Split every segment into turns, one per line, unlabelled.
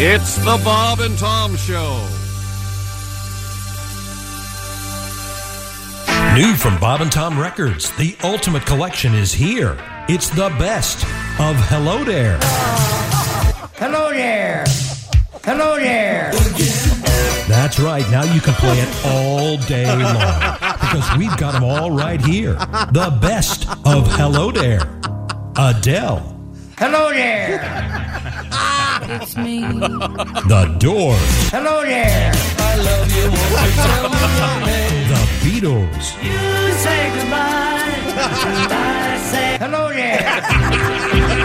It's the Bob and Tom Show.
New from Bob and Tom Records, the ultimate collection is here. It's the best of Hello There.
Hello there. Hello there.
That's right. Now you can play it all day long because we've got them all right here. The best of Hello There. Adele,
Hello there.
It's me.
The Doors,
Hello there.
The Beatles,
You say goodbye. and I say,
Hello there.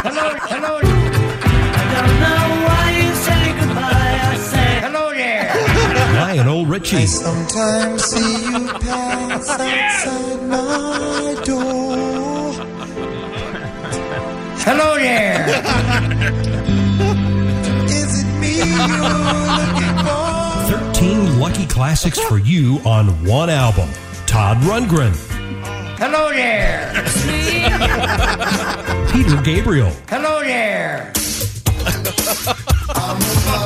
Hello, hello,
I don't know why you say goodbye. I say,
hello there.
Lionel Richie,
Sometimes see you pass outside my door.
Hello there.
Is it me you're looking for?
13 lucky classics for you on one album. Todd Rundgren,
Hello there.
it's me.
Peter Gabriel,
Hello there.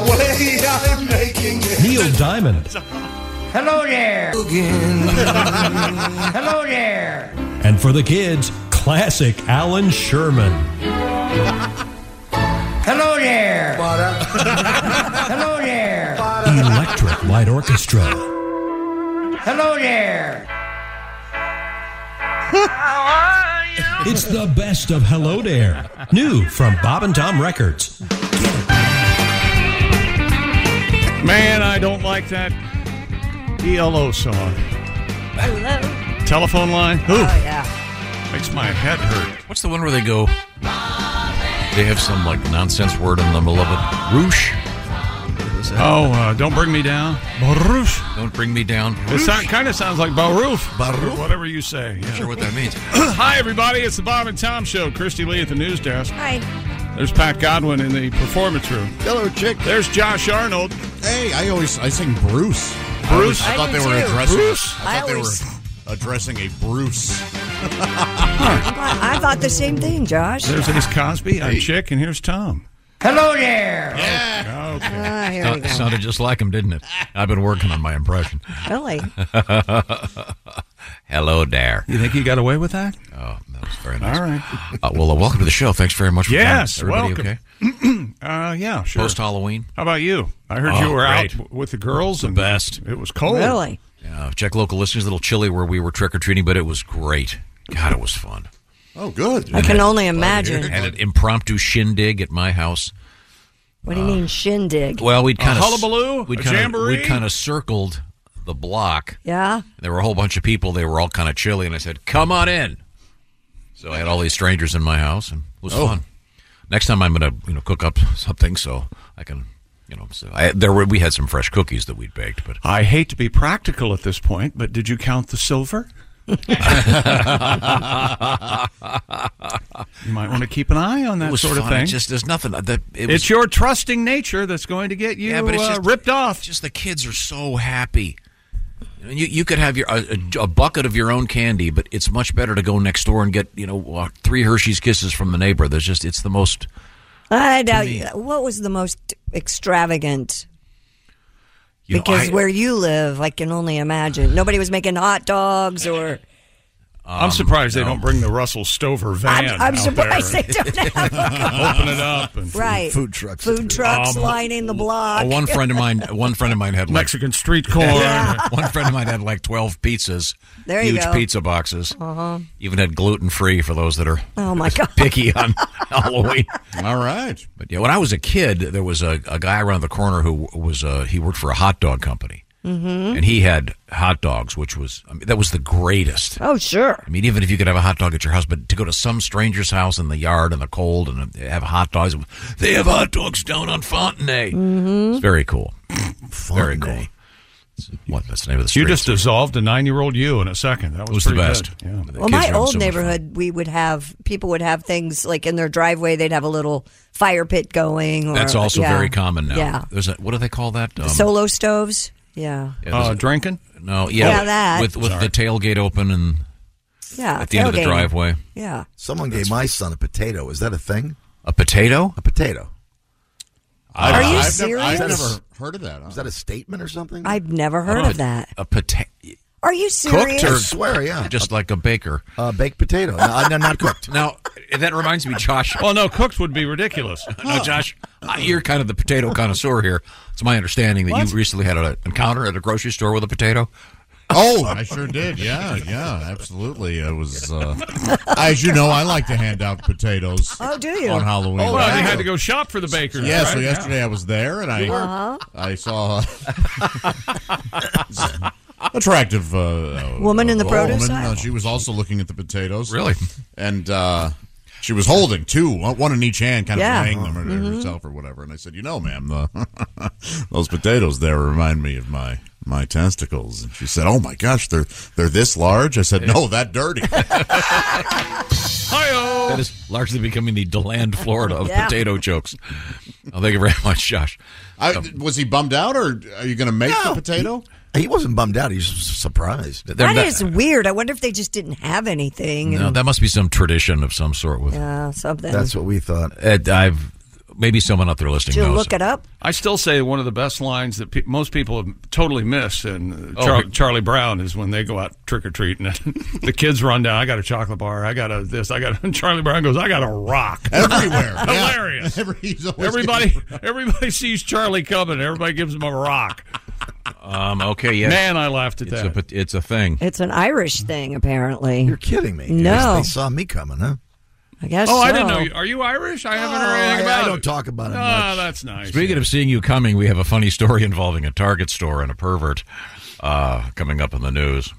Way I'm making it.
Neil Diamond,
Hello there. Hello there.
and for the kids, classic Alan Sherman.
Hello there. Hello there.
Electric Light Orchestra.
Hello there.
It's the best of Hello There, new from Bob and Tom Records.
Man, I don't like that ELO song. Telephone line? Ooh.
Oh,
Makes my head hurt.
What's the one where they go? They have some like nonsense word in the middle of it. Roosh.
Oh, uh, don't bring me down. Baroof.
Don't bring me down.
It kind of sounds like Baroof.
Baroof.
Whatever you say. yeah.
Not sure what that means.
Hi, everybody. It's the Bob and Tom Show. Christy Lee at the news desk.
Hi.
There's Pat Godwin in the performance room.
Hello, chick.
There's Josh Arnold.
Hey, I always I sing Bruce. I
Bruce?
always- I, thought
I
they
do
were
too.
addressing.
Bruce?
I
I
thought they
always-
were addressing a Bruce.
Uh-huh.
I I thought the same thing, Josh.
There's Ace Cosby. I'm Chick, and here's Tom.
Hello
Oh,
there.
Okay.
Ah, here we
Sound-
go.
sounded just like him, didn't it? I've been working on my impression.
Really?
Hello there.
You think he got away with that?
Oh, that was very nice.
All right.
Uh, well, uh, welcome to the show. Thanks very much for
Yes,
coming. Everybody
welcome.
okay?
Uh, yeah, sure.
Post Halloween.
How about you? I heard you
Oh,
were out
great.
w- with the girls. and
best.
It was cold.
Really?
Uh, check local listeners. A little chilly where we were trick or treating, but it was great. God, it was fun.
Oh, good.
I can only imagine.
And an impromptu shindig at my house.
What do you mean shindig?
uh, Well, we'd kind of
hullabaloo?
We'd
A
kind of
jamboree?
we'd kind of circled the block.
Yeah.
There were a whole bunch of people. They were all kind of chilly, and I said, "Come on in." So I had all these strangers in my house, and it was
Oh.
fun. Next time I'm gonna you know cook up something so I can you know so I, there were we had some fresh cookies that we baked, but
I hate to be practical at this point, but did you count the silver? you might want to keep an eye on
it
that
was
sort
fun.
of thing.
It just there's nothing Uh, that it was,
it's your trusting nature that's going to get you
yeah, but it's
uh,
just,
ripped off.
it's Just the kids are so happy. You, know, you you could have your a, a- a bucket of your own candy, but it's much better to go next door and get you know uh, three Hershey's Kisses from the neighbor. There's just it's the most
I doubt. What was the most extravagant?
you know,
because
I-
where you live, I can only imagine. Nobody was making hot dogs or.
Um,
I'm surprised they don't bring the Russell Stover van.
I'm, I'm
out
surprised
there
they don't have.
and open it up. And
right.
food trucks.
Food trucks lining the block.
Uh, Um, one friend of mine, one friend of mine had like
Mexican street corn.
one friend of mine had like twelve pizzas,
There you
huge
go.
pizza boxes. Uh-huh. Even had gluten free for those that are
Oh, my God.
picky on Halloween.
All right.
But yeah, when I was a kid, there was a, a guy around the corner who was uh, he worked for a hot dog company, mm-hmm. and he had hot dogs, which was I mean, that was the greatest.
Oh, sure.
I mean, even if you could have a hot dog at your house, but to go to some stranger's house in the yard in the cold and uh, have hot dogs, they have hot dogs down on Fontenay.
Mm-hmm. Mm.
It's very cool. Very cool. It's- What? That's the name of the street.
You just dissolved a nine year old you in a second. That
it
was,
was the
pretty
best.
Good. Yeah.
The
Well,
kids are
my
having
old
so much fun.
neighborhood, we would have people would have things like in their driveway. They'd have a little fire pit going. Or,
That's also
yeah.
very common now.
Yeah,
There's a, what do they call that? Um,
solo stoves. Yeah,
yeah, there's
Uh,
a-
drinking?
no, yeah,
Yeah, that.
with with the tailgate open and
yeah.
at the end of the
tailgating.
driveway,
Yeah,
Someone gave my son a potato. Is that a thing?
a potato.
A potato.
Are you
I've never, I've
serious?
never heard of that.
Is that a statement or something?
I've never heard of that.
A potato,
Are you serious?
cooked or
swear, yeah.
just like a baker.
Uh, baked potato. No, no, not cooked.
Now that reminds me, Josh.
Oh no, cooked would be ridiculous.
No, Josh, uh, you're kind of the potato connoisseur here. It's my understanding that you recently had an encounter at a grocery store with a potato.
Oh, I sure did. Yeah, yeah, absolutely. It was, uh, as you know, I like to hand out potatoes
Oh, do you?
on Halloween.
Well,
Yeah.
they had to go shop for the baker.
Yeah, so
right?
yesterday I was there and I
Uh-huh.
I saw attractive uh,
Woman in the
uh,
produce
woman.
aisle.
Uh, she was also looking at the potatoes.
Really?
And uh, she was holding two, one one in each hand, kind
Yeah. Mm-hmm.
of weighing them or
Hmm?
herself or whatever. And I said, "You know, ma'am, the, those potatoes there remind me of my." My testicles, and she said, "Oh my gosh, they're they're this large." I said, "No, that dirty."
Hi-oh.
That is largely becoming the Deland, Florida of
Yeah.
potato jokes. Oh, thank you very much, Josh. Um,
I, was he bummed out, or are you going to make
No.
the potato?
He wasn't bummed out. He was surprised.
They're
That
not-
is weird. I wonder if they just didn't have anything.
No,
and,
that must be some tradition of some sort. With
uh, something.
That's what we thought.
Ed, I've maybe someone out there listening
Did you
knows.
look it up?
I still say one of the best lines that pe- most people have totally missed, and uh,
Oh,
Char-
be-
Charlie Brown is when they go out trick or treating, and the kids run down. I got a chocolate bar. I got a this. I got. A, and Charlie Brown goes. I got a rock.
everywhere. Yeah.
Hilarious.
Every- he's always
Everybody, everybody sees Charlie coming. Everybody gives him a rock.
um, okay, yeah,
Man, I laughed at
it's
that.
a pot- it's a thing.
It's an Irish thing, apparently.
You're kidding me.
No.
They saw me coming, huh?
I guess.
oh, I
so.
didn't know. You, are you Irish? I haven't
Oh,
heard anything
I-
about
I
it.
don't talk about it
Ah,
much.
that's nice.
Speaking of seeing you coming, we have a funny story involving a Target store and a pervert uh, coming up in the news.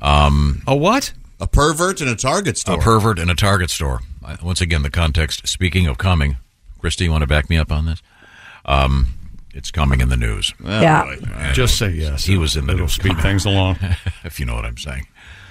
Um,
a what?
a pervert in a Target store.
A pervert in a Target store. I- Once again, the context. Speaking of coming, Christy, you want to back me up on this? Um, it's coming in the news.
Yeah.
Just say yes.
He was in the
It'll
news.
speed things along.
if you know what I'm saying.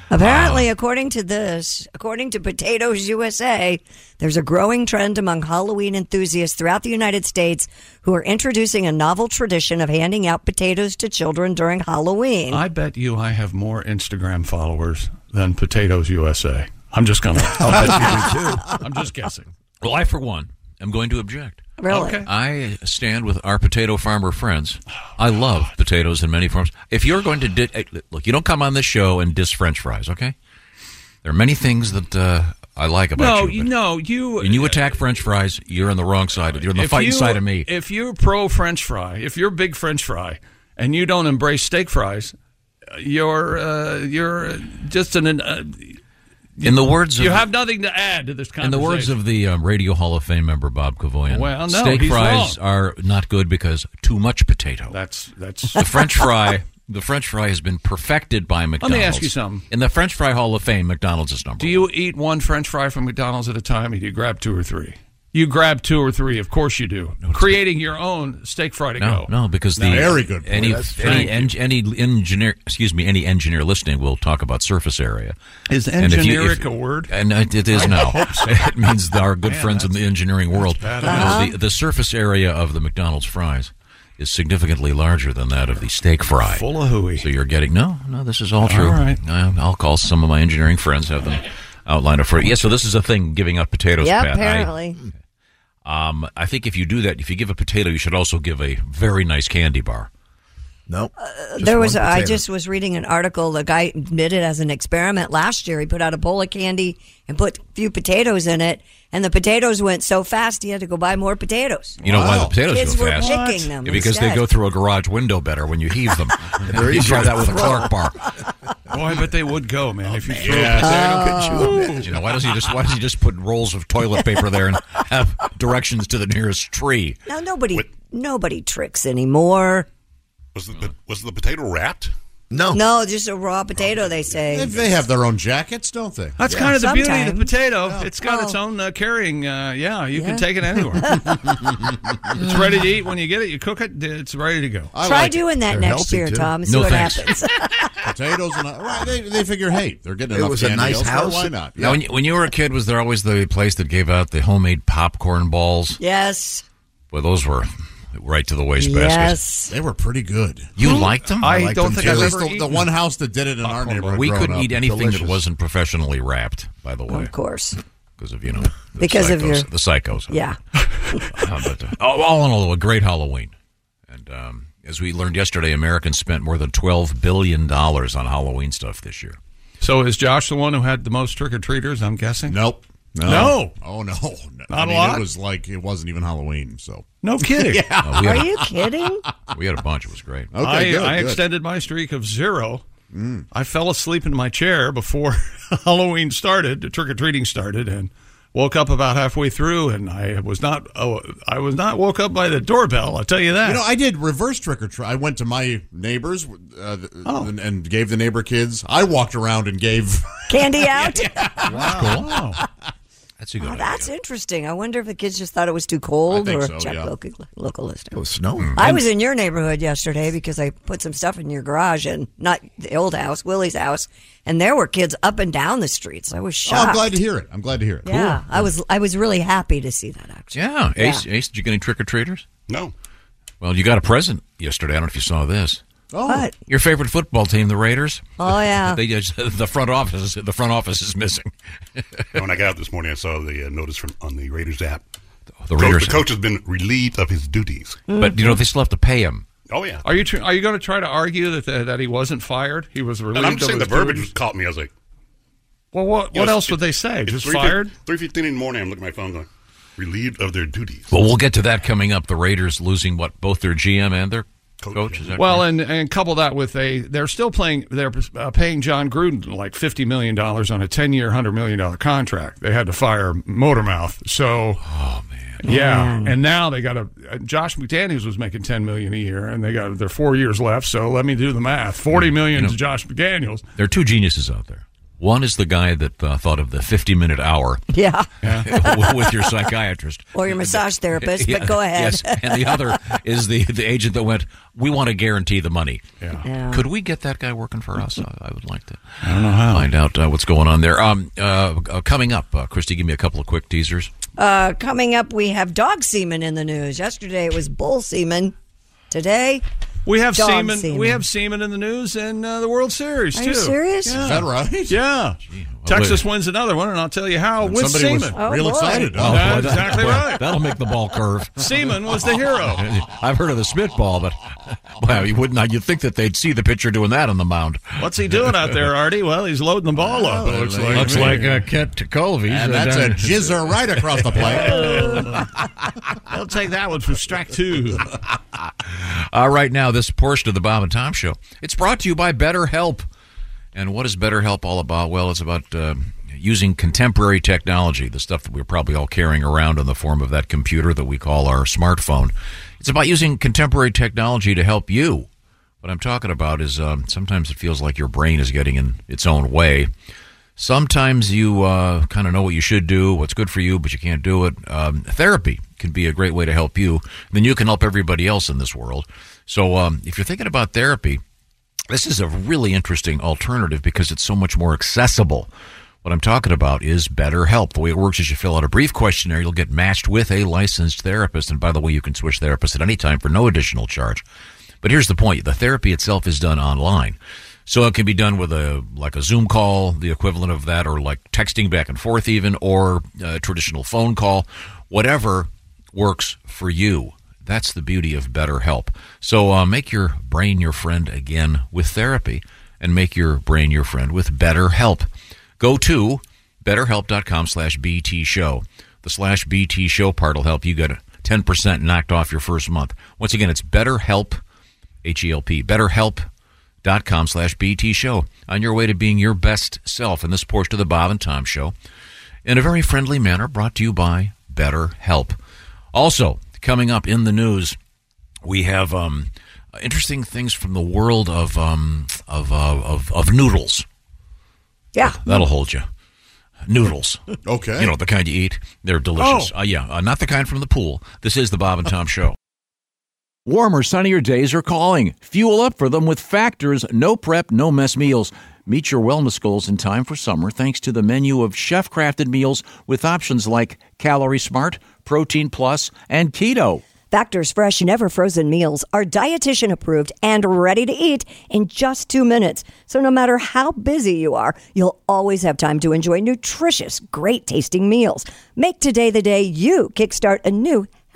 Apparently, according to this, according to Potatoes USA, there's a growing trend among Halloween enthusiasts throughout the United States who are introducing a novel tradition of handing out potatoes to children during Halloween.
I bet you I have more Instagram followers than Potatoes USA. I'm just gonna.
Oh,
I'm just guessing.
Well, I, for one, am going to object.
really?
okay.
I stand with our potato farmer friends.
Oh,
I love potatoes in many forms. If you're going to di- eh, look, you don't come on this show and diss French fries, okay? There are many things that uh, I like about
No,
you.
you
but
no, you.
When you attack French fries, you're on the wrong side. You're on the
if
fighting
you-
side of me.
If you're pro French fry, if you're big French fry, and you don't embrace steak fries, you're uh, you're just an. Uh,
in the words of
you have nothing to add to this
In
conversation.
the words of the um, Radio Hall of Fame member Bob Cavoyan,
Well, no,
steak
he's
fries
wrong.
are not good because too much potato.
that's that's
the French fry, the French fry has been perfected by McDonald's.
me ask you something.
In the French Fry Hall of Fame, McDonald's is number.
Do you eat one French fry from McDonald's at a time, or do you grab two or three? You grab two or three, of course you do. Creating your own steak fry to
one.
go.
No, no, because the
very good point.
Any
That's-
any,
thank
en- any engineer, excuse me, any engineer listening will talk about surface area.
Is
And if you-
engineeric
if-
a word?
And it it is now. it means that our good friends in the engineering world. No, the, the surface area of the McDonald's fries is significantly larger than that of the steak fry.
Full of hooey.
So you're getting no, no. This is all true.
right.
I, I'll call some of my engineering friends, have them outline it for you. Yeah. So this is a thing, giving out potatoes.
Yeah,
Pat.
apparently.
I, um, I think if you do that, if you give a potato, you should also give a very nice candy bar.
No. Just
Uh, there was
one
a, I
potato.
just was reading an article the guy did it as an experiment last year he put out a bowl of candy and put a few potatoes in it and the potatoes went so fast he had to go buy more potatoes
You know why the potatoes
kids
go
were
fast?
picking them
Yeah, because they
instead.
go through a garage window better when you heave them. you try that with a Clark bar.
Boy, I bet they would go, man, if you threw
Oh, Yeah.
Oh. You know, why doesn't he just why does he just put rolls of toilet paper there and have directions to the nearest tree?
now nobody nobody tricks anymore
Was the was the potato Oh, wrapped?
No.
no just a raw potato they
They,
say
they have their own jackets, don't they?
That's kind of the beauty of
Sometimes.
the potato.
Oh,
It's got its
Well.
own uh, carrying. Uh, yeah, you
Yeah.
can take it anywhere. it's ready to eat when you get it. You cook it. It's ready to go.
I
try
like
doing that
They're
next
healthy,
year
too.
tom and see
No
what
thanks.
happens
potatoes and well, they, they figure, hey, they're getting
It
enough
was a
candy
nice
elsewhere,
house.
Why not?
Now, when you, when you were a kid, was there always the place that gave out the homemade popcorn balls?
yes
Well, those were right to the wastebasket.
yes Hmm?
They were pretty good.
You liked them?
I,
like
don't
them
think
too.
I've
At
I've
ever
least the, the
eaten.
one house that did it in our neighborhood.
We
growing
couldn't
up.
eat anything that
Delicious.
wasn't professionally wrapped, by the way.
of course
because of you know the
Because of
psychos- the
your-
Oh,
psychos.
Yeah.
Uh, but, uh, all all in all, a great Halloween. And um, as we learned yesterday, Americans spent more than twelve billion dollars on Halloween stuff this year.
So is Josh the one who had the most trick or treaters? I'm guessing.
Nope.
No.
Oh no.
Not
I mean,
a lot.
It was like it wasn't even Halloween. So
No kidding.
yeah.
Oh, we had
Are
a-
you kidding?
We had a bunch. It was great.
I, I extended my streak of zero.
Mm.
I fell asleep in my chair before Halloween started, trick or treating started, and woke up about halfway through. And I was not, oh, I was not woke up by the doorbell. I'll tell you that.
You know, I did reverse trick or treat. I went to my neighbors uh, th-
Oh.
and, and gave the neighbor kids. I walked around and gave
Candy out?
Wow.
That's a good.
Oh, that's interesting. I wonder if the kids just thought it was too cold
think
or
so,
check
yeah. Oh,
local, local listener.
It was snow.
I was in your neighborhood yesterday because I put some stuff in your garage and not the old house, Willie's house, and there were kids up and down the streets. I was
Oh,
shocked.
I'm glad to hear it. I'm glad to hear it.
Yeah, I was I was really happy to see that actually.
Yeah. Ace, Ace, did you get any trick or treaters?
No.
Well, you got a present yesterday. I don't know if you saw this.
Oh. What?
Your favorite football team, the Raiders.
Oh yeah.
They just, the front office. The front office is missing.
Mm-hmm.
when I got out this morning, I saw the uh, notice from on the Raiders app.
The
Coach-
Raiders
the coach has been relieved of his duties.
But you know they still have to pay him.
Oh yeah.
Are you tr- are you going to try to argue that that he wasn't fired? He was relieved.
And I'm just
of
saying the
his
verbiage
duties?
caught me. I was like,
Well, what
you
what
know,
else
it-
would they say?
it's
Just
3:15
fired?
Three fifteen in the morning. I'm looking at my phone, going, relieved of their duties.
Well, we'll get to that coming up. The Raiders losing what both their GM and their coach. Is that
Well, and and couple that with a they're still playing they're uh, paying John Gruden like fifty million dollars on a ten year hundred million dollar contract. They had to fire Motormouth, so oh man, yeah,
Man.
and now they got a uh, Josh McDaniels was making ten million a year, and they got their four years left. So let me do the math: forty million
Mm, You know-
to Josh McDaniels.
There are two geniuses out there. One is the guy that uh, thought of the 50 minute hour
Yeah.
with- with your psychiatrist.
Or your massage therapist,
Yeah,
but go ahead.
Yes. And the other is the, the agent that went, We want to guarantee the money.
Yeah.
Could we get that guy working for us? I, I would like to.
I don't know how.
Find out uh, what's going on there. Um, uh, uh, coming up, uh, Christy, give me a couple of quick teasers.
Uh, coming up, we have dog semen in the news. Yesterday it was bull semen. Today
We have
dog
semen, We have semen in the news and uh, the World Series
Are
too.
you serious?
Yeah.
Is that
right?
Yeah. Texas wins another one, and I'll tell you how with
somebody was
semen.
Oh, real boy. excited, huh?
That's exactly
Well,
right.
That'll make the ball curve.
Seaman was the hero.
I've heard of the spitball, but well, you wouldn't. You'd think that they'd see the pitcher doing that on the mound.
What's he doing out there, Artie? Well, he's loading the ball up. Oh, It looks like.
Looks like uh, Kent Colvey.
And that's a
jizzer right across the
plate. I'll take that one from strike two.
Uh, right now, this portion of the Bob and Tom Show, it's brought to you by BetterHelp. And what is BetterHelp all about? Well, it's about uh, using contemporary technology, the stuff that we're probably all carrying around in the form of that computer that we call our smartphone. It's about using contemporary technology to help you. What I'm talking about is um, sometimes it feels like your brain is getting in its own way. Sometimes you uh, kind of know what you should do, what's good for you, but you can't do it. Um, therapy can be a great way to help you. Then you can help everybody else in this world. So um, if you're thinking about therapy, this is a really interesting alternative because it's so much more accessible. What I'm talking about is BetterHelp. The way it works is you fill out a brief questionnaire, you'll get matched with a licensed therapist. And by the way, you can switch therapists at any time for no additional charge. But here's the point the therapy itself is done online. So it can be done with a like a Zoom call, the equivalent of that, or like texting back and forth, even, or a traditional phone call, whatever works for you. That's the beauty of BetterHelp. So uh, make your brain your friend again with therapy, and make your brain your friend with BetterHelp. Go to betterhelp.com slash bt show the slash bt show part will help you get 10% knocked off your first month once again it's betterhelp h-e-l-p betterhelp.com slash bt show on your way to being your best self in this portion of the bob and tom show in a very friendly manner brought to you by betterhelp also coming up in the news we have um, interesting things from the world of um, of, uh, of of noodles
Yeah.
That'll hold you. Noodles.
Okay.
You know, the kind you eat. They're delicious. Uh, yeah, uh, not the kind from the pool. This is the Bob and Tom Show.
Warmer, sunnier days are calling. Fuel up for them with Factors no prep, no mess meals. Meet your wellness goals in time for summer thanks to the menu of chef crafted meals with options like Calorie Smart, Protein Plus, and Keto.
Factor's fresh, never frozen meals are dietitian approved and ready to eat in just two minutes. So no matter how busy you are, you'll always have time to enjoy nutritious, great tasting meals. Make today the day you kickstart a new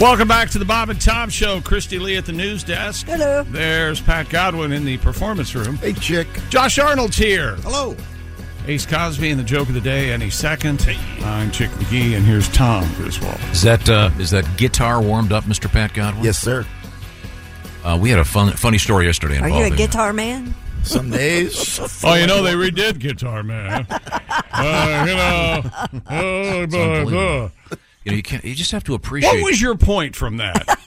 Welcome back to the Bob and Tom Show. Christy Lee at the news desk.
Hello.
There's Pat Godwin in the performance room.
Hey, chick.
Josh Arnold's here.
Hello.
Ace Cosby and the joke of the day any second. I'm Chick McGee, and here's Tom Griswold.
Is that uh, is that guitar warmed up, Mr. Pat Godwin?
Yes, sir.
Uh, we had a fun, funny story yesterday
Are
involving.
you a guitar man?
Some days.
Oh, you know, they redid Guitar Man. Uh, you know, oh,
It's
blah,
unbelievable.
blah.
You know, you can't. You just have to appreciate.
What was your point from that?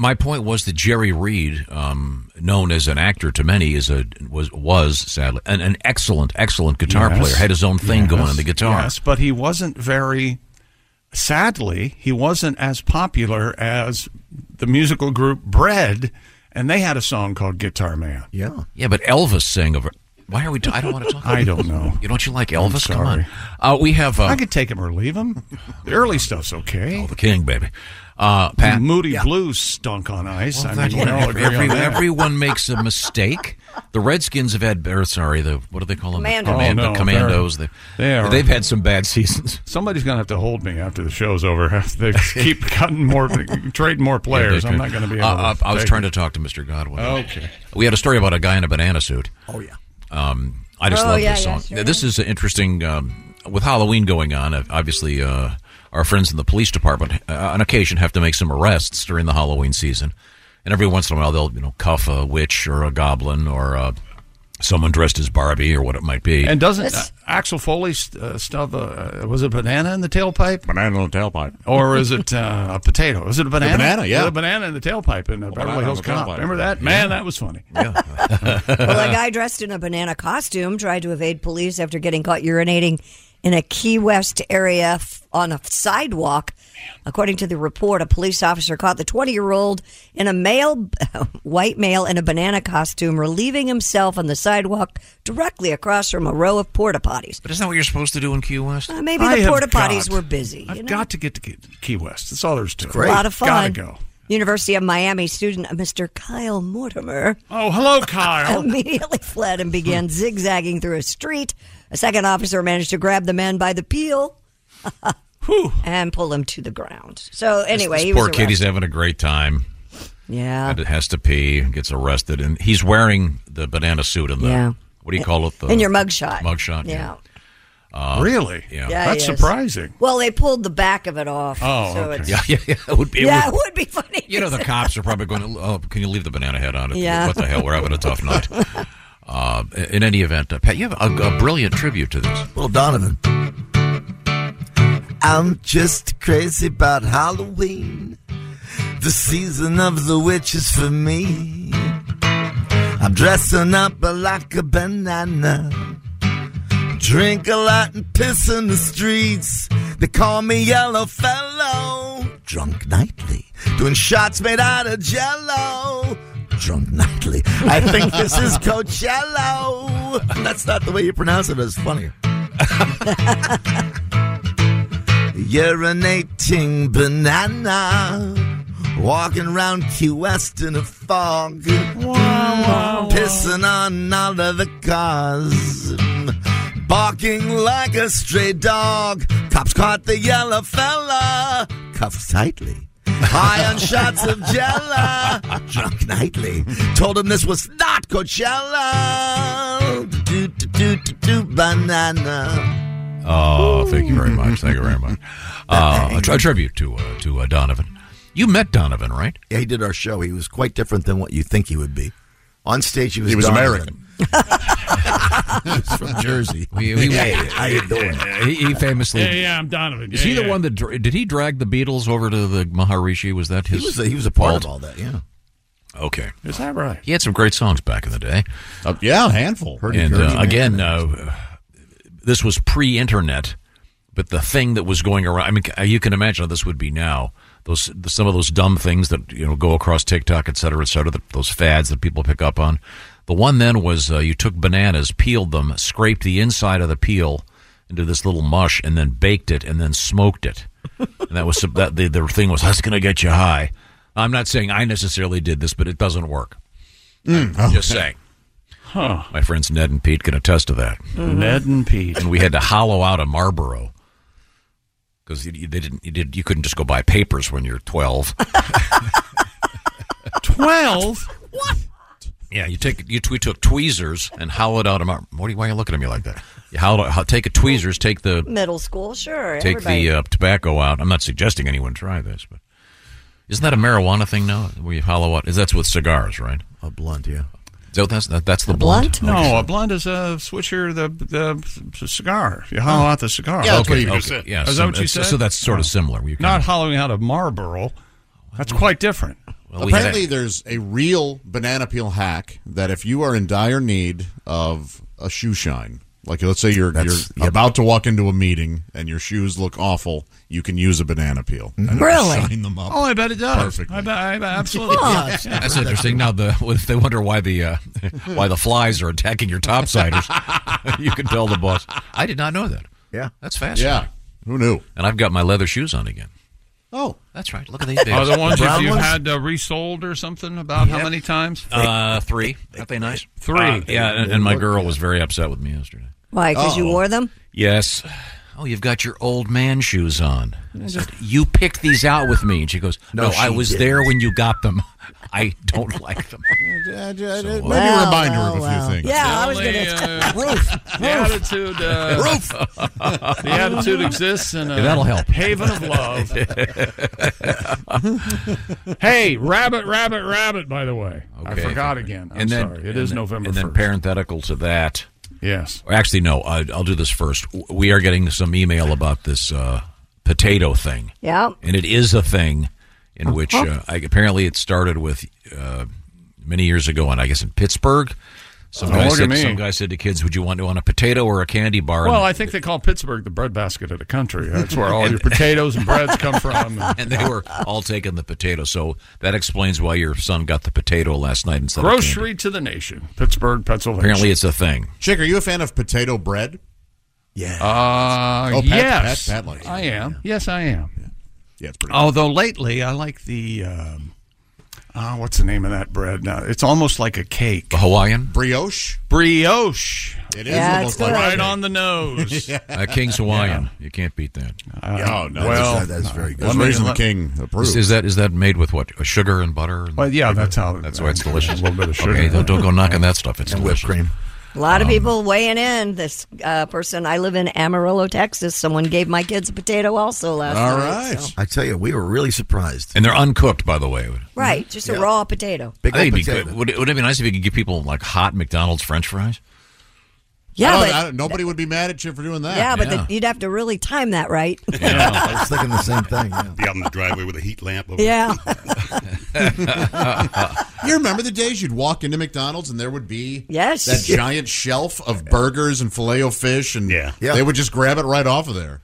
My point was that Jerry Reed, um, known as an actor to many, is a was was sadly an, an excellent, excellent guitar
Yes.
player. Had his own thing going
Yes.
on the guitar.
Yes, but he wasn't very. Sadly, he wasn't as popular as the musical group Bread, and they had a song called Guitar Man.
Yeah,
yeah, but Elvis sang over. Why are we? I I don't want to talk. About
I don't know.
You don't you like
I'm
Elvis? Come
sorry.
on. Uh, we have. Uh,
I could take him or leave him. The early stuff's okay.
the King, baby. Uh, Pat.
Moody Blues stunk on ice.
Well,
I
that-
mean, we all agree on
every-
that.
everyone makes a mistake. The Redskins have had, or sorry, the what do they call them? The
Commandos.
command-
Oh, no,
the commandos.
they're-
They-
they are-
They've had some bad seasons.
Somebody's going to have to hold me after the show's over. They keep cutting more, trading more players. I'm not going to be.
Uh,
Able
uh,
to
I was
take
trying
it.
to talk to Mr. Godwin.
Okay.
We had a story about a guy in a banana suit.
Oh yeah.
Um, I just
Oh,
love
yeah,
this
yeah,
song.
sure.
This is an interesting. Um, with Halloween going on, uh, obviously, uh, our friends in the police department uh, on occasion have to make some arrests during the Halloween season, and every once in a while they'll you know cuff a witch or a goblin or uh, someone dressed as Barbie or what it might be.
And doesn't uh, Axel Foley st- uh, stuff? Uh, was it banana in the tailpipe?
Banana in the tailpipe.
Or is it uh, a potato? Is it a banana?
banana, yeah.
A banana in the tailpipe in uh, Beverly
banana
Hills
in the
Cop.
tailpipe.
Remember that?
Yeah.
Man, that was funny.
well, a guy dressed in a banana costume tried to evade police after getting caught urinating in a Key West area f- on a sidewalk. According to the report, a police officer caught the 20 year old in a male, white male in a banana costume, relieving himself on the sidewalk directly across from a row of porta potties.
But isn't that what you're supposed to do in Key West?
Uh, maybe
I
the
have
porta potties
got-
were busy.
I've
you know?
got to get to Key- Key West. That's all there's to it.
A lot of fun.
Gotta go.
University of Miami student Mr. Kyle Mortimer.
Oh, hello, Kyle.
immediately fled and
Hmm.
began zigzagging through a street. A second officer managed to grab the man by the peel and pull him to the ground. So anyway,
This
he was
poor kid, he's
arrested.
having a great time.
Yeah.
And it has to pee, gets arrested, and he's wearing the banana suit and the
Yeah.
what do you call it? The
in your mugshot.
Mugshot.
Yeah.
Uh,
Really?
Yeah.
Yeah, he is. Well, they pulled the back of it off.
Oh,
so
okay.
it's,
yeah, yeah, yeah. It would be.
Yeah, it would be funny.
You know, the cops are probably going. to, Oh, can you leave the banana head on? It?
Yeah.
What the hell? We're having a tough night. Uh, in any event, uh, Pat, you have a, a brilliant tribute to this.
Well, Donovan. I'm just crazy about Halloween. The season of the witch is for me. I'm dressing up like a banana. Drink a lot and piss in the streets. They call me Yellow Fellow. Drunk nightly. Doing shots made out of jello. Drunk nightly. I think this is Coachello. That's not the way you pronounce it, it's funnier. Urinating banana. Walking around Key West in a fog. Pissing on all of the cars. Barking like a stray dog. Cops caught the yellow fella. Cuffed tightly. High on shots of Jella. Drunk nightly. Told him this was not Coachella. Do, do, do, do, do, banana.
Oh, thank you very much. Thank you very much. Uh, a, tri- a tribute to uh, to uh, Donovan. You met Donovan, right?
Yeah, he did our show. He was quite different than what you think he would be. On stage, he was
He was
Donovan.
American.
he was from Jersey.
We- we-
Hey, how you doing?
He, he famously.
Yeah, yeah, I'm Donovan.
Is
Yeah,
he the
yeah.
one that dra- did he drag the Beatles over to the Maharishi? Was that his?
He was a- he was a part of all that, yeah.
Okay.
Is that right?
He had some great songs back in the day.
yeah, a handful. Hurdy
and
Gurdy,
uh,
man.
again, uh, this was pre-internet, but the thing that was going around—I mean, c- you can imagine how this would be now. Those some of those dumb things that you know go across TikTok, et cetera, et cetera. The, those fads that people pick up on. The one then was uh, you took bananas, peeled them, scraped the inside of the peel into this little mush, and then baked it, and then smoked it. And that was that the, the thing was that's going to get you high. I'm not saying I necessarily did this, but it doesn't work.
Oh. Mm.
I'm just saying.
Huh.
My friends Ned and Pete can attest to that.
Mhm. Ned and Pete.
And we had to hollow out a Marlboro because you, you didn't you did you couldn't just go buy papers when you're 12.
12?
yeah, you take you we took tweezers and hollowed out a Marlboro. What are you, why are you looking at me like that? You hollow, ho- take a tweezers, take the
Middle school, sure.
take
everybody.
the uh, tobacco out. I'm not suggesting anyone try this, but isn't that a marijuana thing now? Where you hollow out? Is that's with cigars, right?
A blunt, yeah.
So that's that, that's the blunt. Okay.
No, a blunt is a switcher, the the cigar. You hollow out the cigar.
Oh. Yeah, that's what Okay, you just okay, said. yeah,
is that what
so-
you
so-
said?
so that's sort of
No.
similar. You
Not hollowing out a Marlboro. That's quite different.
Apparently, there's a real banana peel hack that if you are in dire need of a shoe shine, like let's say you're, you're
That's- yep.
about to walk into a meeting and your shoes look awful, you can use a banana peel. And it'll Shine them up.
Oh, I bet it does.
Perfectly.
I bet, I bet absolutely.
Yeah.
Yeah.
That's interesting. Now, the if they wonder why the uh, why the flies are attacking your topsiders, you can tell the boss. I did not know that.
Yeah,
that's fascinating.
Yeah, who knew?
And I've got my leather shoes on again.
Oh,
that's right. Look at these.
Are the ones that
Brown
you
ones?
had uh, resold or something about how
Yep.
many times?
Uh, three. Aren't they nice?
Three.
Uh, yeah, and, and my girl was very upset with me yesterday.
Why? Because
Oh.
you wore them?
Yes. Oh, you've got your old man shoes on. I said, you picked these out with me, and she goes,
No,
"No, I
she
was
didn't.
there when you got them. I don't like them." uh,
Maybe
Well,
Oh,
a reminder
well,
of a few
well.
things.
Yeah,
I was Only, gonna- uh, Roof. the attitude, uh, Roof. the attitude exists in a
Yeah, that'll help.
haven of love. hey, rabbit, rabbit, rabbit. By the way, I
Okay,
forgot
thank you.
again. I'm sorry. It
and
is
then-
November
And then
1st.
parenthetical to that.
Yes.
Actually, no. I, I'll do this first. W- We are getting some email about this uh, potato thing.
Yeah.
And it is a thing in which uh, I, apparently it started with uh, many years ago, and I guess in Pittsburgh. Some,
Oh,
guy
look at
said,
me.
some guy said to kids, "Would you want to want a potato or a candy bar?"
Well,
and,
I think they call Pittsburgh the breadbasket of the country. That's where all your potatoes and breads come from.
and they were all taking the potato, so that explains why your son got the potato last night instead of candy.
Grocery to the nation, Pittsburgh, Pennsylvania.
Apparently, it's a thing.
Chick, are you a fan of potato bread?
Yeah.
Uh,
Oh, Pat-
yes,
Pat- Pat likes it.
I am. Yes, I am. Yeah,
it's pretty.
Although lately, I like the. Um, uh, what's the name of that bread? Now it's almost like a cake.
Hawaiian
brioche.
Brioche. It
is Yeah,
almost it's like good.
right on the nose.
Uh, King's Hawaiian. You can't beat that.
Yeah, oh, no, well, that's- that's very good.
That's the reason the king approved.
Is, is that is that made with what uh, sugar and butter? And
Well, yeah, that's how.
That's why it's delicious.
A little bit of sugar.
Okay, don't, don't go knocking that stuff. It's delicious. cream.
A lot of
Um,
people weighing in. This uh, person, I live in Amarillo, Texas. Someone gave my kids a potato also last night. so-
I tell you, we were really surprised.
And they're uncooked, by the way.
Right, just
Yeah.
a raw potato.
I think it'd be good. Would it, would it be nice if you could give people like hot McDonald's French fries?
Yeah,
I don't-
but-
I don't- nobody would be mad at you for doing that.
yeah, but the- you'd have to really time that right.
I was thinking the same thing.
Be out in the driveway with a heat lamp. Over
Yeah.
you remember the days you'd walk into McDonald's and there would be
Yes.
that giant shelf of burgers and filet o fish, and yeah. they would just grab it right off of there.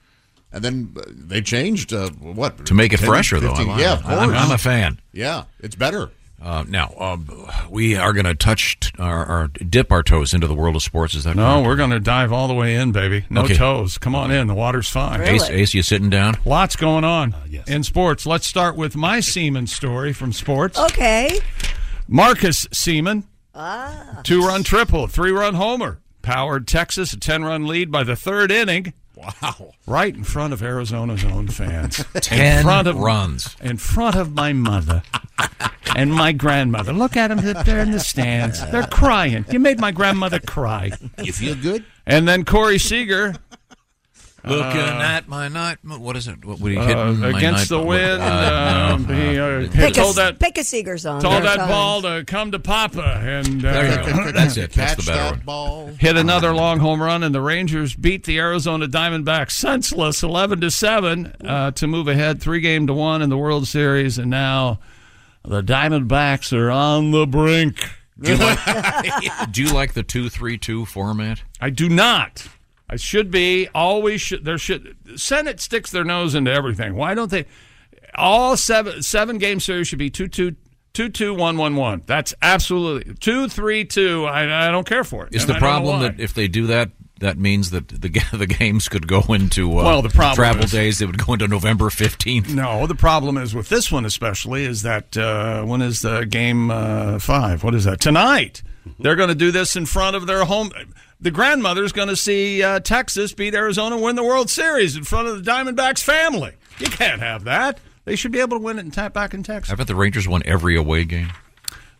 And then uh, they changed uh, what
To make it fresher, though,
15
I'm-
yeah, of course.
I'm- I'm a fan.
Yeah, it's better.
Uh, now um, we are going to touch t- or, or dip our toes into the world of sports. Is that
No, we're going to dive all the way in, baby. No
Okay.
toes. Come on in. The water's fine.
correct? Ace, Ace, you sitting down?
Lots going on in sports. Let's start with my Seaman story from sports.
Okay.
Marcus Seaman, two run triple, three run homer, powered Texas a 10 run lead by the third inning. Wow. Right in front of Arizona's own fans.
Ten
in front of,
runs.
In front of my mother and my grandmother. Look at them up there in the stands. They're crying. You made my grandmother cry.
You feel good?
And then Corey Seager.
Looking
uh,
at my night. What is it? What would he hit?
uh,
my
against
night-
the wind.
Uh,
um,
no.
he uh,
Pick a,
told that
pick a Seeger song.
told
There's
that
others.
ball to come to Papa, and uh,
There you go. That's it. That's the better one.
hit another long home run, and the Rangers beat the Arizona Diamondbacks senseless, eleven to seven, uh, to move ahead three game to one in the World Series, and now the Diamondbacks are on the brink.
Do you like, do you like the two-three-two format?
I do not. I should be always. Should, there should Senate sticks their nose into everything. Why don't they? All seven seven game series should be two two two two one one one. That's absolutely two three two. I, I don't care for it.
Is
And
the
I don't know
problem
why.
that if they do that, that means that the ga- the games could go into uh,
Well, the problem
travel
is-
days. They would go into November fifteenth.
No, the problem is with this one especially is that uh, when is the game uh, five? What is that tonight? They're going to do this in front of their home. The grandmother's going to see uh, Texas beat Arizona, win the World Series in front of the Diamondbacks family. You can't have that. They should be able to win it and tap back in Texas.
I bet the Rangers won every away game.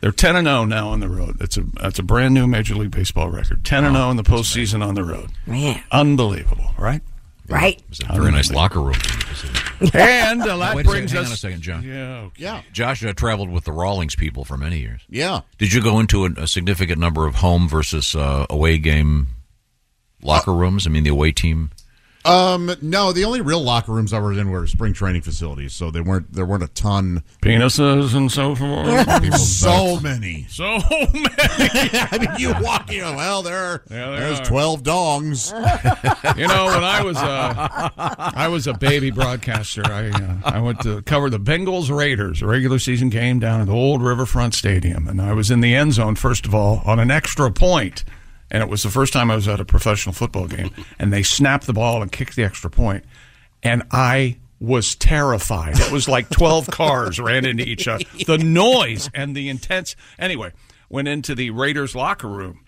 They're ten and zero now on the road. That's a that's a brand new Major League Baseball record. Ten and zero in the postseason on the road.
Man,
unbelievable, right?
Right.
It was a very nice locker room.
And uh,
Now,
that
wait a second.
brings
Hang
us
on a second, John.
Yeah, okay. yeah.
Josh uh, traveled with the Rawlings people for many years.
Yeah.
Did you go into a, a significant number of home versus uh, away game locker
Uh,
rooms? I mean, the away team.
Um, no, the only real locker rooms I was in were spring training facilities, so they weren't there weren't a ton
penises and so forth.
People so many.
So many. I
mean, you walk in. Well, there are there's
are.
twelve dongs.
You know, when I was uh, I was a baby broadcaster, I uh, I went to cover the Bengals Raiders a regular season game down at the old Riverfront Stadium, and I was in the end zone first of all on an extra point, and it was the first time I was at a professional football game, and they snapped the ball and kicked the extra point, and I was terrified. It was like twelve cars ran into each other. The noise and the intense. Anyway, went into the Raiders locker room.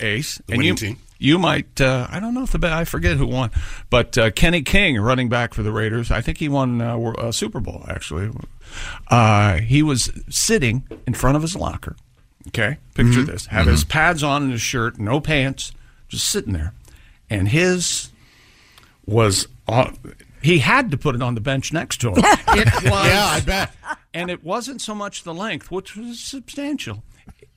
Ace
The
and you,
winning team.
you might uh, I don't know if the I forget who won, but uh, Kenny King, running back for the Raiders, I think he won uh, wor- uh, Super Bowl actually. Uh, he was sitting in front of his locker. Okay, picture
Mhm.
this: have his pads on and his shirt, no pants, just sitting there, and his was on. He had to put it on the bench next to him. It was,
Yeah, I bet.
And it wasn't so much the length, which was substantial.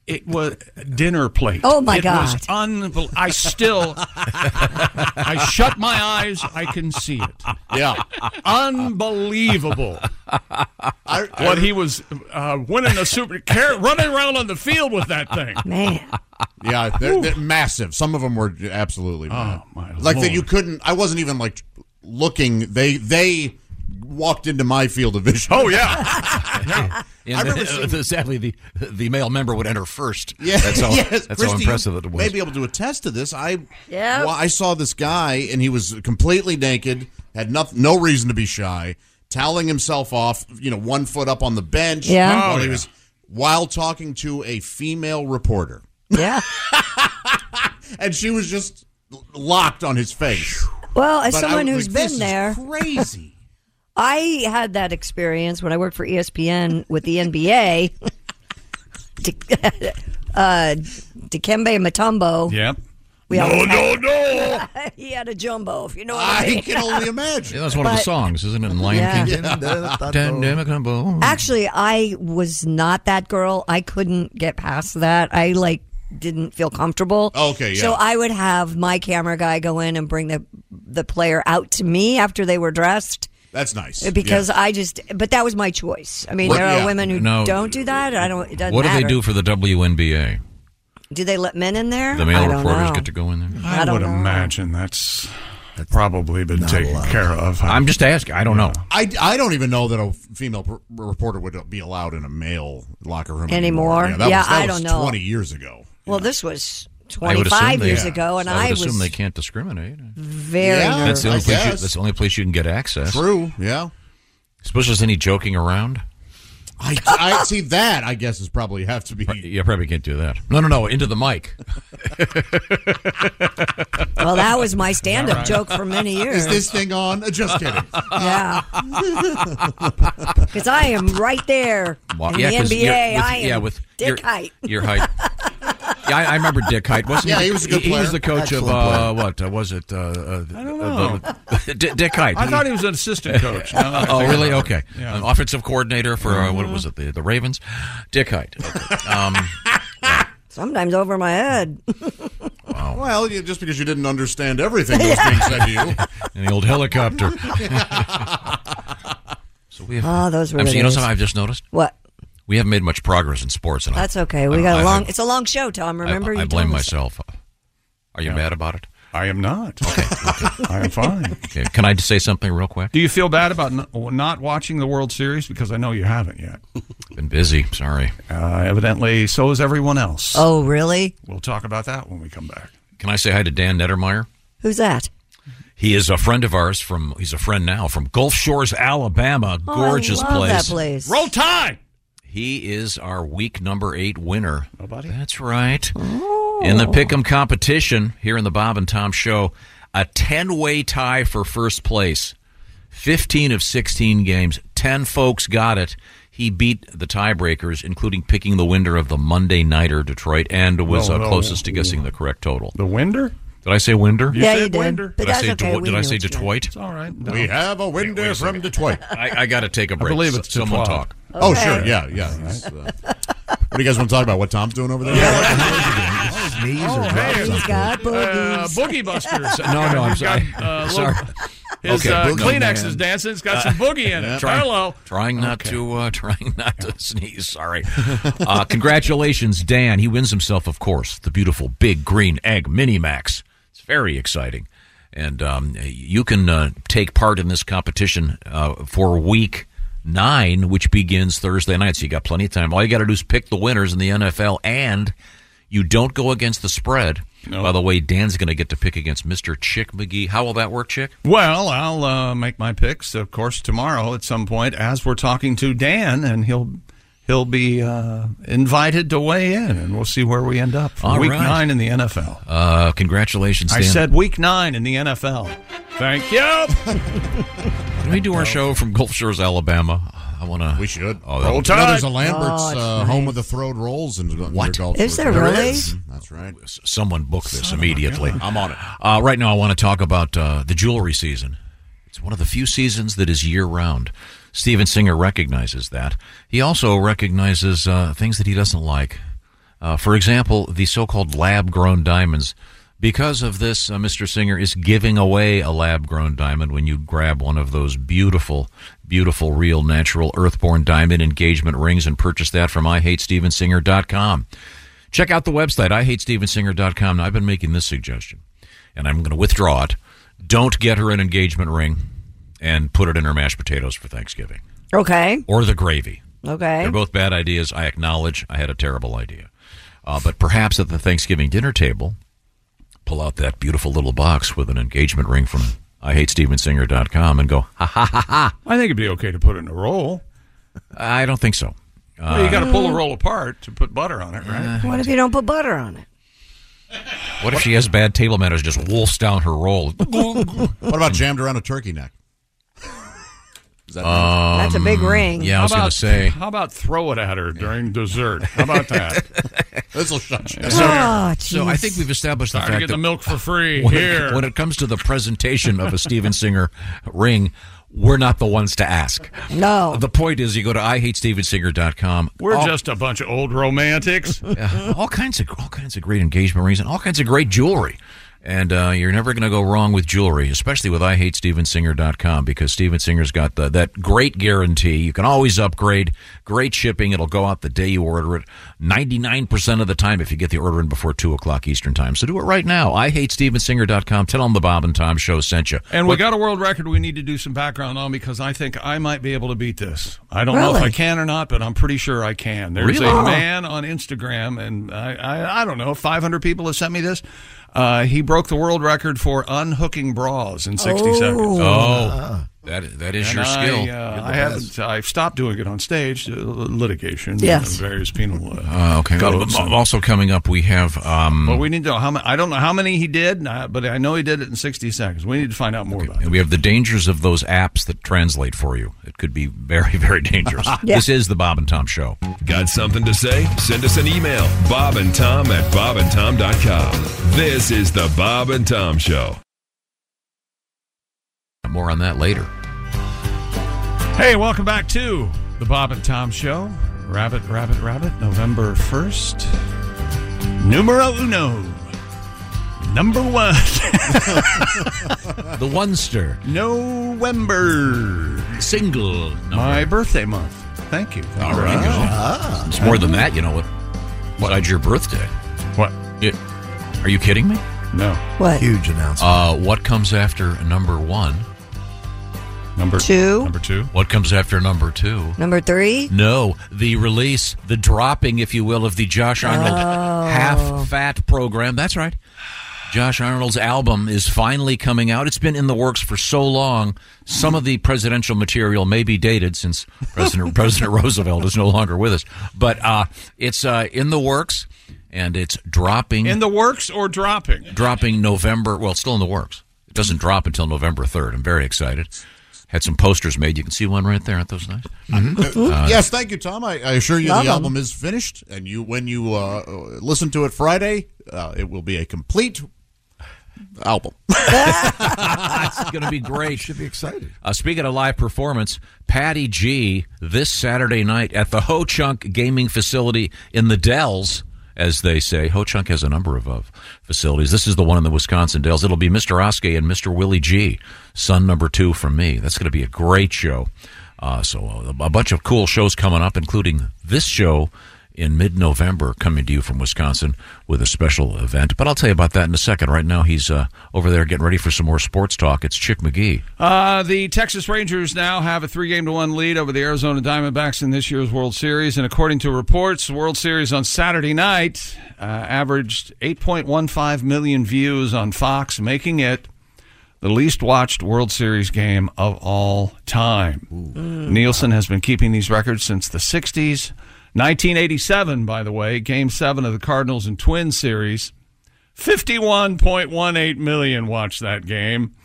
It was dinner plate.
Oh, my
It was
God.
unbel- I still, I shut my eyes. I can see it.
Yeah,
unbelievable. what he was uh, winning the super, car- running around on the field with that thing.
Man.
Yeah, they're, they're massive. Some of them were absolutely. Oh
my
Like that,
Lord.
you couldn't. I wasn't even like looking. They they walked into my field of vision.
Oh yeah.
And
I
the-
remember seeing-
uh, sadly, the the male member would enter first.
Yeah,
that's how, that's
yes.
how
Christy,
impressive it
you
was.
May be able to attest to this. I
Yeah.
well, I saw this guy and he was completely naked, had no, no reason to be shy, toweling himself off. You know, one foot up on the bench.
Yeah.
while
Oh,
he
yeah.
was while talking to a female reporter,
Yeah.
and she was just locked on his face.
Well, as
But I
someone
was
who's
like, this
been
is
there,
crazy.
I had that experience when I worked for E ESPN with the NBA. De- uh, Dikembe Mutombo.
Yep.
We
No,
always
no,
no. he had a jumbo, if you know what I, mean.
imagine.
Yeah, that's one of the
But-
songs, isn't it? In Lion
Yeah.
King. Dun-dun-dun-dun-dun.
Actually, I was not that girl. I couldn't get past that. I like didn't feel comfortable.
Okay, yeah.
So I would have my camera guy go in and bring the the player out to me after they were dressed.
That's nice.
Because
Yeah.
I just, but that was my choice. I mean,
What-
there are
yeah.
women who
No.
don't do that. I don't. It doesn't
What do they
matter.
do for the WNBA?
Do they let men in there?
The male
I don't
reporters
know.
get to go in there.
I,
I,
don't
would
know.
imagine that's, probably been taken care of.
I'm just asking. I don't know.
I, I don't even know that a female pr- reporter would be allowed in a male locker room
Anymore?
Yeah, that
Yeah,
was, that
I
was
don't know.
Twenty years ago.
Well, this was
I would assume
25
they-
years ago, and
I
I,
would
was
assume they can't discriminate.
very
that's
nervous.
the only place. You, that's the only place you can get access.
True. Yeah.
Especially since any joking around.
I, I see that. I guess is probably have to be.
You probably can't do that. No, no, no. Into the mic.
well, that was my stand-up
Alright.
joke for many years.
Is this thing on? Uh, Just kidding.
yeah, because I am right there
Well,
in
yeah,
the
'cause
NBA.
you're- with-
I am
yeah, with
dick
your-
height.
Your height. Yeah, I, I remember Dick Height. Wasn't
Yeah,
the-
he was a good
He was
player.
the coach of
Excellent
uh, what uh, was it? Uh, uh, I
don't know.
Dick Height.
I thought he was an assistant coach. Now that I
oh,
think
really?
about it.
Okay.
Yeah.
An offensive coordinator for uh, what was it? The the Ravens. Dick Height. Okay. Um,
Sometimes over my head.
Well, you, just because you didn't understand everything that was being said to you,
and the old helicopter. so we have.
Oh, those were.
I'm
the
saying, you know
days.
something I've just noticed.
What?
We haven't made much progress in sports, and I-
That's okay.
I
We
don't-
got
I-
a long.
I-
it's a long show, Tom. Remember
I, I
you
blame
told us-
myself. Are you mad about it?
I am not. I am fine.
Okay. Can I just say something real quick?
Do you feel bad about n- not watching the World Series? Because I know you haven't yet.
Been busy. Sorry.
Uh, evidently, so is everyone else.
Oh, really?
We'll talk about that when we come back.
Can I say hi to Dan Nettermeyer?
Who's that?
He is a friend of ours from. He's a friend now from Gulf Shores, Alabama.
Oh, I
Gorgeous
love
place.
That place. Roll
Tide.
He is our week number eight winner.
Oh,
That's right. In the Pick'em competition here in the Bob and Tom Show, a 10 way tie for first place. 15 of 16 games. 10 folks got it. He beat the tiebreakers, including picking the winner of the Monday Nighter Detroit and was
No,
uh,
no.
closest to guessing the correct total.
The winder?
Did I say winder?
You Yeah, said you did. winder. But
Did I
that's
say,
okay.
Dewo-
We
did I
knew
say
what you meant.
Detroit?
It's all right. No.
we have a window from Detroit.
I, I got to take a break.
believe it's
Someone
Detroit.
talk.
Oh, sure. Yeah, yeah. He's, uh, what do you guys want to talk about? What Tom's doing over there?
Knees or
He's got
Uh,
boogies.
boogie busters.
No, no, I'm
He's got,
sorry.
uh, little-
sorry.
His
Okay,
uh,
boogie
Kleenex
man.
is dancing. It's got some boogie in it.
Trying-
Hello.
Uh, Trying not to, uh, trying not to sneeze. Sorry. Uh, congratulations, Dan. He wins himself, of course, the beautiful big green egg mini max. It's very exciting, and um, you can uh, take part in this competition uh, for week nine, which begins Thursday night. So you got plenty of time. All you got to do is pick the winners in the NFL, and you don't go against the spread. By the way, Dan's going to get to pick against Mr. Chick McGee. How will that work, Chick?
Well, I'll uh, make my picks, of course, tomorrow at some point as we're talking to Dan, and he'll he'll be uh, invited to weigh in, and we'll see where we end up. for
All
week
right.
nine in the NFL.
Uh, congratulations,
I
Dan.
said week nine in the NFL. Thank you.
Can we do our show from Gulf Shores, Alabama? I want to.
We should.
Oh,
You know,
that'll-
there's a Lambert's
Oh, it's
uh,
nice.
home of the throwed rolls and
What?
golf.
Is there really?
is. That's right.
someone book this immediately.
I'm on it.
Uh, right now, I want to talk about uh, the jewelry season. It's one of the few seasons that is year round. Steven Singer recognizes that. He also recognizes uh, things that he doesn't like. Uh, for example, the so called lab grown diamonds. Because of this, uh, Mr. Singer is giving away a lab grown diamond when you grab one of those beautiful, beautiful, real, natural, earthborn diamond engagement rings and purchase that from IHateStevenSinger.com. Check out the website, IHateStevenSinger.com. Now, I've been making this suggestion, and I'm going to withdraw it. Don't get her an engagement ring and put it in her mashed potatoes for Thanksgiving
Okay.
or the gravy.
Okay.
They're both bad ideas. I acknowledge I had a terrible idea. Uh, but perhaps at the Thanksgiving dinner table, pull out that beautiful little box with an engagement ring from IHateStevenSinger.com and go, ha ha ha ha.
I think it'd be okay to put it in a roll.
I don't think so. Uh,
Well, you got to pull a roll apart to put butter on it, right?
What if you don't put butter on it?
What if she has bad table manners, just wolfs down her roll?
What about jammed around a turkey neck? Is that
That's a big ring.
Um, Yeah, I was
How
going to
about-
say.
How about throw it at her during dessert? How about that?
this will shut you.
Oh,
So I think we've established the
Trying to
fact
get
that uh,
the milk for free
when,
here.
It, when it comes to the presentation of a Steven Singer ring, We're not the ones to ask.
No.
The point is, you go to IHateStevensinger.com.
We're
all,
just a bunch of old romantics.
all kinds of all kinds of great engagement rings and all kinds of great jewelry. And uh, you're never going to go wrong with jewelry, especially with IHateStevensinger.com because Steven Singer's got the, that great guarantee. You can always upgrade. Great shipping. It'll go out the day you order it. 99% of the time if you get the order in before 2 o'clock Eastern Time. So do it right now. IHateStevensinger.com. Tell them the Bob and Tom Show sent you.
And we got a world record we need to do some background on because I think I might be able to beat this. I don't know if I
Really?
can or not, but I'm pretty sure I can. There's
Really?
a man on Instagram, and I, I, I don't know, 500 people have sent me this. Uh, he broke the world record for unhooking bras in 60 seconds.
Oh, that, that is
And
your
I,
skill.
Uh,
You're the
I haven't. I've stopped doing it on stage. Uh, litigation.
Yes.
uh, various penal. Uh,
Uh, okay.
codes
Well,
and-
also coming up, we have. Um,
Well, we need to know how many. I don't know how many he did, uh, but I know he did it in 60 seconds. We need to find out more about it.
And we have the dangers of those apps that translate for you. It could be very, very dangerous.
Yeah.
This is the Bob and Tom Show.
Got something to say? Send us an email, Bob and Tom at bobandtom.com. This is the Bob and Tom Show.
More on that later.
Hey, welcome back to the Bob and Tom Show. Rabbit, rabbit, rabbit. November 1st. Numero uno. Number one.
the Onester.
November.
Single.
My birthday month. Thank you. Thank
All
you.
right.
Ah.
It's more than that, you know what? Besides your birthday.
What?
are you kidding me?
No.
What?
Huge announcement.
Uh, what comes after number one?
Number
Two?
Number two.
What comes after number two?
Number three?
No, the release, the dropping, if you will, of the Josh Arnold
Oh,
Oh.
half fat program. That's right. Josh Arnold's album is finally coming out. It's been in the works for so long. Some of the presidential material may be dated since President President Roosevelt is no longer with us. But uh, it's uh, in the works, and it's dropping
In the works or dropping?
dropping November. Well, it's still in the works. It doesn't drop until November third. I'm very excited. Had some posters made. You can see one right there. Aren't those nice?
Mm-hmm.
Uh,
yes, thank you, Tom. I, I assure you,
Love
the
'em.
album is finished, and you when you uh, listen to it Friday, uh, it will be a complete album.
it's going to be great. Should be excited. Uh, speaking of live performance, Patty G this Saturday night at the Ho Chunk Gaming Facility in the Dells, as they say. Ho Chunk has a number of, of facilities. This is the one in the Wisconsin Dells. It'll be Mr. Oskey and Mr. Willie G, son number two from me. That's going to be a great show. Uh, so uh, a bunch of cool shows coming up, including this show in mid-November, coming to you from Wisconsin with a special event. But I'll tell you about that in a second. Right now, he's uh, over there getting ready for some more sports talk. It's Chick McGee.
Uh, the Texas Rangers now have a three game to one lead over the Arizona Diamondbacks in this year's World Series. And according to reports, the World Series on Saturday night uh, averaged 8.15 million views on Fox, making it the least watched World Series game of all time. Nielsen has been keeping these records since the 60s. 1987, by the way, game seven of the Cardinals and Twins series. 51.18 million watched that game.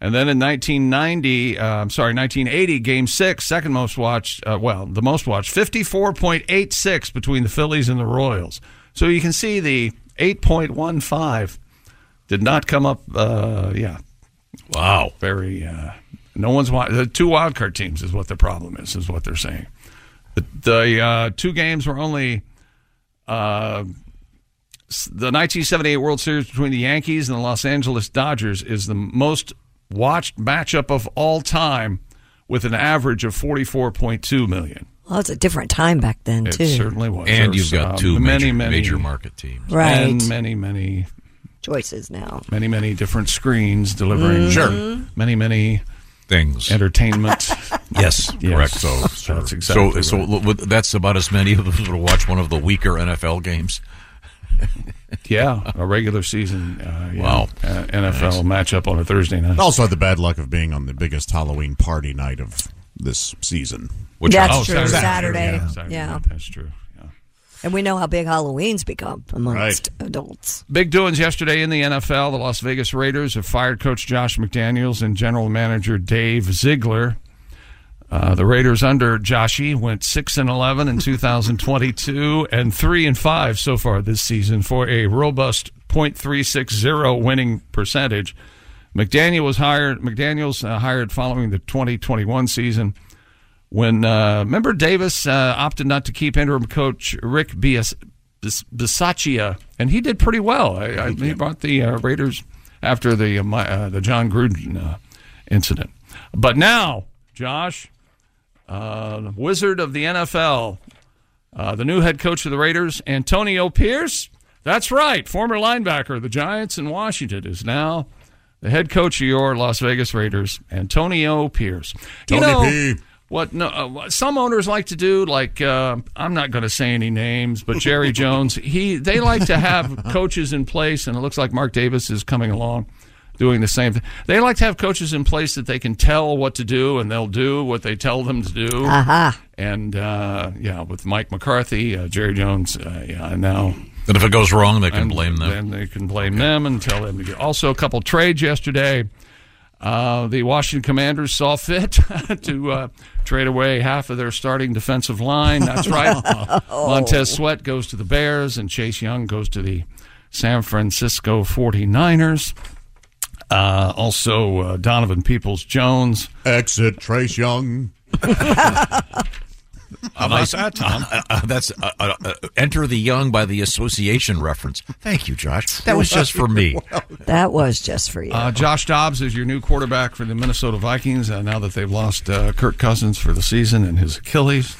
And then in 1990, uh, I'm sorry, 1980, game six, second most watched, uh, well, the most watched, 54.86 between the Phillies and the Royals. So you can see the 8.15 did not come up, uh, yeah.
Wow.
Very, uh, no one's, wa- the two wild card teams is what the problem is, is what they're saying. The, the uh, two games were only uh, s- the 1978 World Series between the Yankees and the Los Angeles Dodgers is the most watched matchup of all time, with an average of 44.2 million.
Well, it's a different time back then,
It
too.
certainly was.
And
There's,
you've got
um,
two
many,
major-
many
major market teams.
Right.
and many, many,
Choices now.
many, many different screens delivering
Mhm. Sure.
many, many
things,
entertainment.
Yes, correct. So, so-
that's exactly
so, so
right.
with- that's about as many of us will watch one of the weaker NFL games.
yeah, a regular season. Uh, yeah,
Wow.
uh, NFL matchup on a Thursday night.
Also had the bad luck of being on the biggest Halloween party night of this season. Oh,
Which That's was- true, Saturday, yeah.
night, that's true.
And we know how big Halloween's become amongst adults.
Big doings yesterday in the NFL. The Las Vegas Raiders have fired coach Josh McDaniels and general manager Dave Ziegler. Uh, the Raiders under Joshy went six and eleven in 2022 and three and five so far this season for a robust .360 winning percentage. McDaniel was hired. McDaniel's uh, hired following the 2021 season when uh, remember Davis uh, opted not to keep interim coach Rick Bias- Bis- Bisaccia, and he did pretty well. I, I, he brought the uh, Raiders after the uh, my, uh, the John Gruden uh, incident, but now Josh, uh, wizard of the NFL, uh, the new head coach of the Raiders, Antonio Pierce. That's right, former linebacker of the Giants in Washington is now the head coach of your Las Vegas Raiders, Antonio Pierce. You
Tony
know,
P.
what no, uh, what some owners like to do, like uh, I'm not going to say any names, but Jerry Jones, he they like to have coaches in place, and it looks like Mark Davis is coming along doing the same thing. They like to have coaches in place that they can tell what to do, and they'll do what they tell them to do.
Aha.
And uh, yeah, with Mike McCarthy, uh, Jerry Jones, uh, yeah, now.
And if it goes wrong, they can
And
blame them.
Then they can blame them and tell them to get. Also, a couple trades yesterday. Uh, the Washington Commanders saw fit to uh, trade away half of their starting defensive line. That's right. Montez Sweat goes to the Bears, and Chase Young goes to the San Francisco 49ers. Uh, also, uh, Donovan Peoples Jones.
Exit Trace Young.
How about that, Tom?
Uh, uh, that's uh, uh, uh, Enter the Young by the Association reference. Thank you, Josh. That was just for me.
That was just for you.
Uh, Josh Dobbs is your new quarterback for the Minnesota Vikings uh, now that they've lost uh, Kirk Cousins for the season and his Achilles.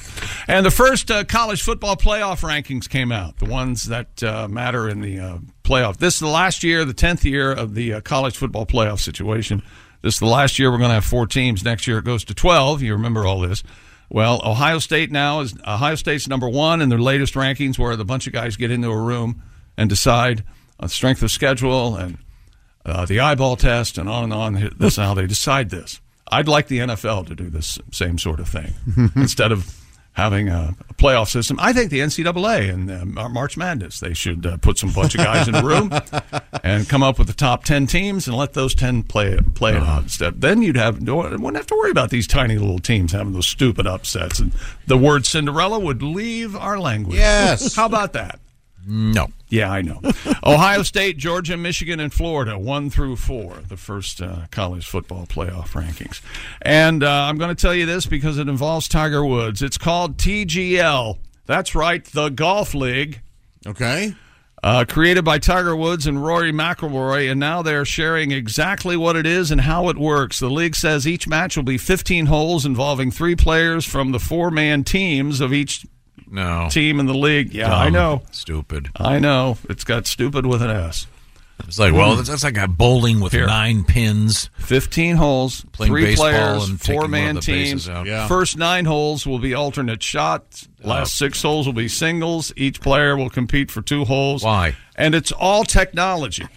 And the first uh, college football playoff rankings came out, the ones that uh, matter in the uh, playoff. This is the last year, the 10th year of the uh, college football playoff situation. This is the last year we're going to have four teams. Next year it goes to 12. You remember all this. Well, Ohio State now is Ohio State's number one in their latest rankings, where the bunch of guys get into a room and decide on strength of schedule and uh, the eyeball test and on and on. This is how they decide this. I'd like the NFL to do this same sort of thing instead of having a, a playoff system. I think the NCAA and uh, Mar- March Madness they should uh, put some bunch of guys in a room and come up with the top ten teams and let those ten play play it out instead. Then you'd have you wouldn't have to worry about these tiny little teams having those stupid upsets and the word Cinderella would leave our language.
Yes.
how about that?
No.
Yeah, I know. Ohio State, Georgia, Michigan, and Florida, one through four, the first uh, college football playoff rankings. And uh, I'm going to tell you this because it involves Tiger Woods. It's called TGL. That's right, the Golf League.
Okay.
Uh, created by Tiger Woods and Rory McIlroy, and now they're sharing exactly what it is and how it works. The league says each match will be 15 holes involving three players from the four-man teams of each
No.
team in the league. Yeah, I
Dumb.
know.
Stupid.
I know. It's got stupid with an S.
It's like, well, that's, that's like a bowling with
Here.
nine pins.
15 holes,
Playing
three
baseball
players,
and taking
four
one
man
of the bases
teams.
out. Yeah. Oh.
First nine holes will be alternate shots. Last six holes will be singles. Each player will compete for two holes. Why? And it's all technology.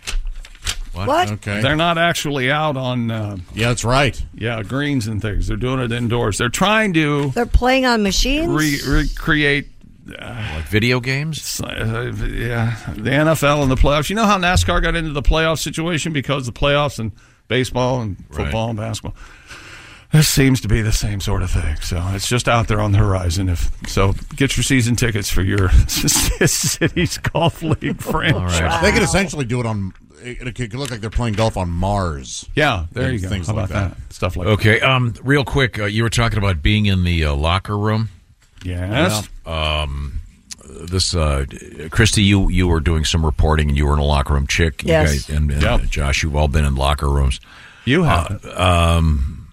What?
What?
Okay.
They're not actually out on. Uh,
yeah, that's right.
Yeah, greens and things. They're doing it indoors. They're trying to
They're playing on machines.
re- recreate
Like video games?
it's, uh, yeah, the NFL and the playoffs. You know how NASCAR got into the playoff situation because the playoffs and baseball and football and basketball. This seems to be the same sort of thing. So it's just out there on the horizon. If so, get your season tickets for your city's golf league franchise.
They could essentially do it on. It, it could look like they're playing golf on Mars.
Yeah, there
And
you go.
Things
How
like
about
that.
Stuff like
Okay, um, real quick, uh, you were talking about being in the uh, locker room.
Yes.
Um, this uh, Christy, you you were doing some reporting, and you were in a locker room chick. You
Yes.
guys- and and Josh, you've all been in locker rooms.
You have.
um,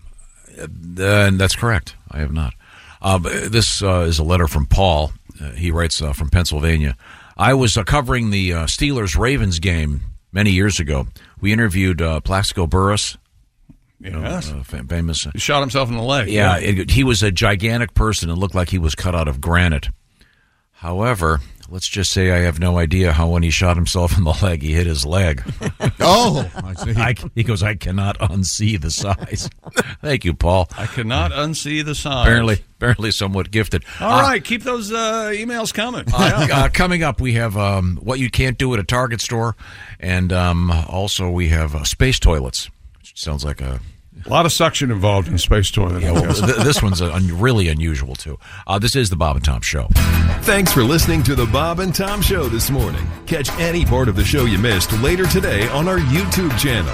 uh, and that's correct. I have not. Uh, but this uh, is a letter from Paul. Uh, he writes uh, from Pennsylvania. I was uh, covering the uh, Steelers Ravens game many years ago. We interviewed uh, Plaxico Burris. you know,
Yes.
uh, fam- famous.
He shot himself in the leg.
Yeah, it- he was a gigantic person. It looked like he was cut out of granite. However, let's just say I have no idea how when he shot himself in the leg, he hit his leg.
oh, I see.
he goes, I cannot unsee the size. Thank you, Paul.
I cannot unsee the sign.
Apparently, apparently, Uh, somewhat gifted.
All
Uh,
right, keep those uh, emails coming.
uh,
Yeah.
uh, coming up, we have um, what you can't do at a Target store, and um, also we have uh, space toilets, which sounds like a
A lot of suction involved in space toilet.
Yeah, well, th- this one's un- really unusual too. Uh, this is the Bob and Tom Show.
Thanks for listening to the Bob and Tom Show this morning. Catch any part of the show you missed later today on our YouTube channel.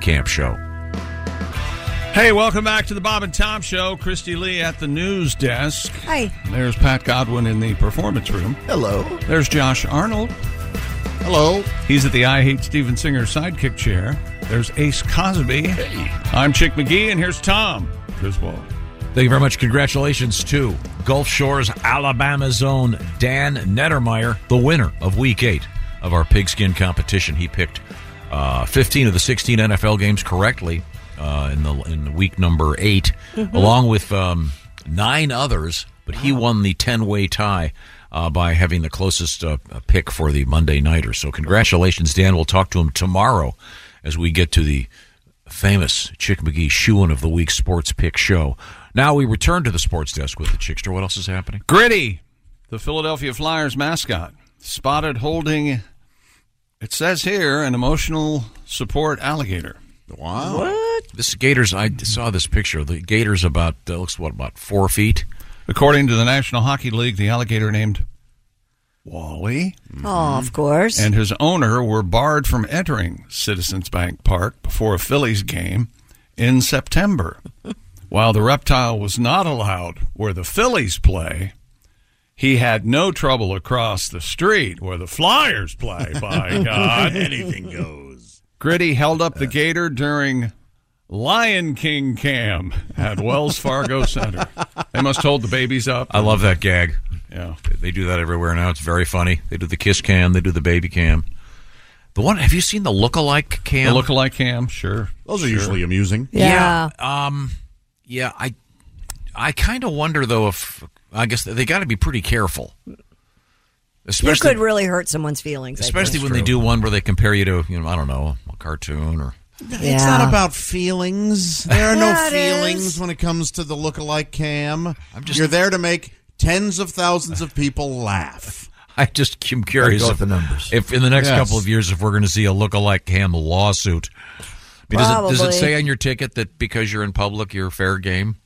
Camp Show.
Hey, welcome back to the Bob and Tom Show. Christy Lee at the news desk.
Hi.
There's Pat Godwin in the performance room.
Hello.
There's Josh Arnold. Hello. He's at the I Hate Steven Singer sidekick chair. There's Ace Cosby. I'm Chick McGee, and here's Tom Griswold.
Thank you very much. Congratulations to Gulf Shores, Alabama zone Dan Nettermeyer, the winner of Week 8 of our pigskin competition. He picked uh, 15 of the 16 NFL games correctly uh, in the in week number 8
Mhm.
along with um, nine others. But he won the 10 way tie uh, by having the closest uh, pick for the Monday nighter. So congratulations, Dan. We'll talk to him tomorrow as we get to the famous Chick McGee Shoein of the Week Sports Pick Show. Now we return to the sports desk with the Chickster. What else is happening?
Gritty, the Philadelphia Flyers mascot, spotted holding, it says here, an emotional support alligator.
Wow. What? This gator's, I saw this picture. The gator's about, uh, looks what, about four feet?
According to the National Hockey League, the alligator named Wally
Oh, of course.
and his owner were barred from entering Citizens Bank Park before a Phillies game in September. While the reptile was not allowed where the Phillies play, he had no trouble across the street where the Flyers play. By God,
Anything
goes. Gritty held up the gator during Lion King Cam at Wells Fargo Center. They must hold the babies up.
I love that gag.
Yeah.
They do that everywhere now. It's very funny. They do the kiss cam, they do the baby cam. The one, have you seen the lookalike cam?
The lookalike cam, sure.
Those
are usually amusing.
Yeah. Um, yeah, I I kind of wonder though if I guess they got to be pretty careful.
you
Especially
could really hurt someone's feelings. I
especially
think.
when they do one where they compare you to, you know, I don't know, a cartoon or
It's not about feelings. There are
Yeah,
no
it is.
feelings when it comes to the look-alike cam. I'm
just-
You're there to make tens of thousands of people laugh.
I just am curious
Go
if,
with the numbers.
if in the next
Yes.
couple of years if we're going to see a lookalike cam lawsuit. I mean, does, it, does it
Probably.
say on your ticket that because you're in public you're fair game?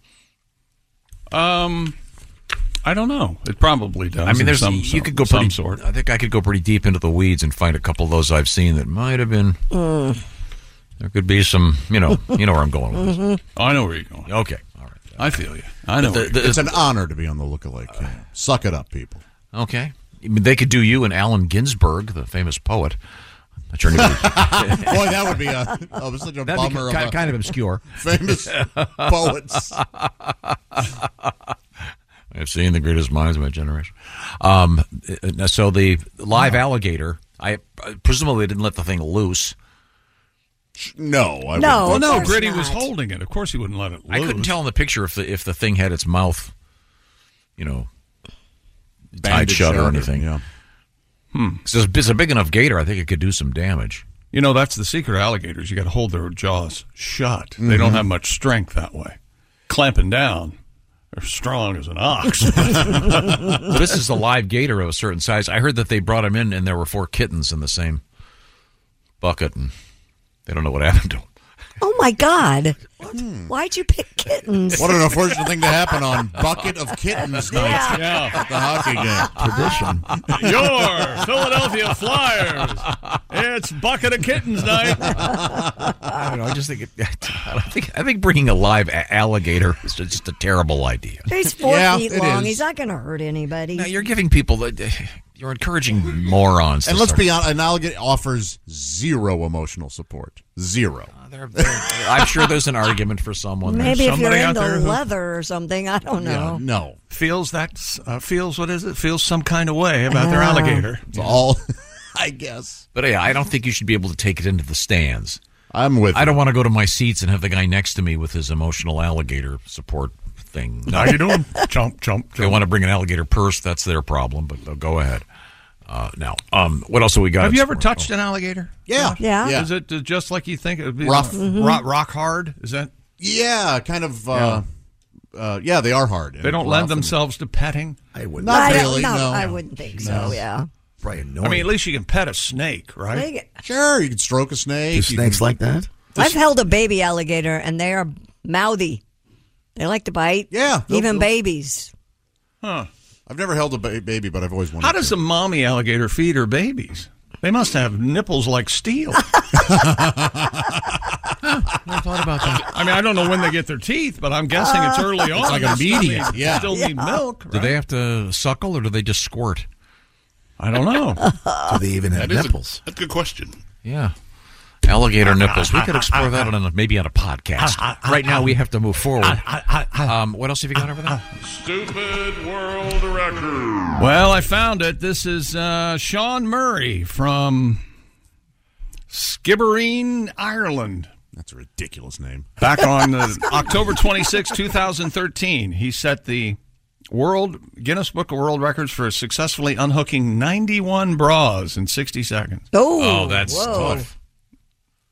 Um, I don't know. It probably does.
I mean,
in
there's
some,
you
some-
could go
some
pretty.
sort.
I think I could go pretty deep into the weeds and find a couple of those I've seen that might have been.
Mm.
There could be some, you know, you know where I'm going with Oh. this.
I know where you're going.
Okay, all right.
I feel you. I know. where you're
it's an
going.
honor to be on the look-alike cam. Suck it up, people.
Okay, I mean, they could do you and Allen Ginsberg, the famous poet. I'm not sure anybody.
Boy, that would be a, oh, such a
That'd be
bummer.
ki-
a-
kind of obscure.
Famous poets.
I've seen the greatest minds of my generation. Um, uh, so the live alligator, I uh, presumably they didn't let the thing loose.
No,
I No, wouldn't. of No, course Gritty was not. holding it. Of course, he wouldn't let it
I couldn't
loose.
tell in the picture if the if the thing had its mouth, you know, tied
Banded
shut or
shut or-
anything.
Yeah.
Hmm.
It's a, it's a big enough gator. I think it could do some damage.
You know, that's the secret of alligators. You got to hold their jaws shut. They
Mhm.
don't have much strength that way. Clamping down, they're strong as an ox.
Well, this is a live gator of a certain size. I heard that they brought him in, and there were four kittens in the same bucket, and they don't know what happened to him.
Oh my God! Why'd you pick kittens?
What an unfortunate thing to happen on Bucket of Kittens night at the hockey game. Tradition.
Your Philadelphia Flyers. It's bucket of kittens night.
I don't know. I just think it, I think I think bringing a live a- alligator is just a terrible idea.
He's four
Yeah,
feet
it
long.
is.
He's not going to hurt anybody.
Now, you're giving people the You're encouraging morons.
And
to
let's
start-
be honest, Analogate offers zero emotional support. Zero.
Uh,
I'm sure there's an argument for someone.
Maybe if you're
somebody out
into
there who-
leather or something, I don't know.
no.
Feels that uh, feels what is it? Feels some kind of way about their
Ah.
alligator.
It's all. I guess.
But yeah, I don't think you should be able to take it into the stands.
I'm with.
I don't want to go to my seats and have the guy next to me with his emotional alligator support thing.
How you doing? chomp, chomp,
If they want to bring an alligator purse, that's their problem. But they'll go ahead. Uh, now, um, what else have we got?
Have you
It's-
ever touched an alligator?
Yeah.
yeah.
Yeah.
Is it uh, just like you think it would be?
Rough.
Ro-
Mhm.
Rock, hard? Is that?
Yeah, kind of. Uh, yeah. Uh, yeah, they are hard.
They don't lend themselves to petting.
I would
I
not
don't-
really.
no,
No,
I wouldn't think so, yeah.
Probably
I mean, at least you can pet a snake, right?
Sure, you can stroke a snake.
Do snakes like that?
I've held a baby alligator, and they are mouthy. They like to bite.
Yeah, they'll-
even
they'll-
babies.
Huh.
I've never held a ba- baby, but I've always wanted.
How does the mommy alligator feed her babies? They must have nipples like steel.
I thought about that.
I mean, I don't know when they get their teeth, but I'm guessing it's early on.
It's like
They still need-
immediate, yeah.
Still need milk.
Do they have to suckle or do they just squirt?
I don't know.
do they even
That is a- that's a good question.
yeah. Alligator nipples. We could explore that on a, maybe on a podcast.
Ah,
Right now, we have to move forward. Um, what else have you got over there?
Stupid world record.
Well, I found it. This is uh, Sean Murray from Skibbereen, Ireland.
That's a ridiculous name.
Back on the, October 26, 2013, he set the world Guinness Book of World Records for successfully unhooking 91 bras in 60 seconds.
Oh, Oh, that's whoa. tough.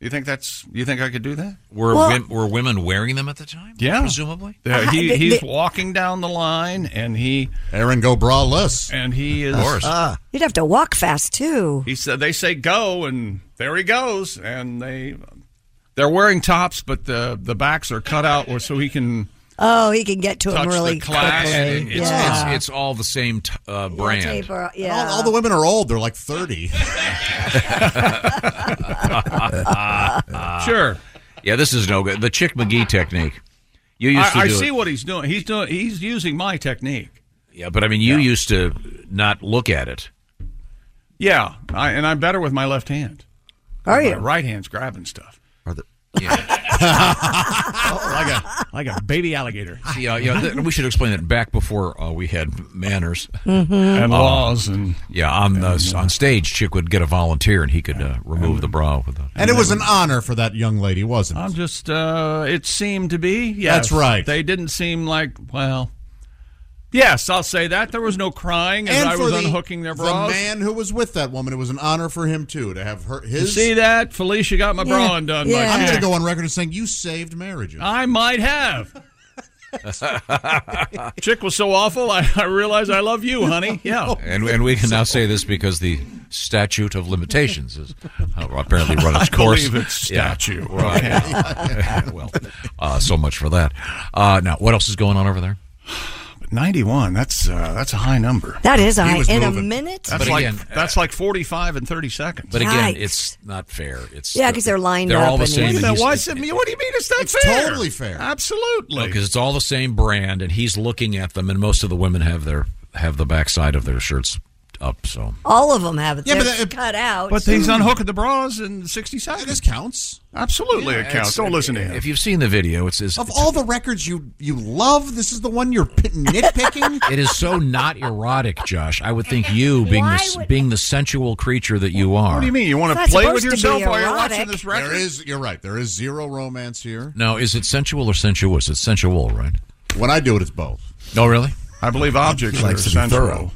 You think that's? You think I could do that?
Were,
Well-
wom- were women wearing them at the time?
Yeah,
Presumably?
Yeah, he,
I-
he's
the-
walking down the line, and he
Aaron go braless,
and he is. Ah.
Of course. You'd have to walk fast too.
He said they say go, and there he goes, and they they're wearing tops, but the the backs are cut out so he can.
Oh, he can get to him
Touch the
really
class
quickly.
and
It's,
yeah.
it's, it's all the same t- uh, brand.
Taper, yeah.
All, all the women are old. They're like thirty.
Sure.
Yeah, this is no good. The Chick McGee technique. You used to
I, I
do it.
see what he's doing. He's doing. He's using my technique.
Yeah, but I mean, you used to not look at it.
Yeah, I, and I'm better with my left hand.
Are
you? My right hand's grabbing stuff. Oh,
Are the,
like a like a baby alligator.
Yeah, uh, yeah. th- we should explain that back before uh, we had manners Um,
Mhm. And laws and- uh,
yeah. On the on stage, Chick would get a volunteer and he could uh, remove the bra with a.
and it was an honor for that young lady, wasn't it?
I'm just. Uh, it seemed to be. Yes,
That's right.
They didn't seem like well. Yes, I'll say that there was no crying as
and
I
for
was
the,
unhooking their
the
bras.
man who was with that woman, it was an honor for him too to have her
you
his.
see that Felicia got my
Yeah.
bra undone.
Yeah. I'm
By
gonna
Jack.
go on record as saying you saved marriages.
I might have. Chick was so awful. I, I realize I love you, honey. Yeah.
And, and we can now say this because the statute of limitations is uh, apparently run its course.
I believe it's
Yeah,
statute.
right. well, uh, so much for that. Uh, now, what else is going on over there?
Ninety-one. That's uh, that's a high number.
That is a
He
high-
was
in a
moving.
minute?
That's
But
like
again,
that's like forty-five and thirty seconds.
But again,
Yikes.
it's not fair. It's
Yeah, 'cause they're lined
They're
up
all the
and
same.
it's-
Wait
and
a minute,
he's-
why is it- what do you mean it's not
It's
fair?
totally fair.
Absolutely.
because it's all the same brand, and he's looking at them, and most of the women have their have the backside of their shirts up. So
All of them have it.
Yeah, but
They're
that-
cut out.
But he's unhooking the bras in 60 seconds. This
counts.
Absolutely, it counts. Don't listen to him.
If you've seen the video, it's, it's
Of all the records you you love, this is the one you're p- nitpicking.
it is so not erotic, Josh. I would think you being the, being the sensual creature that you are.
What do you mean? You want
It's
to
not
play with
supposed to
yourself
be
while you're
erotic.
watching this record?
There is. You're right. There is zero romance here.
Now, is it sensual or sensuous? It's sensual, right?
When I do it, it's both.
Oh, really?
I believe objects
He
are
likes to be
sensual.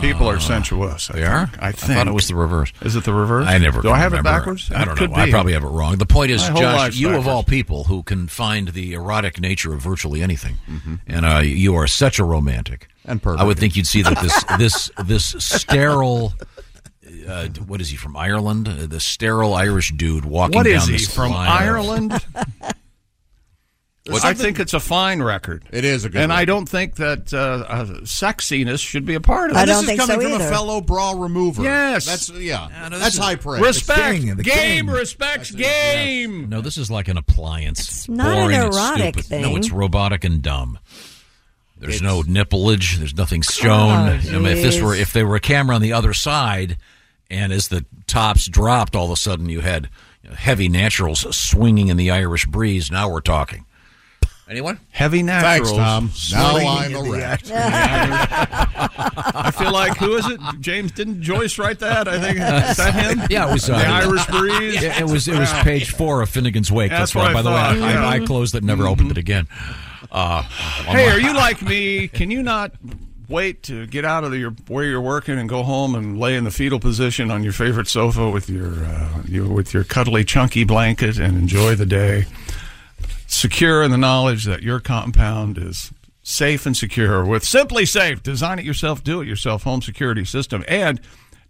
People are
Uh,
sensuous. I
They
think.
are.
I
I
think.
thought it was the reverse.
Is it the reverse?
I never.
Do
can
I have it
remember.
backwards?
I
That
don't
could
know. I
be.
probably have it wrong. The point is,
My whole
Josh,
life's
you of
backwards.
all people who can find the erotic nature of virtually anything,
Mm-hmm.
and uh, you are such a romantic.
And
I would think you'd see that this this this sterile. Uh, what is he from Ireland? Uh, the sterile Irish dude walking
What
down
is he
this
from
line of-
Ireland?
What-
I think it's a fine record. It
is a
good, and I don't think that uh, uh, sexiness should be a part of
And
it.
this is coming from a fellow bra remover.
Yes.
that's yeah.
Yeah, no,
that's
this is-
high praise.
Respect.
It's
Game, respects game.
No, this is like an appliance. It's
not an
Boring, it's
erotic
stupid. No,
thing.
it's robotic and dumb. There's no nippleage. There's nothing shown.
Oh,
I mean, if this
jeez.
were if there were a camera on the other side, and as the tops dropped, all of a sudden you had heavy naturals swinging in the Irish breeze. Now we're talking. Anyone?
Heavy
Thanks,
naturals.
Tom. Now I'm a
rat. I feel like who is it? James didn't Joyce write that? I think is that him?
Yeah, it was uh,
the Irish breeze.
It, it was it was page four of Finnegan's Wake.
That's
That's,
what
why.
I
By the way, I,
thought, yeah.
I, I closed it, and never opened it again. Uh, on
Hey,
my-
are you like me? Can you not wait to get out of your where you're working and go home and lay in the fetal position on your favorite sofa with your uh, you, with your cuddly chunky blanket and enjoy the day, secure in the knowledge that your compound is safe and secure with Simply Safe. Design it yourself, do it yourself home security system. And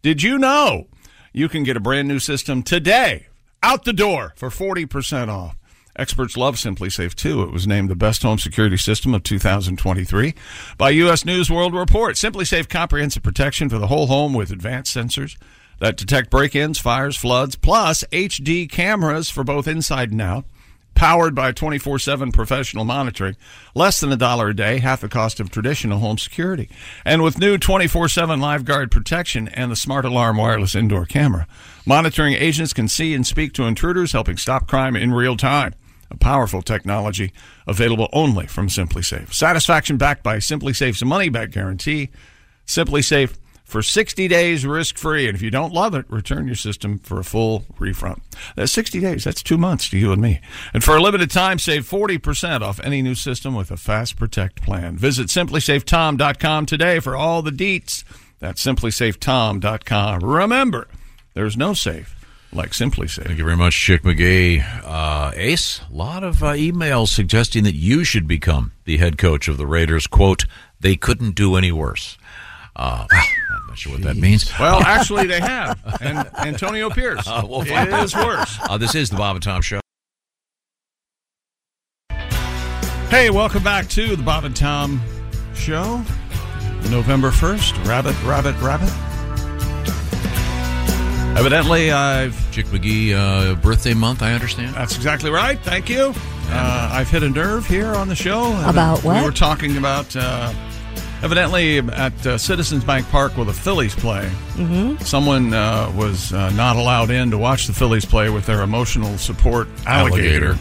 did you know you can get a brand new system today out the door for 40% off? Experts love Simply Safe too. It was named the best home security system of 2023 by U.S. News World Report. Simply Safe comprehensive protection for the whole home with advanced sensors that detect break-ins, fires, floods, plus HD cameras for both inside and out. Powered by 24 7 professional monitoring, less than a dollar a day, half the cost of traditional home security. And with new 24 7 LiveGuard protection and the Smart Alarm wireless indoor camera, monitoring agents can see and speak to intruders, helping stop crime in real time. A powerful technology available only from Simply Safe. Satisfaction backed by Simply Safe's money back guarantee. Simply Safe for 60 days risk free. And if you don't love it, return your system for a full refund. That's 60 days. That's two months to you and me. And for a limited time, save 40% off any new system with a Fast Protect plan. Visit simplysafetom.com today for all the deets. That's simplysafetom.com. Remember, there's no safe like Simply Safe.
Thank you very much, Chick McGee. Uh, Ace, a lot of uh, emails suggesting that you should become the head coach of the Raiders. Quote, they couldn't do any worse. Uh, I'm not sure what that means.
Well, actually, they have. And Antonio Pierce
Uh, we'll find
it
out.
is worse.
Uh, this is the Bob and Tom Show.
Hey, welcome back to the Bob and Tom Show. November 1st, Rabbit, Rabbit, Rabbit. Evidently, I've.
Chick McGee uh, birthday month, I understand.
That's exactly right. Thank you. Uh, I've hit a nerve here on the show.
About
We
what?
were talking about, uh, evidently, at uh, Citizens Bank Park where the Phillies play.
Mm-hmm.
Mhm.
Someone uh, was uh, not allowed in to watch the Phillies play with their emotional support alligator.
Alligator.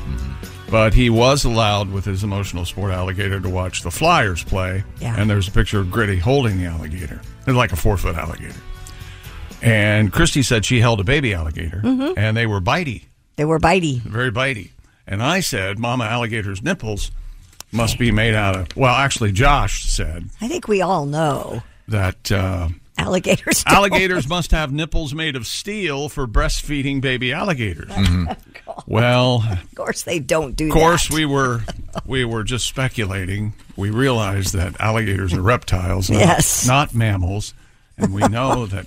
But he was allowed with his emotional support alligator to watch the Flyers play.
Yeah.
And there's a picture of Gritty holding the alligator. It's like a four foot alligator. And Christy said she held a baby alligator
Mhm.
and they were bitey.
They were bitey.
Very bitey. And I said, Mama alligator's nipples must be made out of. Well, actually, Josh said
I think we all know
that. Uh,
alligators. don't.
Alligators must have nipples made of steel for breastfeeding baby alligators.
Mm-hmm.
Well,
Of course, they don't do
of course we were we were just speculating. We realized that alligators are reptiles, not,
Yes.
not mammals, and we know that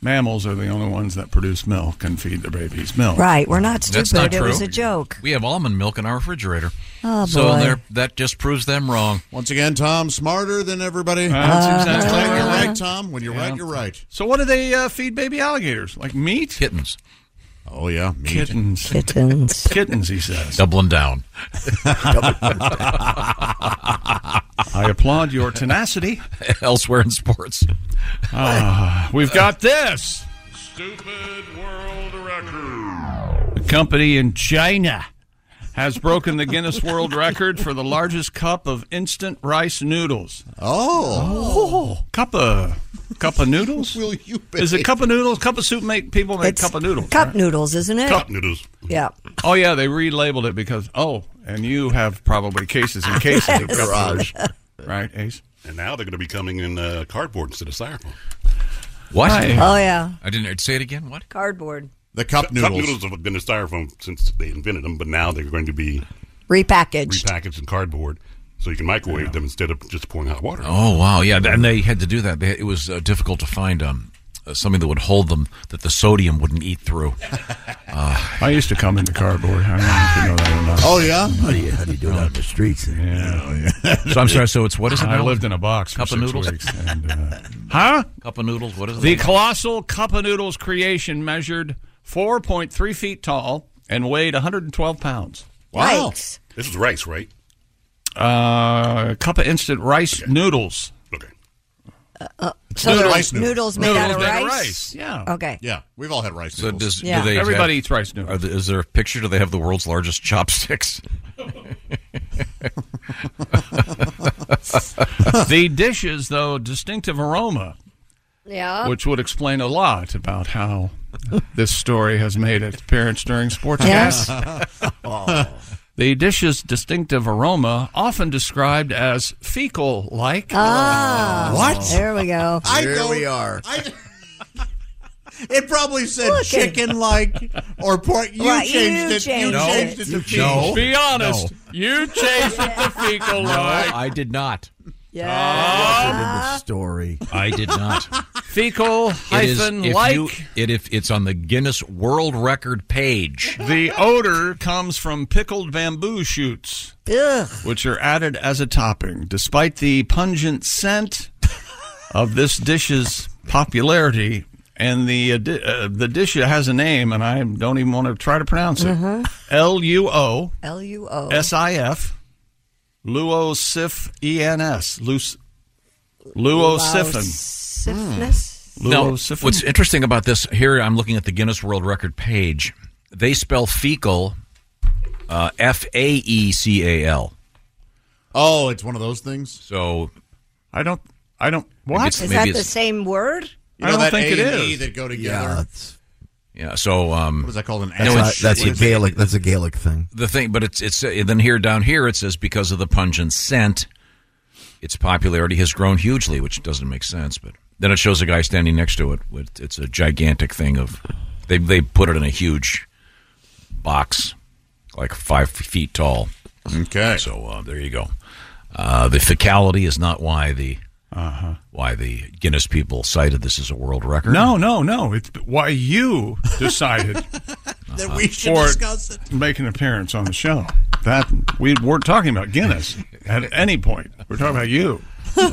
mammals are the only ones that produce milk and feed their babies milk.
Right, we're not
That's
stupid.
not
It
true.
was a joke.
We have almond milk in our refrigerator.
Oh,
so
boy.
there- that just proves them wrong.
Once again, Tom, smarter than everybody.
That's exactly
You're
right.
right, Tom. When you're right, you're right.
So what do they uh, feed baby alligators? Like meat?
Kittens.
Oh yeah, meat.
kittens.
Kittens.
Kittens. He says.
Doubling down.
I applaud your tenacity.
Elsewhere in sports.
Ah, we've got this. The company in China has broken the Guinness World Record for the largest cup of instant rice noodles.
Oh.
Cup of cup of noodles?
Will you
Is it cup of noodles? Cup of soup make people make
It's
cup of noodles.
Cup
right?
noodles, isn't it?
Cup noodles.
Yeah.
Oh yeah, they relabeled it because oh, and you have probably cases and cases of
Yes.
cup noodles. Right, Ace?
And now they're going to be coming in uh, cardboard instead of styrofoam.
What?
Hi.
Oh yeah,
I didn't say it again. What?
cardboard
The cup noodles.
noodles have been in styrofoam since they invented them, but now they're going to be
repackaged.
repackaged in cardboard, so you can microwave them instead of just pouring hot water.
Oh wow, yeah, and they had to do that. They, it was uh, difficult to find um, uh, something that would hold them that the sodium wouldn't eat through. Uh,
I used to come into cardboard. I don't know if you know that or not.
Oh, yeah? How do
you, how do, you do it out in the streets? Yeah.
So I'm sorry, so it's- what is it
I
now?
lived in a box for
Cup
six
of noodles?
weeks. And, uh, huh?
Cup of noodles. What is it?
The colossal cup of noodles creation measured 4.3 feet tall and weighed 112 pounds.
Wow. This is rice, right?
Uh, a cup of instant rice noodles.
Uh, so
Noodle-
they're
rice noodles.
noodles made out of
Noodles made out
rice?
of rice, yeah.
Okay.
Yeah, we've all had rice.
So
noodles.
does do they
Everybody
have-
eats rice noodles.
are the- is there a picture? Do they have the world's largest chopsticks?
the dishes, though, distinctive aroma,
Yeah.
which would explain a lot about how this story has made its appearance during sports
Yes.
the dish's distinctive aroma, often described as fecal-like.
Ah.
What?
There we go.
I Here don't- we are.
I- it probably said
Look at-
chicken like or pork. You
Right,
changed
you
it.
changed
you
it.
changed it to
You
cheese.
changed it.
Be honest.
No.
You changed it to fecal like.
I did not.
Uh?
the story. I did not.
Fecal
It is-
hyphen
if
like.
you- it, if it's on the Guinness World Record page.
The odor comes from pickled bamboo shoots, which are added as a topping. Despite the pungent scent of this dish's popularity, and the uh, di- uh, the dish has a name, and I don't even want to try to pronounce it.
Mhm.
L U O
L U O.
S I F Luosif E N S Luosifin. Hmm.
Hmm.
Now,
Luosifin.
what's interesting about this here, I'm looking at the Guinness World Record page. They spell fecal uh, F A E C A L.
Oh, it's one of those things.
So
I don't. I don't. What?
It's,
Is
maybe
that the
it's-
same word?
You know that
think it
A and E
is.
that go
Yeah,
together.
Yeah. So um,
What is that called? An
no,
acid?
it's-
That's a
it's-
Gaelic-
that's a Gaelic thing.
The thing, but it's it's uh, then here down here it says because of the pungent scent, its popularity has grown hugely, which doesn't make sense. But then it shows a guy standing next to it. With, it's a gigantic thing of they they put it in a huge box, like five feet tall.
Okay.
So uh, there you go. Uh, the fecality is not why the why the Guinness people cited this as a world record.
No, no, no. It's why you decided
That we should
or
discuss it.
Make an appearance on the show. That we weren't talking about Guinness at any point. We're talking about you.
Well,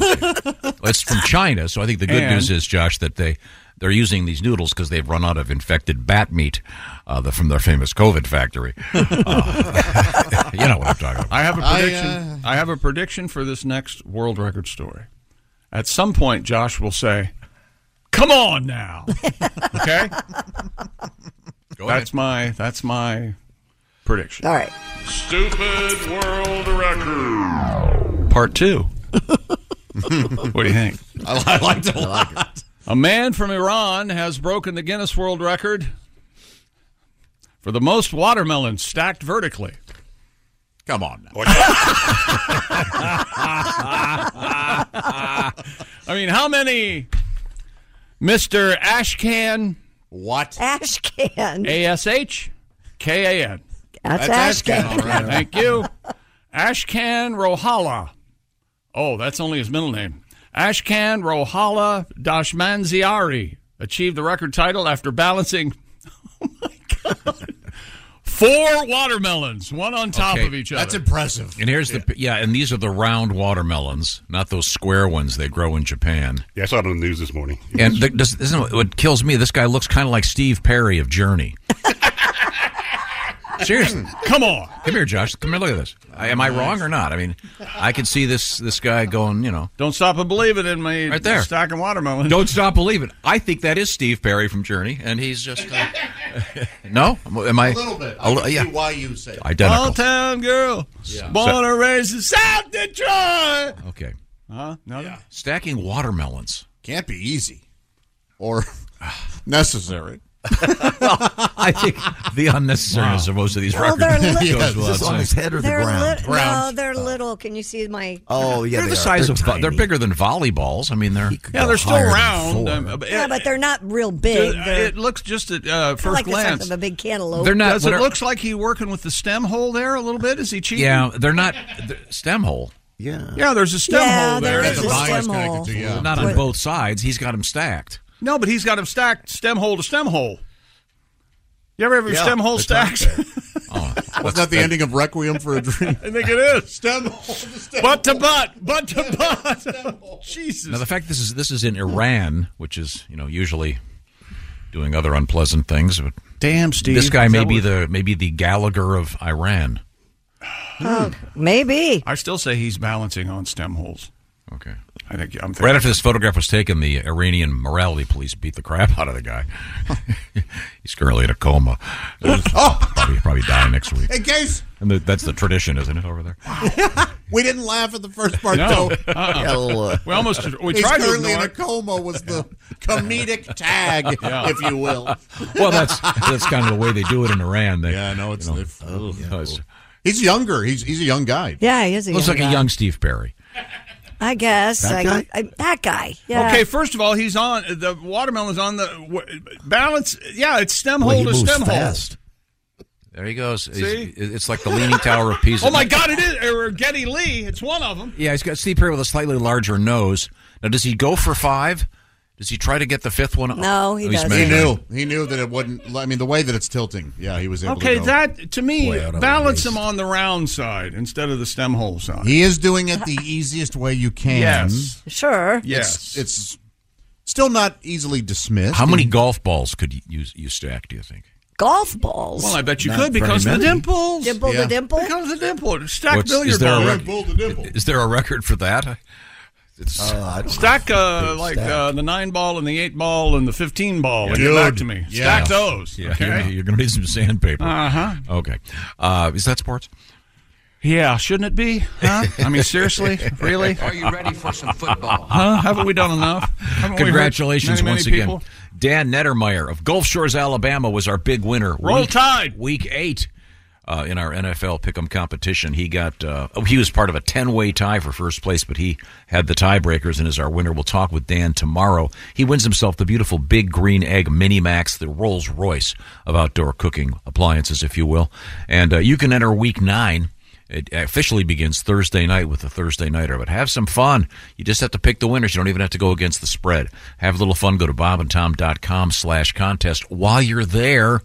it's from China, so I think the good
And-
news is, Josh, that they they're using these noodles because they've run out of infected bat meat uh, the, from their famous COVID factory. Uh, you know what I'm talking about.
I have a
I,
prediction. I,
uh,
have a prediction for this next world record story. At some point, Josh will say, "Come on now." okay. that's my that's my prediction.
All right.
Stupid world record.
Part two. what do you think?
I- I liked it a I like it. lot.
A man from Iran has broken the Guinness World Record for the most watermelons stacked vertically.
Come on.
I mean, how many, Mister Ashcan?
What
Ashcan?
A S H K A N.
That's That's Ashcan. Ashcan, all right.
Thank you, Ashcan Rohala. Oh, that's only his middle name. Ashcan Rohala Dashmanziari achieved the record title after balancing. Oh my God. Four watermelons, one on top
Okay.
of each other.
And here's the yeah, and these are the round watermelons, not those square ones they grow in Japan.
Yeah, I saw it on the news this morning.
And the, this, this is what- what kills me. This guy looks kind of like Steve Perry of Journey. Seriously,
come on,
come here, Josh. Come here, look at this. I, am I wrong or not? I mean, I could see this this guy going, you know,
Don't stop and believe it in me.
Right there.
stacking watermelons.
don't stop believing. I think that is Steve Perry from Journey, and he's just uh, no. Am I
A little bit.
I
a li-
can see
yeah.
why you say that.
identical?
town girl,
Yeah.
born
So-
and raised in South Detroit.
Okay,
Huh? Nothing.
stacking watermelons
can't be easy or necessary.
I think the unnecessariness of most of these
Well,
records uh,
they're li-
goes
Is this
without
on his
saying.
They're lit- No, they're little. Can you see my?
they're the size of vo- they're bigger than volleyballs. I mean, they're
Yeah, they're still round. Um, uh,
Yeah, but they're not real big.
It,
They're
it looks just at uh,
they're
first
like the
glance.
size of a big cantaloupe.
Does it looks like he working with the stem hole there a little bit? Is he cheating?
Yeah, they're not the stem hole.
Yeah,
Yeah, there's a stem
Yeah,
hole there.
there is
The
a
vine
stem
is connected
hole.
to, yeah.
not on both sides. He's got them stacked.
No, but he's got him stacked stem hole to stem hole. You ever have your
Yeah,
stem hole
it's not
stacks?
Wasn't that the ending of Requiem for a Dream?
I think it is stem hole to stem butt to butt, butt to butt. Jesus.
Now the fact this is this is in Iran, which is you know usually doing other unpleasant things. But
Damn, Steve.
This guy
Is
may
that
be
what-
the maybe the Gallagher of Iran.
Oh, maybe.
Hmm. I still say he's balancing on stem holes. Okay. I think I'm thinking.
Right after this photograph was taken, the Iranian morality police beat the crap out of the guy. He's currently in a coma. probably, probably die next week.
Hey, guys.
And the, that's the tradition, isn't it, over there?
we didn't laugh at the first part,
No.
though.
Uh-uh. Yeah, well, uh, We almost- we
He's
tried to
currently in
ignore
a coma was the comedic tag,
Yeah.
if you will.
well, that's that's kind of the way they do it in Iran. They, yeah,
no, it's
you know, oh,
He's younger. He's he's a young guy.
Yeah, he is a
looks
young
like
guy.
a young Steve Perry.
I guess.
That
I,
guy?
I, that guy. Yeah.
Okay, first of all, he's on the watermelon's on the w- balance. Yeah, it's stem hole
Well, he
to
moves
stem
fast. There he goes. He's-
See?
It's like the Leaning Tower of Pisa.
hole. Oh my God, it is or Getty Lee. It's one of them.
Yeah, he's got Steve Perry with a slightly larger nose. Now, does he go for five? Does he try to get the fifth one? Oh,
No, he
He's
doesn't.
He
measuring.
knew. He knew that it wouldn't. I mean, the way that it's tilting. Yeah, he was able.
Okay,
to go.
that to me
Way out of
balance him on the round side instead of the stem hole side.
He is doing it the easiest way you can.
Yes.
Sure.
Yes.
It's, it's still not easily dismissed.
How many golf balls could you, you, you stack? Do you think?
Golf balls.
Well, I bet you
Not
could because of
very
the
many.
dimples.
Dimple
Yeah.
the dimple?
Because the dimple. Stack
What's-
billiard
is there
balls.
a record? Is there a record for that? It's,
Stack uh,
Big
like
stack.
uh, the nine ball and the eight ball and the fifteen ball and
Dude.
get back to me.
Yeah.
Stack those.
Yeah,
okay?
you're, gonna- you're gonna need some sandpaper.
Uh-huh.
Okay. Uh, is that sports?
Yeah, shouldn't it be? Huh? I mean, seriously, really?
Are you ready for some football?
Huh? Haven't we done enough? Haven't we hurt
Congratulations
many, many
once again.
people?
Dan Nettermeyer of Gulf Shores, Alabama, was our big winner.
Roll
week,
Tide!
Week eight uh, in our NFL pick'em competition. He got uh, oh, he was part of a ten-way tie for first place, but he had the tiebreakers and is our winner. We'll talk with Dan tomorrow. He wins himself the beautiful Big Green Egg Mini Max, the Rolls Royce of outdoor cooking appliances, if you will. And uh, you can enter Week nine. It officially begins Thursday night with the Thursday Nighter, but have some fun. You just have to pick the winners. You don't even have to go against the spread. Have a little fun. Go to bobandtom.com slash contest. While you're there,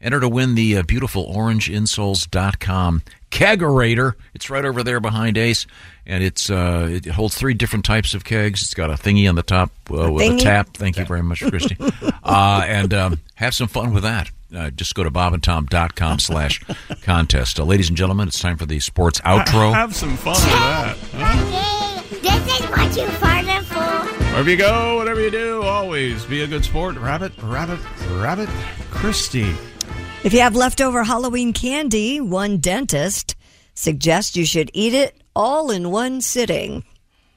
enter to win the uh, beautiful orangeinsoles.com kegerator. It's right over there behind Ace, and it's uh, it holds three different types of kegs. It's got a thingy on the top uh, with a
thingy?
tap. Thank you very much, Christy. uh, and um, have some fun with that. Uh, just go to bobandtom.com slash contest. Uh, ladies and gentlemen, it's time for the sports outro.
Have some fun with that.
This is what you farted for.
Wherever you go, whatever you do, always be a good sport. Rabbit, rabbit, rabbit. Christy.
If you have leftover Halloween candy, one dentist suggests you should eat it all in one sitting.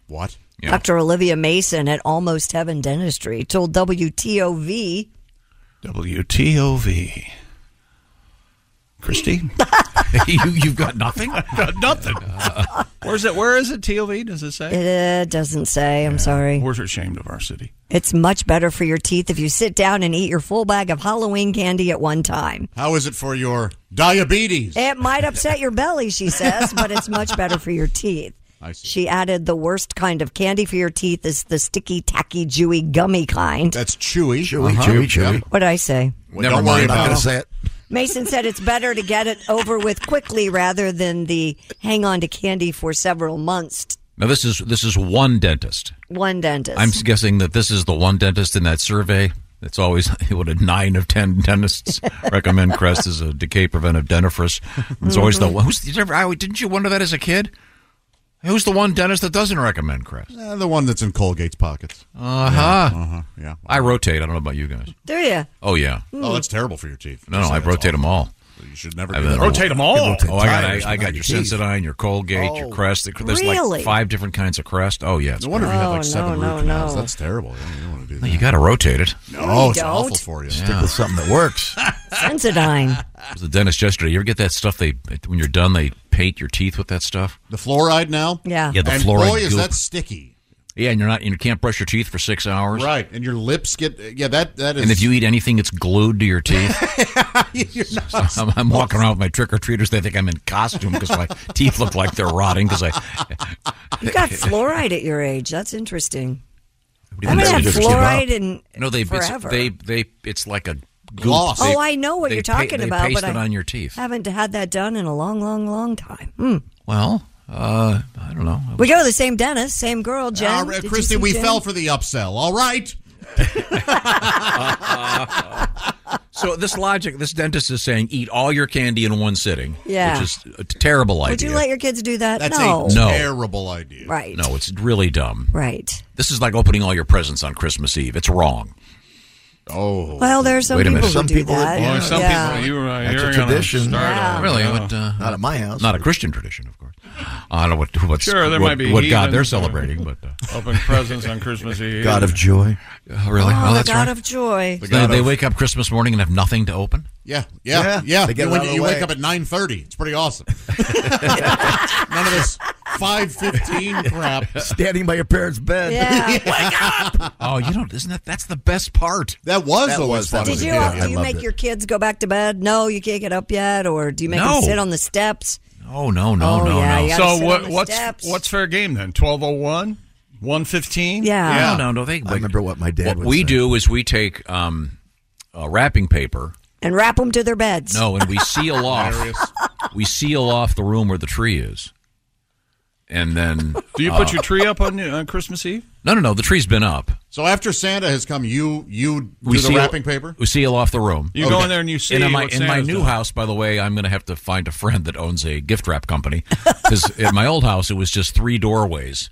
What?
Dr. Olivia Mason at Almost Heaven Dentistry told WTOV
WTOV. Christy?
you, you've got nothing?
got nothing. Uh, Where's it? Where is it? TOV? Does it say?
It uh, doesn't say. I'm sorry.
We're ashamed of our city.
It's much better for your teeth if you sit down and eat your full bag of Halloween candy at one time.
How is it for your diabetes?
It might upset your belly, she says, but it's much better for your teeth. She added the worst kind of candy for your teeth is the sticky, tacky, chewy, gummy kind.
That's chewy.
Chewy, chewy, chewy.
What'd I say?
Well, Never don't worry mind, I'm about gonna it. say it.
Mason said it's better to get it over with quickly rather than the hang on to candy for several months.
Now, this is this is one dentist.
One dentist.
I'm guessing that this is the one dentist in that survey. It's always what a nine of ten dentists recommend Crest as a decay preventive dentifrice. It's always
Mm-hmm.
the one. Who's, you never, I, didn't you wonder that as a kid? Who's the one dentist that doesn't recommend Crest?
Eh, the one that's in Colgate's pockets.
Uh huh.
Yeah, uh-huh, yeah.
I rotate. I don't know about you guys.
Do you?
Oh yeah.
Oh, that's terrible for your teeth.
No, no, I rotate them all.
You should never
I
do that.
Rotate 'em all?
Oh, I got,
Tires,
I, I
not
got your
your teeth.
Sensodyne, your Colgate, your Crest. There's
Really?
like five different kinds of Crest. Oh yeah. It's
No wonder if you had like seven
no,
root canals.
no.
That's terrible. You don't want to do
No,
that.
you got to rotate it.
No,
you
it's awful
don't.
for you.
Stick with something that works.
Sensodyne.
was the dentist yesterday. You ever get that stuff? They when you're done, they paint your teeth with that stuff.
The fluoride now?
Yeah.
Yeah, the
and
fluoride
Boy, is
goop.
that sticky.
Yeah, and you're not and you can't brush your teeth for six hours.
Right. And your lips get. uh, Yeah, that, that is.
And if you eat anything, it's glued to your teeth.
You're not
So I'm, I'm walking around with my trick or treaters. They think I'm in costume because my teeth look like they're rotting. Because I,
You got fluoride at your age. That's interesting.
do you
I
mean
haven't had
that's interesting?
fluoride in
no, they it's,
forever.
they they it's like a goop.
Gloss.
They-
Oh, I know what
they
you're
pa-
talking
they
about,
paste
but
it
I-
on your teeth.
haven't had that done in a long, long, long time. Hmm.
Well, uh, I don't know.
We go to the same dentist, same girl, Jen.
Yeah,
Did you
Christy,
see
we
Jen?
fell for the upsell. All right.
so this logic, this dentist is saying, eat all your candy in one sitting.
Yeah.
which is a terrible
Would
idea.
you let your kids do that?
That's
no.
a No.
terrible idea.
Right.
no, it's really dumb.
Right.
This is like opening all your presents on Christmas Eve. It's wrong.
Oh,
Well, there are some
Wait a
people
minute.
who do that.
Well,
some
yeah.
people- you were, uh,
That's a
hearing on a
tradition.
start
Yeah. on,
really,
uh,
what, uh,
not at my house.
Not a Christian tradition, of course. I don't know what what's,
Sure, there
what,
might be
what God
heathens
they're
who-
celebrating, but uh,
Open presents on Christmas Eve.
God of joy. Uh, really?
Oh,
Well,
the
that's
God
right.
of joy.
So they, they wake up Christmas morning and have nothing to open.
Yeah, yeah, yeah.
They get it out
you when
of
you,
the
you
way.
wake up at nine thirty. It's pretty awesome. None of this five fifteen crap.
Standing by your parents' bed.
Yeah.
Wake up! Oh, you don't. Isn't that that's the best part?
That was
That
always
was-
fun.
that
Did you, do you make your kids go back to bed? No, you can't get up yet. Or do you make
No.
them sit on the steps?
Oh no no
Oh,
no
yeah,
no.
you gotta
So
sit
what,
on the
what's
steps.
what's fair game then? Twelve oh one, one fifteen.
Yeah.
No, no, no. They,
I remember what my dad
what
would
we
say.
do is we take um, uh, wrapping paper.
And wrap them to their beds.
No, and we seal off. we seal off the room where the tree is, and then
Do you put
uh,
your tree up on on Christmas Eve?
No, no, no. The tree's been up.
So after Santa has come, you you
We
do the
seal-
wrapping paper.
We seal off the room.
You go in there and you see
And in my,
what
in my
Santa's
new
done.
house, by the way, I'm going to have to find a friend that owns a gift wrap company because in my old house it was just three doorways,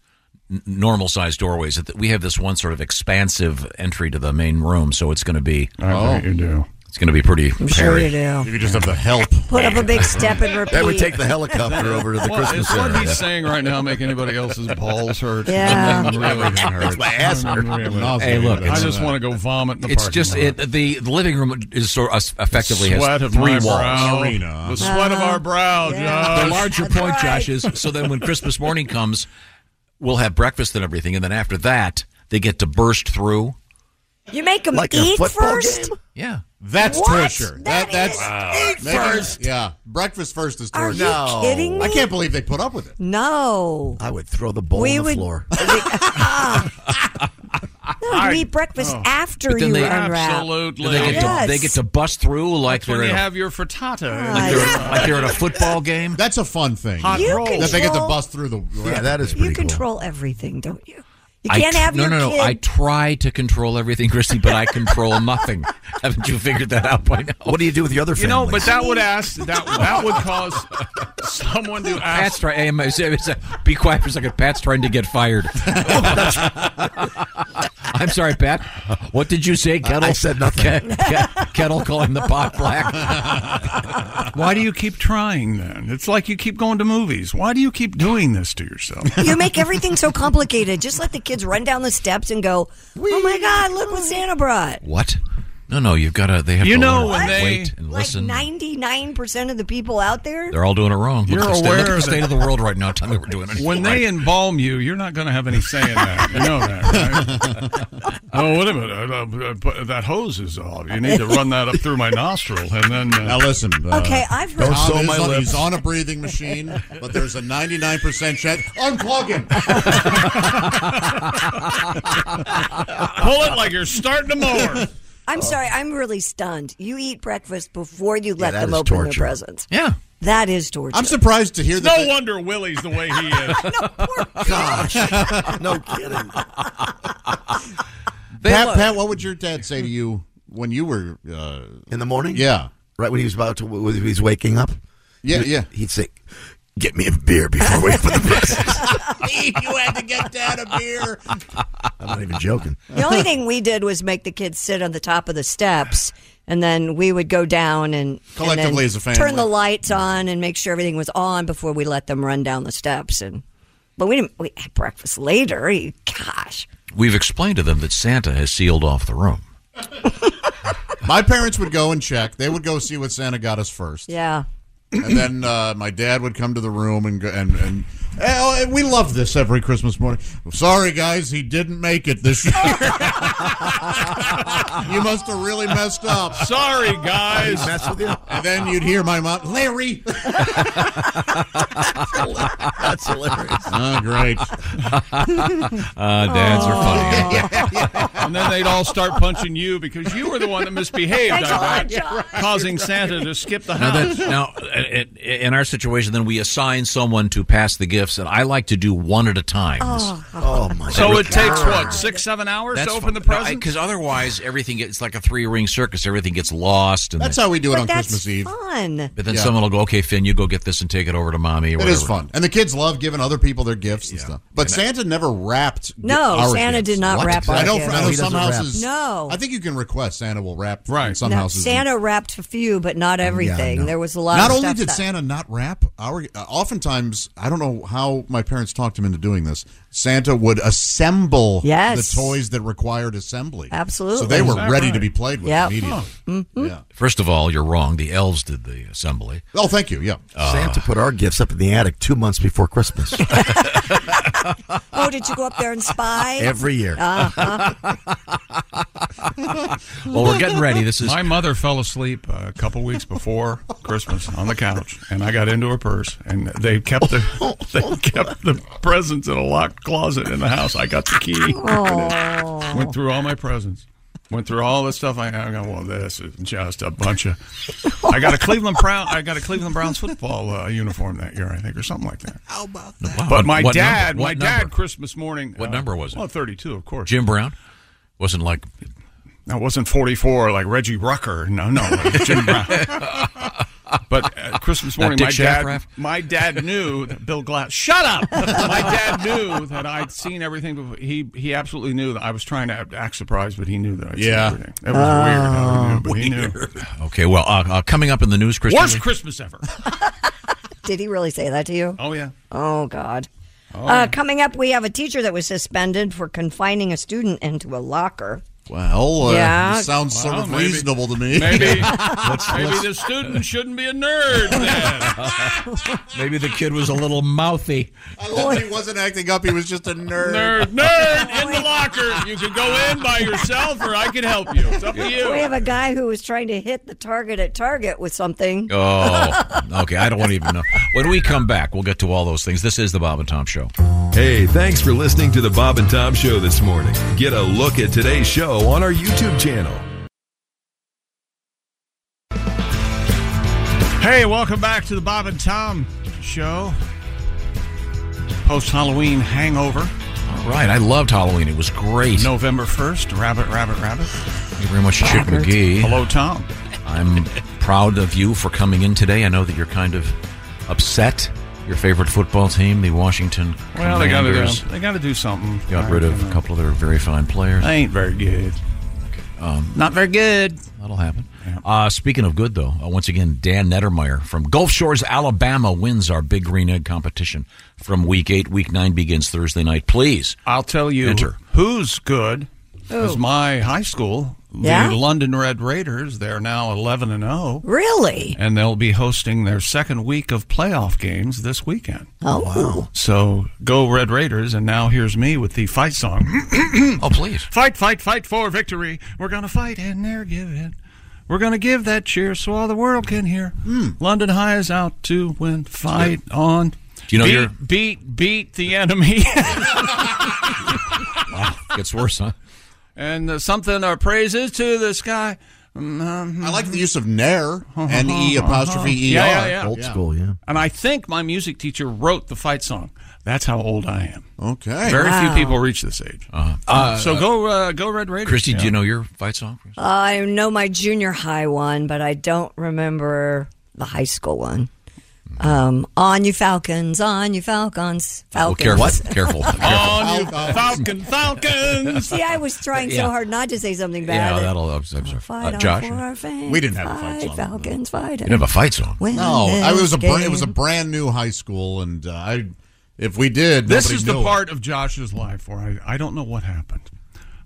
n- normal sized doorways. That- We have this one sort of expansive entry to the main room, so it's going to be
I bet you do.
it's going to be pretty.
I'm sure
hairy.
you do.
You just have the help.
Put up a big step and repeat.
That would take the helicopter over to the
Well,
Christmas
it's what
area.
he's saying right now make anybody else's balls hurt.
Yeah.
really hurt.
My ass hurt.
Really.
Hey, look,
I
it's-
just want to go vomit in the
It's
parking
just
lot.
it, the the living room is sort of effectively
sweat
has
of
three
my
walls.
brow.
Arena.
The sweat of our brow,
The
Josh.
larger
That's
point,
right.
Josh, is so then when Christmas morning comes, we'll have breakfast and everything, and then after that they get to burst through.
You make them
Like a
eat
football
first?
game?
Yeah.
That's
What?
torture.
That
that's
is-
Make it- Yeah, breakfast first is
Are
torture.
you kidding me?
I can't believe they put up with it.
No.
I would throw the bowl
We
on the
would-
floor.
No, you eat breakfast
Oh.
after you
they,
unwrap.
Absolutely.
they get
Yes.
to they get to bust through like
When
they're
you
in a,
have your frittata.
Ah,
like they're like they're at a football game.
That's a fun thing.
Hot
You
roll.
control,
that they get to bust through the.
yeah, that is pretty
you
cool.
control everything, don't you? You
I
can't
tr-
have
no,
your
no, no.
kid.
I try to control everything, Christy, but I control nothing. Haven't you figured that out by now?
What do you do with the other
You know,
families?
but that would ask that that would cause someone to ask.
Pat's trying. Be quiet for a second. Pat's trying to get fired. I'm sorry, Pat. What did you say, Kettle?
I said nothing.
Ke- Ke- Kettle calling the pot black.
Why do you keep trying then? It's like you keep going to movies. Why do you keep doing this to yourself?
you make everything so complicated. Just let the kids run down the steps and go, oh my God, look what Santa brought.
What? No, no. You've got to. They have
You
to
know
learn
when
to
they-
wait and listen.
Like 99% of the people out there.
They're all doing it wrong.
You're
look at the state, look
aware
at the
that-
state of the world right now. Tell me we're doing it.
When they embalm you, you're not going to have any say in that. You know that, right? oh, wait a minute. Uh, uh, but that hose is off. You need to run that up through my nostril, and then uh,
Now listen. Uh,
Okay, I've heard.
Tom
Don't sew
is
my
on,
lips.
he's on a breathing machine, but there's a 99% chance. Unplug him.
pull it like you're starting a mower.
I'm sorry, I'm really stunned. You eat breakfast before you let
that
them
is
open
torture.
their presents.
yeah.
That is torture.
I'm surprised to hear that.
No
they-
wonder Willie's the way he is.
Gosh. no kidding.
They
Pat,
love-
Pat, what would your dad say to you when you were? Uh,
In the morning?
yeah,
Right when he was about to, when he was waking up?
yeah, yeah.
He'd say, get me a beer before we open the presents.
you had to get dad a beer.
I'm not even joking.
the only thing we did was make the kids sit on the top of the steps, and then we would go down and and then
Collectively as a family.
turn the lights on and make sure everything was on before we let them run down the steps. And but we didn't. We had breakfast later. You- Gosh,
We've explained to them that Santa has sealed off the room.
My parents would go and check. They would go see what Santa got us first,
yeah.
and then uh, my dad would come to the room and go, and and oh, we love this every Christmas morning. Sorry, guys, he didn't make it this year. you must have really messed up.
Sorry, guys.
Mess with you?
And then you'd hear my mom, Larry.
That's hilarious.
Oh, great.
Uh, dads are funny.
And then they'd all start punching you because you were the one that misbehaved, I bet, causing Santa to skip the
Now,
house.
that, now, in- in our situation, then we assign someone to pass the gifts, and I like to do one at a time.
Oh.
my
So it
God.
takes what six, seven hours
That's
to open
fine.
the
No, I-
present?
'cause otherwise everything gets it's like a three ring circus. Everything gets lost. And
That's
then-
how we do it
But
on
that's
Christmas Eve.
fun.
But then
Yeah.
someone will go, okay, Finn, you go get this and take it over to mommy. Or
It
whatever.
is fun, and the kids love giving other people their gifts and stuff. But Santa never wrapped. gi-
No,
our
Santa
gifts.
did not
What?
wrap our
I know.
gifts.
I
No,
know
he
some
doesn't wrap.
houses.
No.
I think you can request Santa will wrap. Right. Some
No,
houses.
Santa wrapped a few, but not everything.
know.
there was a lot.
Not
of
only
stuff
did
that-
Santa not wrap our, uh, oftentimes I don't know how my parents talked him into doing this. Santa would assemble
Yes.
the toys that required assembly.
Absolutely.
So they were
Is that
ready
right?
to be played with
Yep.
immediately.
Mhm.
First of all, you're wrong. The elves did the assembly. Uh,
Oh, thank you. Yeah.
Santa put our gifts up in the attic two months before Christmas.
Oh, did you go up there and spy
Every year.
Uh-huh.
Well, we're getting ready. This is
my mother fell asleep uh, a couple weeks before Christmas on the couch, and I got into her purse, and they kept the they kept the presents in a locked closet in the house. I got the key.
Oh.
Went through all my presents. Went through all the stuff I I got. Well, this is just a bunch of. I got a Cleveland Brown. I got a Cleveland Browns football uh, uniform that year, I think, or something like that. How about that? But my
Uh, What number?
dad,
What
my
number?
dad, Christmas morning. uh,
What number was it?
Well, thirty-two, of course.
Jim Brown wasn't like
I wasn't 44 like Reggie Rucker. No, no, like Jim Brown. But uh, Christmas
Not
morning,
Dick
my dad,
Shafraff?
my dad knew that Bill Glass. Shut up! my dad knew that I'd seen everything. Before. He he absolutely knew that I was trying to act surprised, but he knew that I'd
Yeah. Oh,
seen everything. That was weird. how he knew, but he knew.
Okay, well, uh, uh, coming up in the news, Christian.
Worst Christmas ever.
Did he really say that to you?
Oh yeah.
Oh God.
Oh,
uh,
yeah.
Coming up, we have a teacher that was suspended for confining a student into a locker.
Well, uh,
Yeah.
this sounds sort
Well,
of
maybe-
reasonable to me.
Maybe, maybe the student shouldn't be a nerd. Then.
Maybe the kid was a little mouthy.
I love that he wasn't acting up. He was just a nerd.
Nerd, nerd in the locker. You could go in by yourself, or I could help you. It's up to you.
We have a guy who was trying to hit the target at Target with something.
Oh, okay. I don't want to even know. When we come back, we'll get to all those things. This is the Bob and Tom Show.
Hey, thanks for listening to the Bob and Tom Show this morning. Get a look at today's show on our YouTube channel.
Hey, welcome back to the Bob and Tom show. Post Halloween hangover.
All right, I loved Halloween. It was great.
November 1st, Rabbit, Rabbit, Rabbit.
Thank you very much, Chick
Robert.
McGee.
Hello, Tom.
I'm proud of you for coming in today. I know that you're kind of upset. Your favorite football team, the Washington
Well, they gotta,
Commanders,
do, they gotta do something.
got rid of a couple of their very fine players.
They ain't very good.
Um,
Not very good.
That'll happen. Uh, speaking of good, though, uh, once again, Dan Nettermeyer from Gulf Shores, Alabama wins our Big Green Egg competition from week eight. Week nine begins Thursday night. Please.
I'll tell you
Enter.
who's good
Who?
is my high school,
Yeah?
the London Red Raiders. They're now 11 and 0.
Really?
And they'll be hosting their second week of playoff games this weekend.
Oh, wow.
So go Red Raiders, and now here's me with the fight song.
oh, please.
Fight, fight, fight for victory. We're going to fight and never give in. We're going to give that cheer so all the world can hear.
Hmm.
London High is out to win. Fight on.
Do you know
beat,
you're-
beat, beat the enemy.
Gets worse, huh?
and uh, something our praises to the sky. Mm-hmm.
I like the use of Nair, N E apostrophe E R.
Yeah, yeah, yeah. Yeah.
yeah.
And I think my music teacher wrote the fight song. That's how old I am.
Okay.
Very
Wow.
few people reach this age.
Uh-huh.
so go, uh, go Red Raiders.
Christy, do
Yeah.
you know your fight song?
I know my junior high one, but I don't remember the high school one.
Hmm.
Um, on you Falcons, on you Falcons, Falcons.
Oh, careful. What? Careful.
On you Falcon, Falcons.
See, I was trying so
Yeah.
hard not to say something bad.
Yeah, that'll observe.
Fight
Uh,
on
Josh?
for our fans. fight, Falcons, fight.
You didn't have a fight song.
Win
No,
this
I was a br- it was a
game.
brand new high school, and uh, I if we did,
This
nobody
is
knew
the
it.
part of Josh's life where I, I don't know what happened,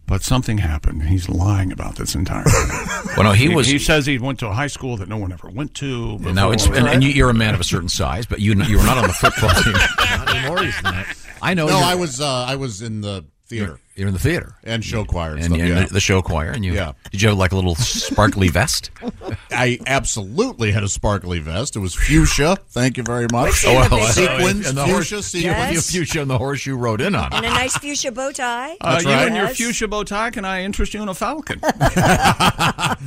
but something happened. and He's lying about this entire thing.
Well, no, he was-
He says he went to a high school that no one ever went to. Before.
No, it's, and, and you, you're a man of a certain size, but you you were not on the football team.
Not anymore, he's not.
I know.
No,
you're-
I was uh, I was in the Theater.
You're, you're in the theater
and show choir and,
and,
stuff,
you're in
yeah.
the, the show choir. And you,
Yeah.
did you have like a little sparkly vest?
I absolutely had a sparkly vest. It was fuchsia. Thank you very much.
Oh, well,
Sequins,
and the
fuchsia,
horse-
sequins.
you- you- fuchsia and the horseshoe rode in on.
and a nice fuchsia bow tie.
Uh, you and your
Yes.
fuchsia bow tie, can I interest you in a falcon?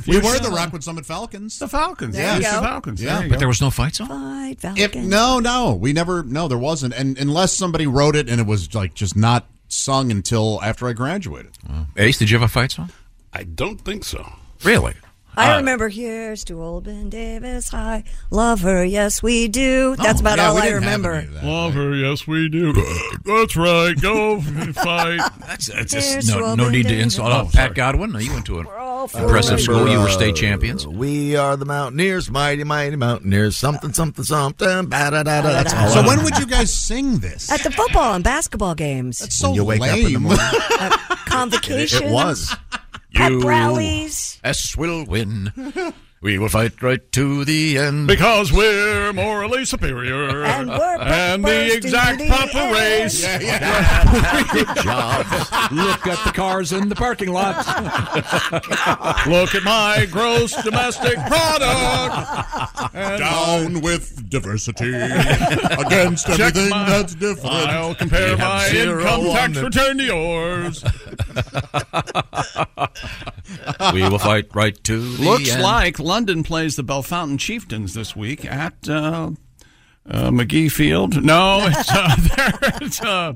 We were the Rockwood Summit Falcons.
The Falcons,
There
yeah.
you
Fuchsia
go.
Falcons.
Yeah.
There you
But
go.
there was
no fight song?
Fight
If, no, no, we never. No, there wasn't. And unless somebody wrote it, and it was like just not sung until after I graduated.
Ace, did you have a fight song?
I don't think so.
Really?
I
Uh,
remember here's to old Ben Davis High. Love her, yes we do.
Oh,
That's about all I remember.
Love her, yes we do. That's right. Go fight.
That's, that's just no, no need to insult. Oh, Pat Godwin, no, you went to an
for
impressive
it.
school. You were
Uh,
state champions.
We are the Mountaineers, mighty, mighty Mountaineers. Something, something, something. Ba-da-da-da. That's all
So
I
when
know.
would you guys sing this?
At the football and basketball games. That's
so When you wake up in the lame. morning.
convocation.
You
rallies.
S will win. We will fight right to the end.
Because we're morally superior.
And
we're And
bumpers
the
to
exact
the
proper
end.
race.
Yeah,
Good
jobs. Look at the cars in the parking lot.
Look at my gross domestic product. And
Down with diversity against
Check
everything
my-
that's different.
I'll compare
We have
my
zero
income
on
tax
the-
return to yours.
we will fight right to the
Looks
end.
like London plays the Bellefontaine Chieftains this week at uh, uh, McGee Field. No, it's, uh, there, it's uh,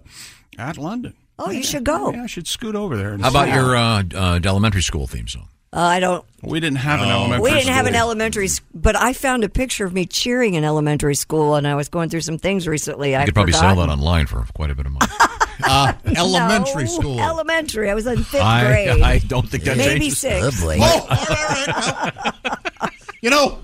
at London.
Oh, you should go.
Yeah, I should scoot over there. And
How about
see.
your uh, uh, elementary school theme song?
Uh, I don't.
We didn't have
Oh,
an elementary.
We didn't have an
school.
elementary, s- but I found a picture of me cheering in elementary school, and I was going through some things recently.
You
I
could probably
forgot.
sell that online for quite a bit of money. uh,
No, Elementary. I was in fifth
I,
grade.
I don't think that Oh!
Maybe
changes.
six.
you know,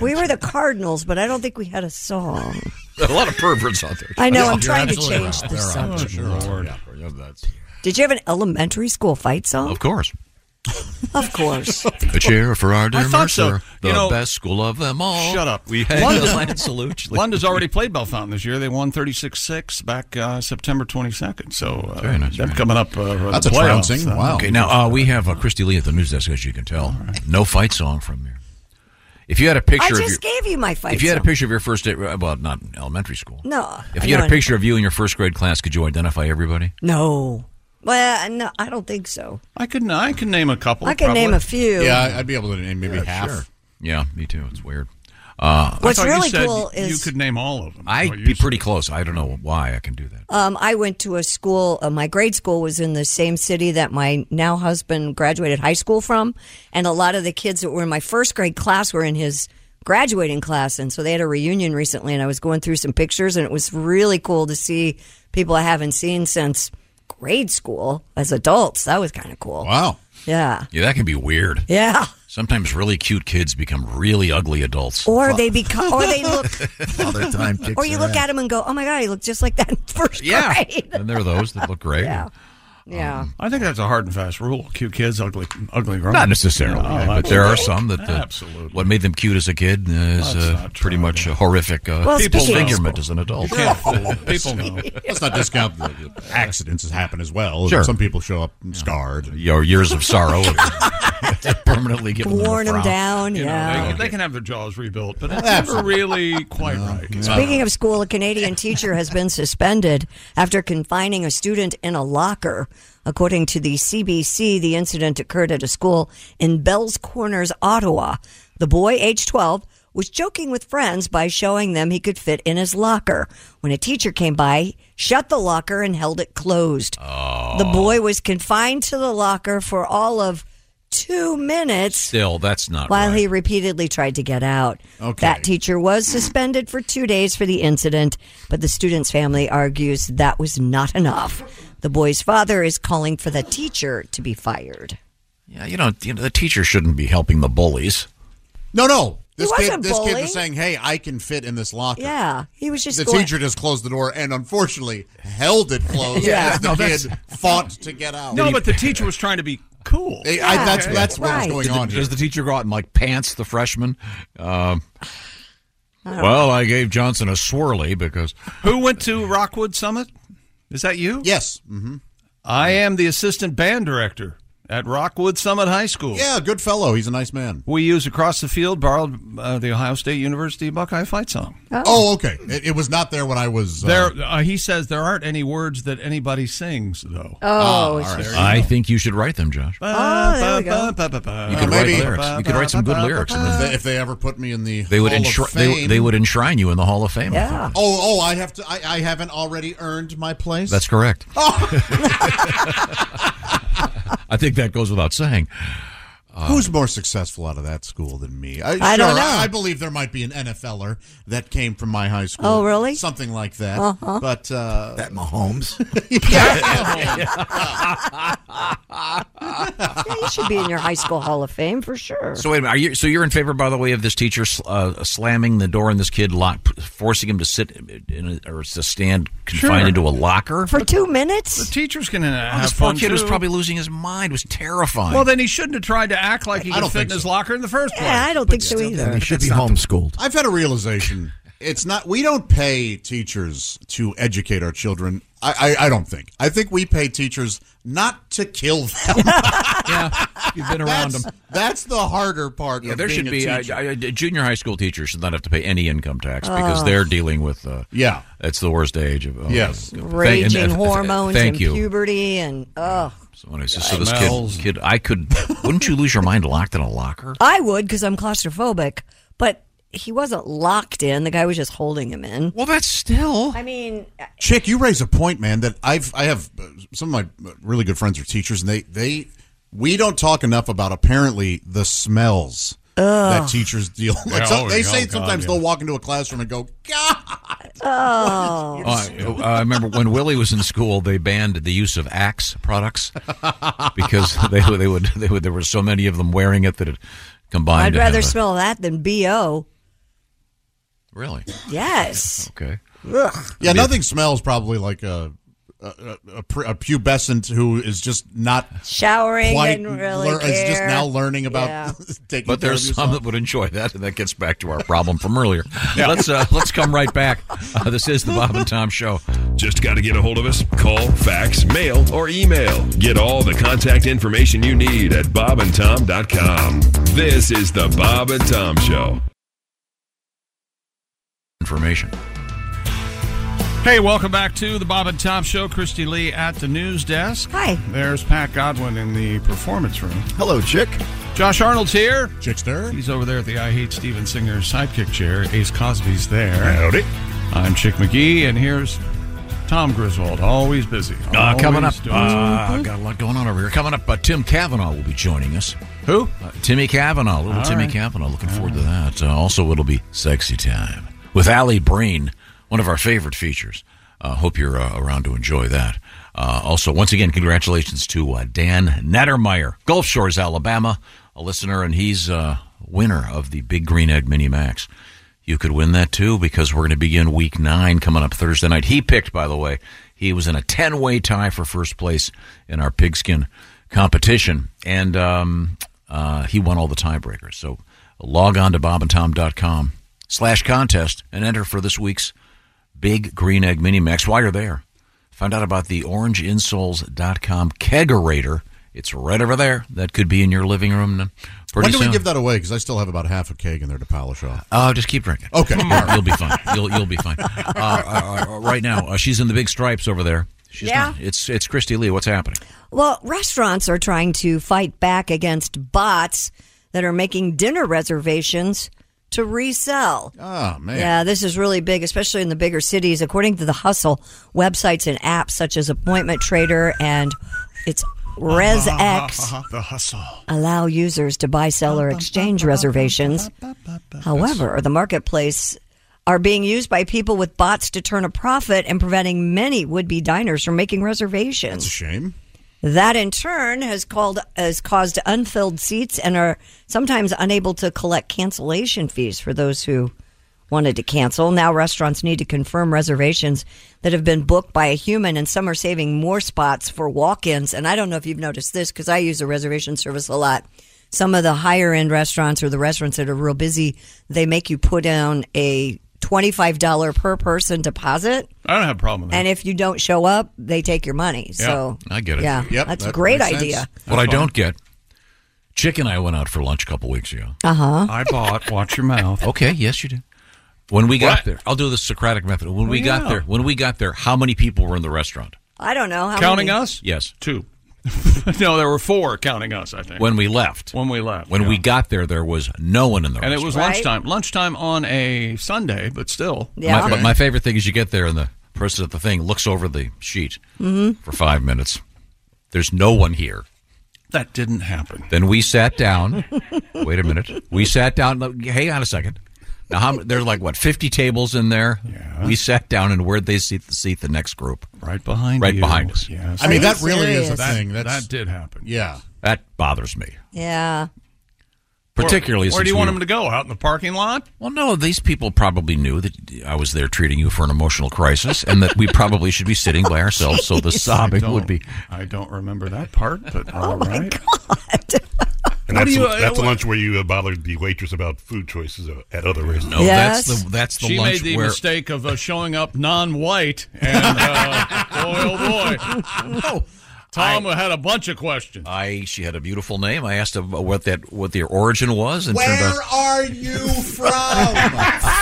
we were the Cardinals, but I don't think we had a song.
a lot of perverts out there.
I know, I'm
You're
trying to
absolutely
change
right.
the
There are,
subject.
sure are. Yeah, yeah, that's-
Did you have an elementary school fight song?
Of course.
Of course.
A cheer for our dear
I thought so.
Mercer, the
You know-
best school of them all.
Shut up.
We had
London-
the land salute.
London's already played Bellefontaine this year. They won 36-6 back uh, September 22nd. So uh,
Very nice,
they're
very
coming up. Uh,
That's
the
a
playoffs,
trouncing.
uh,
Okay, now uh, we have uh, Christy Lee at the news desk, as you can tell. No fight song from here. If you had a picture
I
of your,
just gave you my fight
if you had a
song.
picture of your first day, uh, well, not in elementary school.
No.
If you had
no,
a picture of you in your first grade class, could you identify everybody?
No. Well, no, I don't think so.
I could I can name a couple.
I can name a few.
be able to name maybe half.
Yeah, me too. It's weird. Uh,
What's I thought you really said cool
you
is-
could name all of them.
I'd be pretty close. I don't know why I can do that.
Um, I went to a school. Uh, my grade school was in the same city that my now husband graduated high school from, and a lot of the kids that were in my first grade class were in his graduating class, and so they had a reunion recently. And I was going through some pictures, and it was really cool to see people I haven't seen since grade school as adults. That was kind of cool.
Wow.
Yeah.
Yeah, that can be weird.
Yeah.
Sometimes really cute kids become really ugly adults.
Or they become, or they look,
Father time kicks
or you look at them and go, "Oh my god, he looked just like that in first
Yeah.
grade."
And there are those that look great.
Yeah. Yeah.
Um,
I think that's a hard and fast rule. Cute kids, ugly, ugly grown.
Not necessarily,
No,
but there are
absolutely.
some that uh,
absolutely.
what made them cute as a kid is uh, pretty much a horrific uh,
Well,
people
speaking of-
figurement as an adult.
You can't- people know.
Oh, Let's not discount the the accidents that happen as well.
Sure.
Some people show up scarred.
Your years of sorrow permanently give them a
Worn 'em
frown.
down,
You know,
yeah.
they, they can have their jaws rebuilt, but it's never
Oh, Absolutely.
really quite right. Uh,
Speaking of school, a Canadian teacher has been suspended after confining a student in a locker. According to the CBC, the incident occurred at a school in Bell's Corners, Ottawa. The boy, age 12, was joking with friends by showing them he could fit in his locker. When a teacher came by, shut the locker and held it closed. The boy was confined to the locker for all of two minutes
Still, that's not
while
right.
he repeatedly tried to get out.
Okay.
That teacher was suspended for two days for the incident, but the student's family argues that was not enough. The boy's father is calling for the teacher to be fired.
Yeah, you know, you know, the teacher shouldn't be helping the bullies.
No, no. This
wasn't
kid, this kid
bullying.
was saying, "Hey, I can fit in this locker."
Yeah, he was just
the
going-
teacher just closed the door and unfortunately held it closed.
Yeah.
as the
No, that's-
kid fought to get out.
No, but the teacher was trying to be cool.
Hey, I- that's- Yeah, that's what was right. going
Did the-
on here.
Does the teacher go out and like pants the freshman? Um, well, I gave Johnson a swirly because
Who went to Rockwood Summit? Is that you?
Yes. Mm-hmm.
I am the assistant band director at Rockwood Summit High School.
Yeah, good fellow. He's a nice man.
We use Across the Field, borrowed uh, the Ohio State University Buckeye fight song.
Oh, okay. It, it was not there when I was. uh,
There, uh, he says there aren't any words that anybody sings though.
Oh, Ah, all right.
There you
I
go.
think you should write them, Josh.
Ba,
Ah, there we
ba,
go.
ba, ba, ba,
You could
ba,
write
ba,
lyrics.
ba,
You could write some good
ba, ba,
lyrics
ba,
in
If
ba.
they, if they ever put me in the
They would
Hall
enshrine
of
they,
Fame-
they would enshrine you in the Hall of Fame. I
Yeah.
thought.
Oh, oh, I have to. I, I haven't already earned my place.
That's correct.
Oh.
I think that goes without saying. Uh,
Who's more successful out of that school than me?
I don't know.
I, I believe there might be an NFLer er that came from my high school.
Oh, really?
Something like that.
Uh-huh.
But uh, that
Mahomes.
Yeah, you should be in your high school hall of fame for sure.
So wait a minute. Are you, so you're in favor, by the way, of this teacher sl- uh, slamming the door on this kid, lock, forcing him to sit in a, or to stand confined
Sure.
into a locker
for two minutes?
The teachers can uh,
Oh,
have
this poor
fun,
kid was
too.
probably losing his mind. Was terrifying.
Well, then he shouldn't have tried to act like he
I
could
don't
fit
think
in his locker in the first place.
Yeah, I don't think so either.
homeschooled.
I've had a realization. It's not. We don't pay teachers to educate our children. I, I, I don't think. I think we pay teachers not to kill them. yeah,
you've been around
that's,
them.
That's the harder part.
yeah,
of
there
being
should
a
be uh,
teacher.
uh, junior high school teachers should not have to pay any income tax because
Oh.
they're dealing with uh,
Yeah.
It's the worst age of oh,
Yes.
thank- and-
Raging
and-
hormones
Thank
and
you.
puberty and oh,
So anyway, so- so this
Smells.
kid, kid, I could. Wouldn't you lose your mind locked in a locker?
I would because I'm claustrophobic, but he wasn't locked in. The guy was just holding him in.
Well, that's still.
I mean,
Chick, you raise a point, man. That I've I have uh, some of my uh, really good friends are teachers, and they they we don't talk enough about apparently the smells that
Ugh.
teachers deal. with.
Yeah,
Some-
oh,
they
yeah,
say
oh, God,
sometimes
yeah.
they'll walk into a classroom and go,
oh,
Oh, I, uh, I remember when Willie was in school, they banned the use of Axe products because they would- they would they would there were so many of them wearing it that it combined.
I'd
to have
rather
a-
smell that than bo.
really.
Yes.
Okay.
Ugh.
Yeah, nothing smells probably like a a, a, a pre- a pubescent who is just not
Showering
quite
and really
lear- is just
care.
now learning about
Yeah.
taking.
But there's
care of
some
yourself.
that would enjoy that, and that gets back to our problem from earlier. Let's uh, let's come right back. Uh, this is the Bob and Tom Show.
Just got to get a hold of us. Call, fax, mail, or email. Get all the contact information you need at bobandtom.com. This is the Bob and Tom Show.
Information.
Hey, welcome back to the Bob and Tom Show. Christy Lee at the news desk.
Hi.
There's Pat Godwin in the performance room.
Hello, Chick.
Josh Arnold's here.
Chickster.
He's over there at the I Hate Steven Singer sidekick chair. Ace Cosby's there.
Howdy.
I'm Chick McGee, and here's Tom Griswold, always busy.
Uh, coming up,
always doing
uh,
something.
got a lot going on over here. Coming up, uh, Tim Kavanaugh will be joining us.
Who?
Uh, Timmy Kavanaugh, little
All
Timmy
right.
Kavanaugh. Looking forward to that. Uh, also, it'll be sexy time with Allie Breen, one of our favorite features. Uh, hope you're uh, around to enjoy that. Uh, also, once again, congratulations to uh, Dan Nettermeyer, Gulf Shores, Alabama, a listener, and he's uh, winner of the Big Green Egg Mini Max. You could win that too because we're going to begin week nine coming up Thursday night. He picked, by the way, he was in a 10 way tie for first place in our pigskin competition, and um, uh, he won all the tiebreakers. So log on to bobandtom.com slash contest and enter for this week's Big Green Egg Mini Max. While you're there, find out about the orangeinsoles.com kegerator. It's right over there. That could be in your living room. uh, Pretty
When do
soon.
we give that away? Because I still have about half a keg in there to polish off.
Oh, just keep drinking.
Okay.
You'll-
All right.
you'll be fine. You'll you'll be fine. Uh, uh, uh, right now, uh, she's in the big stripes over there. She's
Yeah.
not. It's it's Christy Lee. What's happening?
Well, restaurants are trying to fight back against bots that are making dinner reservations to resell.
Oh man.
Yeah, this is really big, especially in the bigger cities. According to the Hustle, websites and apps such as Appointment Trader and it's ResX
The hustle.
allow users to buy, sell, or exchange reservations. However, the marketplace are being used by people with bots to turn a profit and preventing many would-be diners from making reservations.
Shame.
That in turn has called has caused unfilled seats and are sometimes unable to collect cancellation fees for those who wanted to cancel. Now restaurants need to confirm reservations that have been booked by a human and some are saving more spots for walk-ins. And I don't know if you've noticed this cuz I use a reservation service a lot. Some of the higher end restaurants or the restaurants that are real busy, they make you put down a $25 per person deposit.
I don't have a problem with that.
And if you don't show up, they take your money. So
I get it.
Yeah, that's a great idea.
What I don't get, Chick and I went out for lunch a couple weeks ago.
Uh-huh.
I bought. Watch your mouth.
Okay. Yes, you did. When we got
What?
there, I'll do the Socratic method. When we
Oh,
got
yeah.
there, when we got there, how many people were in the restaurant?
I don't know how
Counting
many-
us?
Yes,
two. no, there were four counting us. I think
When we left.
When we left.
When
yeah.
we got there, there was no one in the
and
restaurant.
it was lunchtime. Lunchtime on a Sunday, but still.
My, but my favorite thing is you get there and the person at the thing looks over the sheet
Mhm.
for five minutes. There's no one here.
That didn't happen.
Then we sat down. Wait a minute. We sat down. look, Hang on a second. Now, how, m- there's like what 50 tables in there. Yeah. We sat down, and where'd they seat the seat the next group?
Right behind.
Right
you.
behind us.
Yes.
I mean, that really is a
That-
thing. That's,
that did happen.
Yeah.
That bothers me.
Yeah.
Particularly
Where, where
since
do you
we
want
were-
them to go? Out in the parking lot?
Well, no, these people probably knew that I was there treating you for an emotional crisis and that we probably should be sitting by ourselves so the
Jeez. I
sobbing
don't-
would be.
I don't remember that part, but all right.
And
Oh, What
that's,
do you-
the- that's the
uh,
lunch where you uh, bothered the waitress about food choices uh, at other restaurants.
No, that's Yes. the- that's the
she
lunch
made the
where-
mistake of uh, showing up non-white, and uh, boy, oh boy, Tom had a bunch of questions.
I she had a beautiful name. I asked her what that what their origin was and turned out
are you from?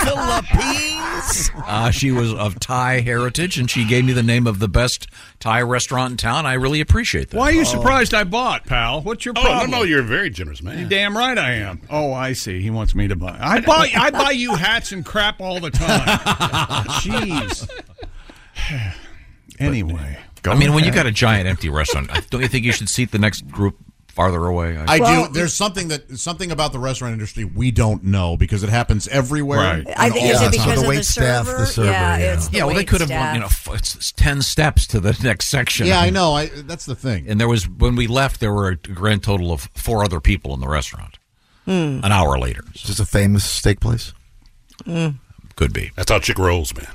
Philippines?
uh, she was of Thai heritage and she gave me the name of the best Thai restaurant in town. I really appreciate that.
Why are you surprised I bought, pal? What's your
Oh, no,
problem?
no, you're a very generous man.
You damn right I am. Oh, I see. He wants me to buy. I buy. I buy you hats and crap all the time. Jeez. anyway,
I mean, when you
ahead.
got a giant empty restaurant, I- don't you think you should seat the next group farther away?
I do. There's something that something about the restaurant industry we don't know because it happens everywhere.
Right.
and
I think-
all
is it
the time.
because of The the waitstaff,
the server,
Yeah,
yeah.
it's yeah, well, they could have,
waitstaff.
you know, f- it's, it's ten steps to the next section.
Yeah, I know. I, that's the thing.
And there was when we left, there were a grand total of four other people in the restaurant.
Hmm.
An hour later, is
this a famous steak place?
Mm.
Could be.
That's how chick rolls, man.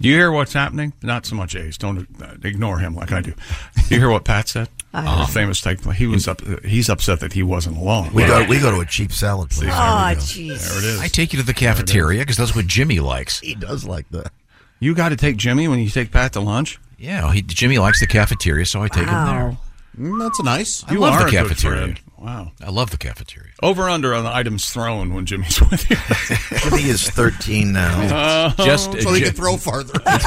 Do you hear what's happening? Not so much Ace. Don't uh, ignore him like I do. Do you hear what Pat said?
I
Uh,
heard.
famous take. He was up. He's upset that he wasn't alone.
We go- we go to a cheap salad place.
Oh, jeez.
There it is.
I take you to the cafeteria because that's what Jimmy likes.
He does like that.
You got to take Jimmy when you take Pat to lunch.
Yeah, he, Jimmy likes the cafeteria, so I take him
there. that's nice.
I love the cafeteria.
Wow.
there. I love the cafeteria.
Over under on the items thrown when Jimmy's with you.
Jimmy is 13 now.
Oh. Just- So he can throw
farther.
he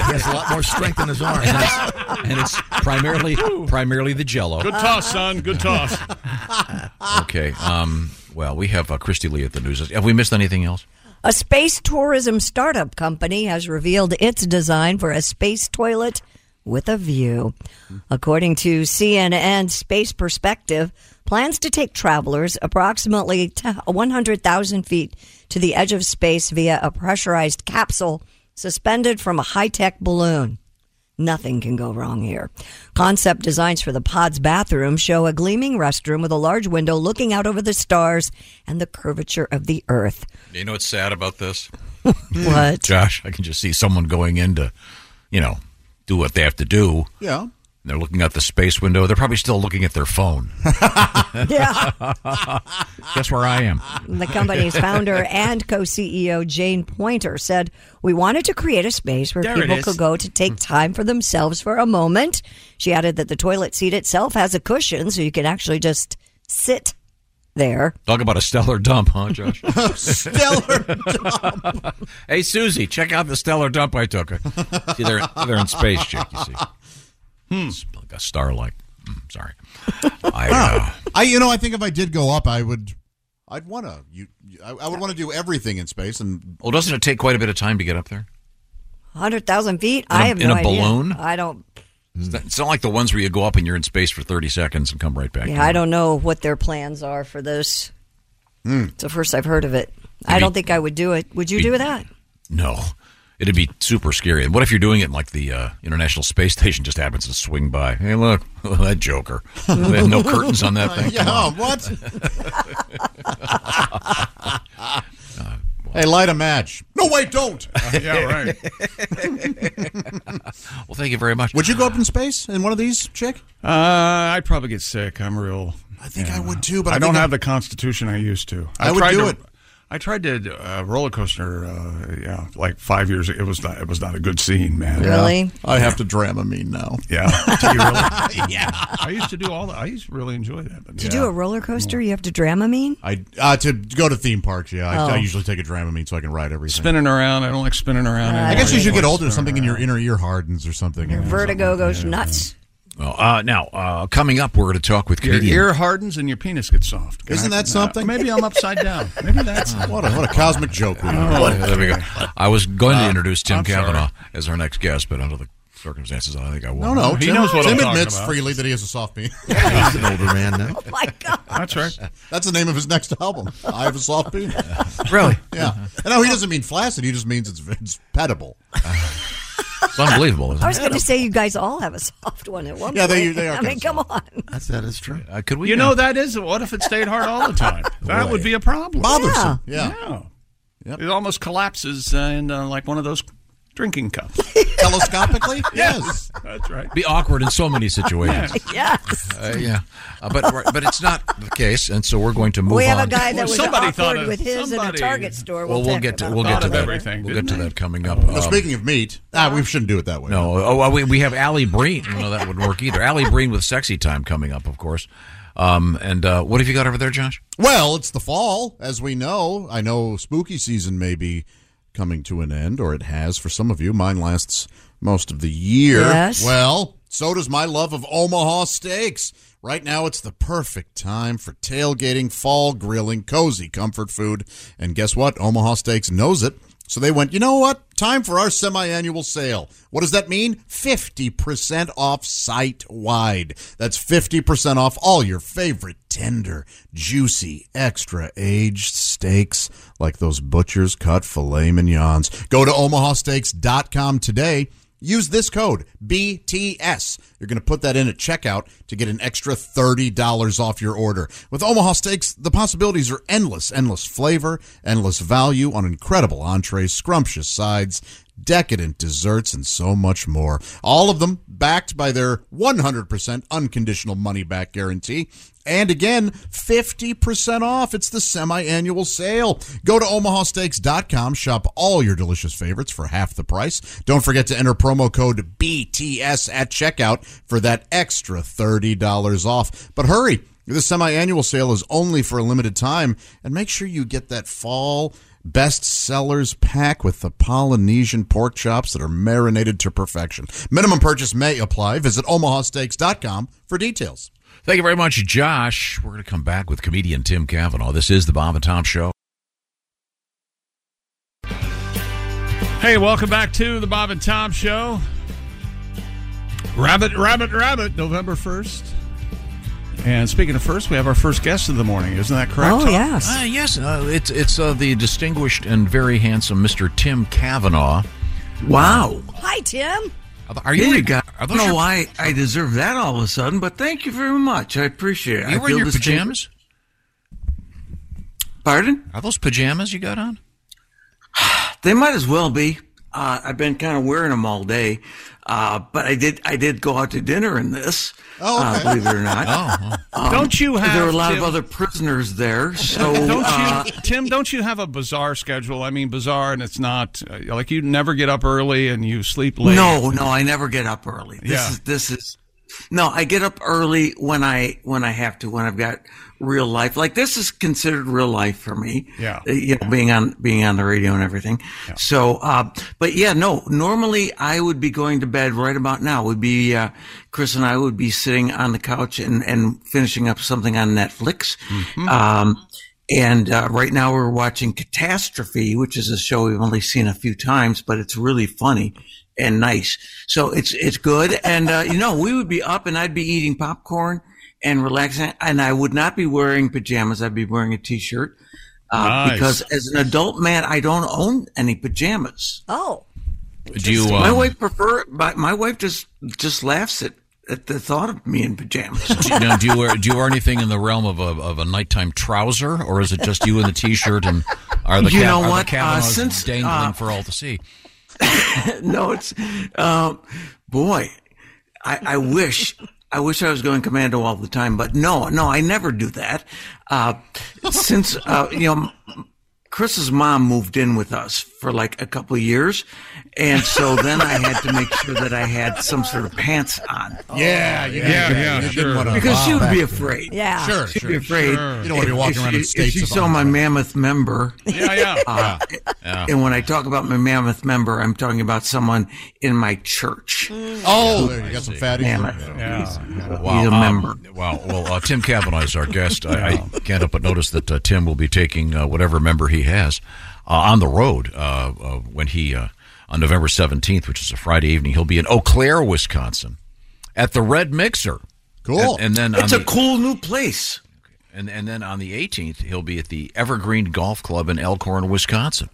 has a lot more strength in his arm.
And it's primarily primarily the Jello.
Good toss, son. Good toss.
Okay. Um, well, we have uh, Christy Lee at the news. Have we missed anything else?
A space tourism startup company has revealed its design for a space toilet with a view. According to CNN Space Perspective, plans to take travelers approximately t- 100,000 feet to the edge of space via a pressurized capsule suspended from a high tech balloon. Nothing can go wrong here. Concept designs for the pod's bathroom show a gleaming restroom with a large window looking out over the stars and the curvature of the earth.
You know what's sad about this?
What?
Hmm. Josh, I can just see someone going in to, you know, do what they have to do.
Yeah.
They're looking out the space window. They're probably still looking at their phone.
Yeah.
Guess where I am?
The company's founder and co CEO Jane Pointer said, We wanted to create a space where
There it
people
is.
could go to take time for themselves for a moment. She added that the toilet seat itself has a cushion, so you can actually just sit there.
Talk about a stellar dump, huh, Josh?
Stellar
dump. hey, Susie, check out the stellar dump I took. See, they're, they're in space, Chick, you see. It's like a starlight. Mm, sorry. I, uh,
Ah, I you know I think if I did go up, I would. I'd want to. You, I, I would want to do everything in space and.
well, doesn't it take quite a bit of time to get up there?
100,000 feet?
In a-
I have
in
no
a
idea.
balloon?
I don't.
Hmm.
It's not- It's not like the ones where you go up and you're in space for 30 seconds and come right back.
Yeah, I don't know what their plans are for this. It's the first I've heard of it. I
Maybe-
don't think I would do it. Would you do that?
No. It'd be super scary. And what if you're doing it and, like the uh, International Space Station just happens to swing by? Hey, look, that Joker. They have no curtains on that thing. Come
Yeah,
on.
what?
Uh,
hey, light a match. No, wait, don't.
yeah, right. well, thank you very much.
Would you go up in space in one of these, chick?
Uh, I'd probably get sick. I'm real. I
think I would too, but I
I don't
think I-
have the constitution I used to.
I would
tried
do
to-
it.
I tried to uh, roller coaster, uh, yeah, like five years. ago. It was not. It was not a good scene, man.
Really?
I have to
Dramamine now.
Yeah. Do you really?
Yeah.
I used to do all that. I used to really enjoy that. But
To do a roller coaster, you have to Dramamine.
I uh, to go to theme parks. Yeah, I, I
Oh.
usually take a Dramamine so I can ride everything.
spinning around. I don't like spinning
Uh,
around.
I guess you should get older. Something in your inner ear hardens or something.
Your vertigo goes nuts.
Well, uh, now, uh, coming up, we're going to talk with
Your
comedian.
ear hardens and your penis gets soft. Can
Isn't
I-
that something?
Maybe I'm upside down. Maybe that's
what a what a cosmic joke. we
Oh,
have.
there we go. I was going to introduce Tim
I'm sorry.
Kavanaugh as our next guest, but under the circumstances, I think I won't.
No, no, Tim, Tim admits
about.
freely that he has a soft penis.
Yeah, he's an older man now. Oh,
my god,
that's right.
That's the name of his next album. I have a soft penis.
Really?
Yeah.
Uh-huh.
And no, he doesn't mean flaccid. He just means it's, it's petable.
It's unbelievable.
I was going to say you guys all have a soft one at one
Yeah,
point.
they- they are
I mean, come on.
That's, that is true. Uh, could we?
you know that is. What if it stayed hard all the time? That
Boy.
would be a problem.
Bothersome. Yeah.
It almost collapses uh, in uh, like one of those drinking cups.
Telescopically? yes.
That's right.
be awkward in so many situations.
yes.
Uh, yeah, uh, but but it's not the case, and so we're going to move
We have
on.
a guy that was
somebody thought
awkward
of-
with his in a
somebody-
Target store.
well, we'll
talk
get to
about
we'll
that
get to
later.
that. We'll get to that coming up.
Well, speaking of meat, ah, we shouldn't do it that way.
No, oh, well, we, we have Allie Breen. No, that wouldn't work either. Allie Breen with sexy time coming up, of course. Um, and uh, what have you got over there, Josh?
Well, it's the fall, as we know. I know spooky season may be coming to an end, or it has for some of you. Mine lasts most of the year.
Yes.
Well, so does my love of Omaha steaks. Right now, it's the perfect time for tailgating, fall grilling, cozy comfort food. And guess what? Omaha Steaks knows it. So they went, you know what? Time for our semi annual sale. What does that mean? 50% off site wide. That's 50% off all your favorite tender, juicy, extra aged steaks like those butcher's cut filet mignons. Go to omahasteaks.com today. Use this code BTS. You're going to put that in at checkout to get an extra $30 off your order. With Omaha Steaks, the possibilities are endless endless flavor, endless value on incredible entrees, scrumptious sides, decadent desserts, and so much more. All of them backed by their 100% unconditional money back guarantee. And again, 50% off. It's the semi annual sale. Go to omahasteaks.com, shop all your delicious favorites for half the price. Don't forget to enter promo code BTS at checkout for that extra $30 off. But hurry, the semi annual sale is only for a limited time. And make sure you get that fall best sellers pack with the Polynesian pork chops that are marinated to perfection. Minimum purchase may apply. Visit omahasteaks.com for details.
Thank you very much, Josh. We're going to come back with comedian Tim Kavanaugh. This is the Bob and Tom Show.
Hey, welcome back to the Bob and Tom Show. Rabbit, rabbit, rabbit, November 1st. And speaking of first, we have our first guest of the morning. Isn't that correct?
Oh,
Tom?
Uh, yes, uh, it's it's uh, the distinguished and very handsome Mr. Tim Kavanaugh.
Wow.
Hi, Tim.
Are you
There
in-
go.
are
I
those
don't know
your-
why I deserve that all of a sudden, but thank you very much. I appreciate it.
You
I
were in
feel
your
distinct-
pajamas?
Pardon?
Are those pajamas you got on?
They might as well be. Uh, I've been kind of wearing them all day, uh, but I did I did go out to dinner in this.
Oh, okay.
uh, believe it or not. Um,
Oh, oh. Don't you have
There were a lot
to-
of other prisoners there, so
don't you,
uh,
Tim? Don't you have a bizarre schedule? I mean, bizarre, and it's not uh, like you never get up early and you sleep late.
No, no, I never get up early. This
Yeah.
is this is no, I get up early when I when I have to when I've got real life. Like this is considered real life for me.
Yeah.
Uh, you know, being on being on the radio and everything. So, uh, but yeah, no. Normally, I would be going to bed right about now. Would be uh, Chris and I would be sitting on the couch and and finishing up something on Netflix.
Mm-hmm.
Um, and uh, right now we're watching Catastrophe, which is a show we've only seen a few times, but it's really funny and nice. So it's it's good. And uh, you know, we would be up and I'd be eating popcorn and relaxing, and I would not be wearing pajamas. I'd be wearing a t-shirt uh,
Nice.
because as an adult man, I don't own any pajamas.
Oh,
Do you?
my
um,
wife prefer my, my wife just just laughs at, at the thought of me in pajamas.
do you- now, do you wear do you wear anything in the realm of a of a nighttime trouser, or is it just you in the t-shirt and are the
You
ca-
know
are the
what? Uh,
Kavanaughs
since,
dangling
uh,
for all to see?
no, it's um, boy, I, I wish I wish I was going commando all the time, but no, no, I never do that. Uh, since uh, you know, Chris's mom moved in with us for like a couple of years, and so then I had to make sure that I had some sort of pants on.
Yeah, you didn't-
yeah,
you didn't
sure.
wanna-
Because she would be
Wow.
afraid.
Yeah. Sure,
she'd
sure,
be afraid.
sure. You don't wanna be
If-
walking
if
around in
she-
states
If she
of
saw my mammoth member.
Yeah, yeah.
uh,
Yeah.
And when I talk about my mammoth member, I'm talking about someone in my church.
Oh, there you got some fatties.
Mammoth.
Wow,
He's a
um,
member.
wow. Well, uh, Tim Kavanaugh is our guest. I, I can't help but notice that uh, Tim will be taking uh, whatever member he has uh, on the road uh, uh, when he uh, on November seventeenth, which is a Friday evening. He'll be in Eau Claire, Wisconsin, at the Red Mixer.
Cool.
And, and then
It's
on
a
the-
cool new place.
And and then on the 18th, he'll be at the Evergreen Golf Club in Elkhorn, Wisconsin.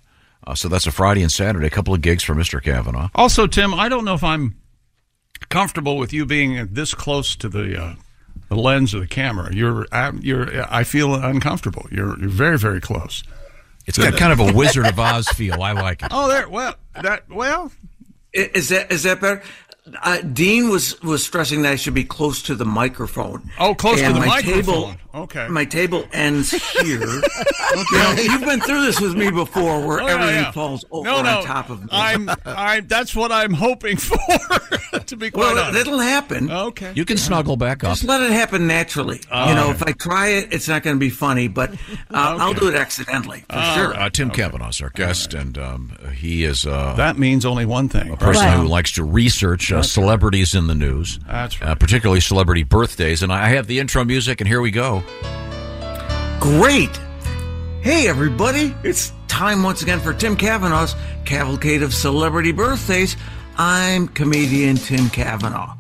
Uh, so that's a Friday and Saturday. A couple of gigs for Mr. Kavanaugh.
Also, Tim, I don't know if I'm comfortable with you being this close to the uh, the lens of the camera. You're, I, you're, I feel uncomfortable. You're, you're very, very close.
It's got kind of a Wizard of Oz feel. I like it.
Oh, there. Well, that. Well,
I- is that is that better? Uh, Dean was was stressing that I should be close to the microphone.
Oh, close to
and
the
my
microphone.
Table,
Okay.
My table ends here. You know, you've been through this with me before, where
Oh, yeah,
everything
yeah.
falls over
no, no.
on top of me.
I'm, I'm. That's what I'm hoping for. to be quite
Well,
honest.
that'll happen.
Okay.
You can snuggle back up.
Just let it happen naturally.
Oh,
you know,
okay.
if I try it, it's not going to be funny, but uh, I'll do it accidentally for sure.
Uh, Tim Kavanaugh's our guest, and um, he is uh,
that means only one thing: a
person
Wow.
who likes to research uh,
That's
celebrities in the news,
That's
uh, particularly celebrity birthdays. And I have the intro music, and here we go.
Great. Hey, everybody. It's time once again for Tim Kavanaugh's Cavalcade of Celebrity Birthdays. I'm comedian Tim Kavanaugh.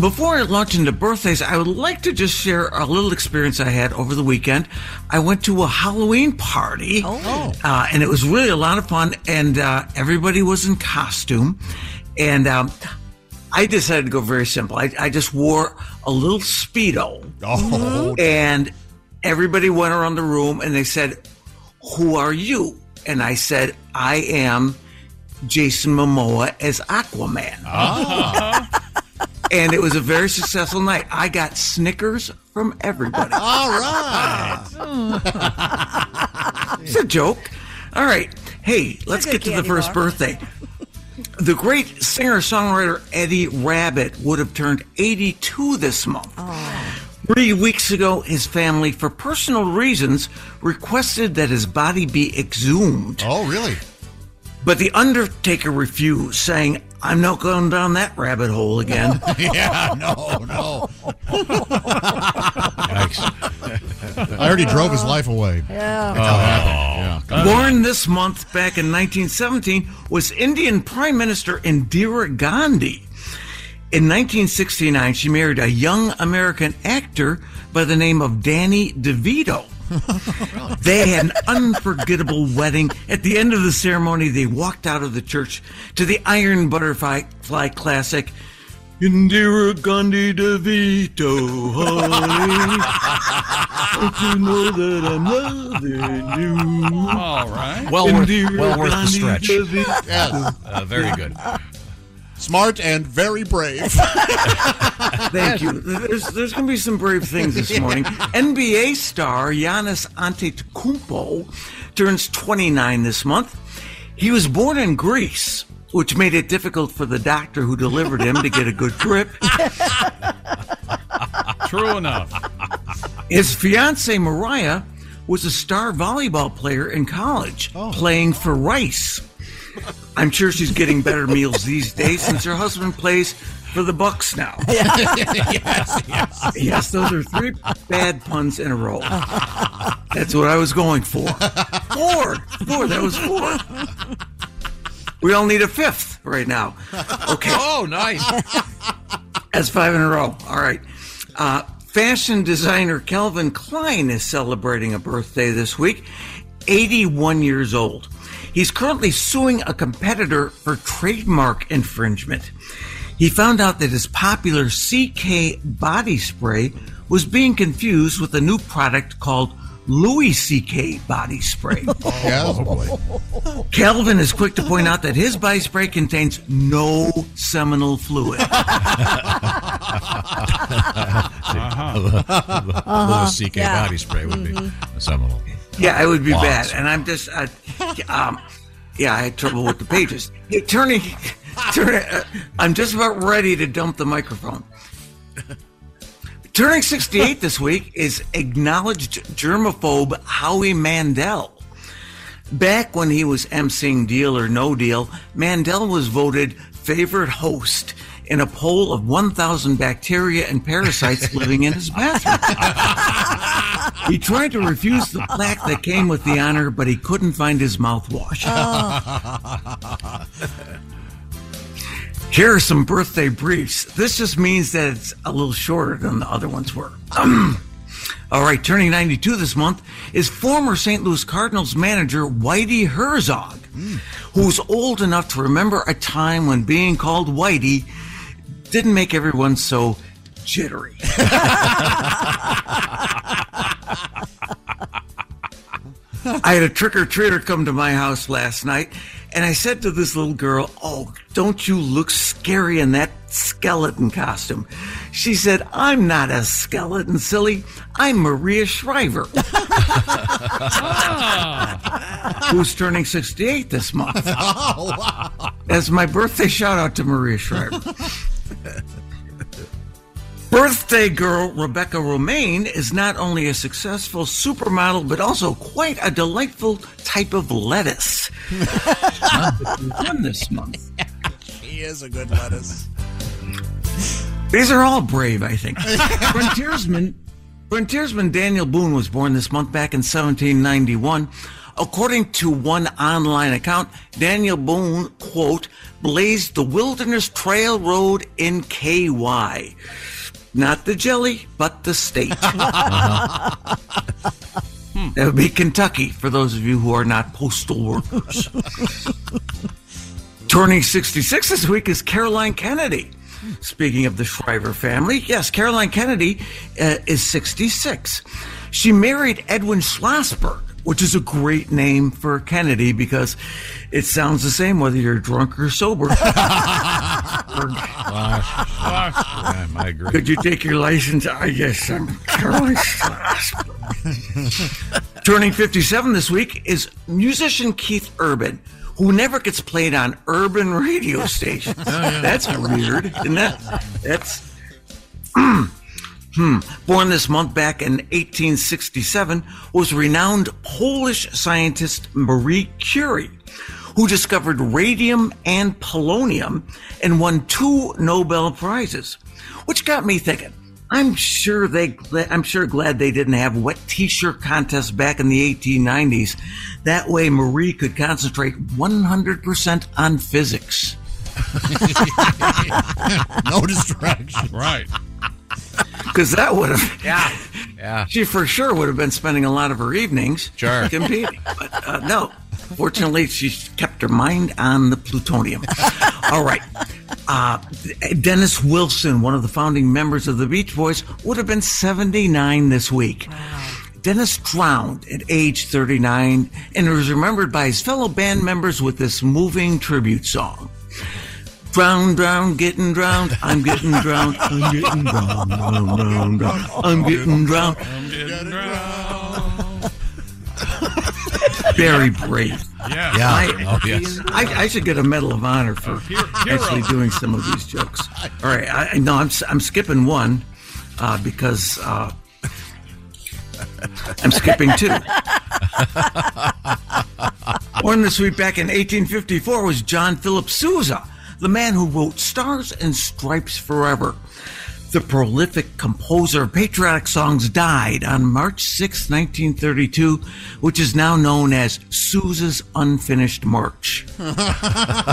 Before I launch into birthdays, I would like to just share a little experience I had over the weekend. I went to a Halloween party,
Oh.
Oh.
uh, and it was really a lot of fun, and uh, everybody was in costume. And um, I decided to go very simple. I, I just wore a little Speedo.
Oh.
And everybody went around the room and they said, Who are you? And I said, I am Jason Momoa as Aquaman.
Ah.
Ah.
and it was a very successful night. I got Snickers from everybody.
All right.
It's a joke. All right. Hey, let's
good
get to the
candy
first
bar.
birthday. The great singer songwriter Eddie Rabbit would have turned 82 this month.
Oh.
Three weeks ago, his family, for personal reasons, requested that his body be exhumed.
Oh, really?
But the Undertaker refused, saying, I'm not going down that rabbit hole again.
yeah, no, no.
Yikes.
I already drove his life away.
Yeah.
That's how it
Oh.
happened. Yeah.
Born this month back in 1917 was Indian Prime Minister Indira Gandhi. In 1969, she married a young American actor by the name of Danny DeVito. They had an unforgettable wedding. At the end of the ceremony, they walked out of the church to the Iron Butterfly Fly Classic. Indira Gandhi DeVito, honey, don't you know that I'm
Oh.
loving you?
All right.
Well worth-
Indira
well worth the
Gandhi
stretch.
DeVito.
Yes.
Uh, very good.
Smart and very brave.
Thank you. There's, there's going to be some brave things this morning. NBA star Giannis Antetokounmpo turns 29 this month. He was born in Greece, which made it difficult for the doctor who delivered him to get a good grip.
True enough.
His fiancee Mariah was a star volleyball player in college, playing for Rice. I'm sure she's getting better meals these days since her husband plays for the Bucks now.
Yes, yes.
Yes, those are three bad puns in a row. That's what I was going for. Four. Four. That was four. We all need a fifth right now. Okay.
Oh, nice.
That's five in a row. All right. Uh, fashion designer Calvin Klein is celebrating a birthday this week, 81 years old. He's currently suing a competitor for trademark infringement. He found out that his popular CK body spray was being confused with a new product called Louis CK body spray.
Oh,
Oh,
Calvin is quick to point out that his body spray contains no seminal fluid.
uh
Uh-huh.
CK
Yeah.
Uh-huh. Mm-hmm.
Uh-huh.
body spray would be seminal.
Yeah, it would be
Lots.
bad. And I'm just, uh, um, yeah, I had trouble with the pages. Hey, Attorney, attorney, uh, I'm just about ready to dump the microphone. Turning 68 this week is acknowledged germaphobe Howie Mandel. Back when he was emceeing Deal or No Deal, Mandel was voted favorite host in a poll of 1,000 bacteria and parasites living in his bathroom. He tried to refuse the plaque that came with the honor, but he couldn't find his mouthwash. Here are some birthday briefs. This just means that it's a little shorter than the other ones were. All right, turning 92 this month is former St. Louis Cardinals manager Whitey Herzog,
Hmm.
who's old enough to remember a time when being called Whitey didn't make everyone so jittery. I had a trick or treater come to my house last night, and I said to this little girl, Oh, don't you look scary in that skeleton costume? She said, I'm not a skeleton, silly. I'm Maria Shriver, who's turning 68 this month.
Ah. Oh, wow.
That's my birthday shout out to Maria Shriver. Birthday girl Rebecca Romaine is not only a successful supermodel, but also quite a delightful type of lettuce. One this month.
He is a good lettuce.
These are all brave, I think. Frontiersman, frontiersman Daniel Boone was born this month back in 1791. According to one online account, Daniel Boone, quote, blazed the Wilderness Trail Road in KY. Not the jelly, but the state. That would be Kentucky for those of you who are not postal workers. Turning 66 this week is Caroline Kennedy. Speaking of the Shriver family, yes, Caroline Kennedy uh, is 66. She married Edwin Schlossberg, which is a great name for Kennedy because it sounds the same whether you're drunk or sober.
I agree.
Could you take your license? I guess I'm Caroline Schlossberg. Turning 57 this week is musician Keith Urban, who never gets played on urban radio stations. That's weird, isn't it? That's. hmm. Born this month back in 1867 was renowned Polish scientist Marie Curie, who discovered radium and polonium and won two Nobel Prizes, which got me thinking. I'm sure they, I'm sure glad they didn't have wet t-shirt contests back in the 1890s. That way Marie could concentrate 100% on physics.
no distractions.
Right.
Because that would have,
yeah, yeah.
She for sure would have been spending a lot of her evenings
Sure.
competing. But uh, no, fortunately, she kept her mind on the plutonium. All right. Uh, Dennis Wilson, one of the founding members of the Beach Boys, would have been 79 this week. Dennis drowned at age 39 and was remembered by his fellow band members with this moving tribute song. Drown, drown, getting drowned. I'm getting drowned. I'm getting drowned. drowned, drowned, drowned. I'm getting drowned. Very brave.
Yeah.
Yeah.
I,
Oh, yes.
I, I should get a medal of honor for
hero.
actually doing some of these jokes. All right. I, I- no, I'm, s- I'm skipping one uh, because uh, I'm skipping two. Born this week back in 1854 was John Philip Sousa, the man who wrote Stars and Stripes Forever. The prolific composer of patriotic songs died on March 6, 1932, which is now known as Sousa's Unfinished March.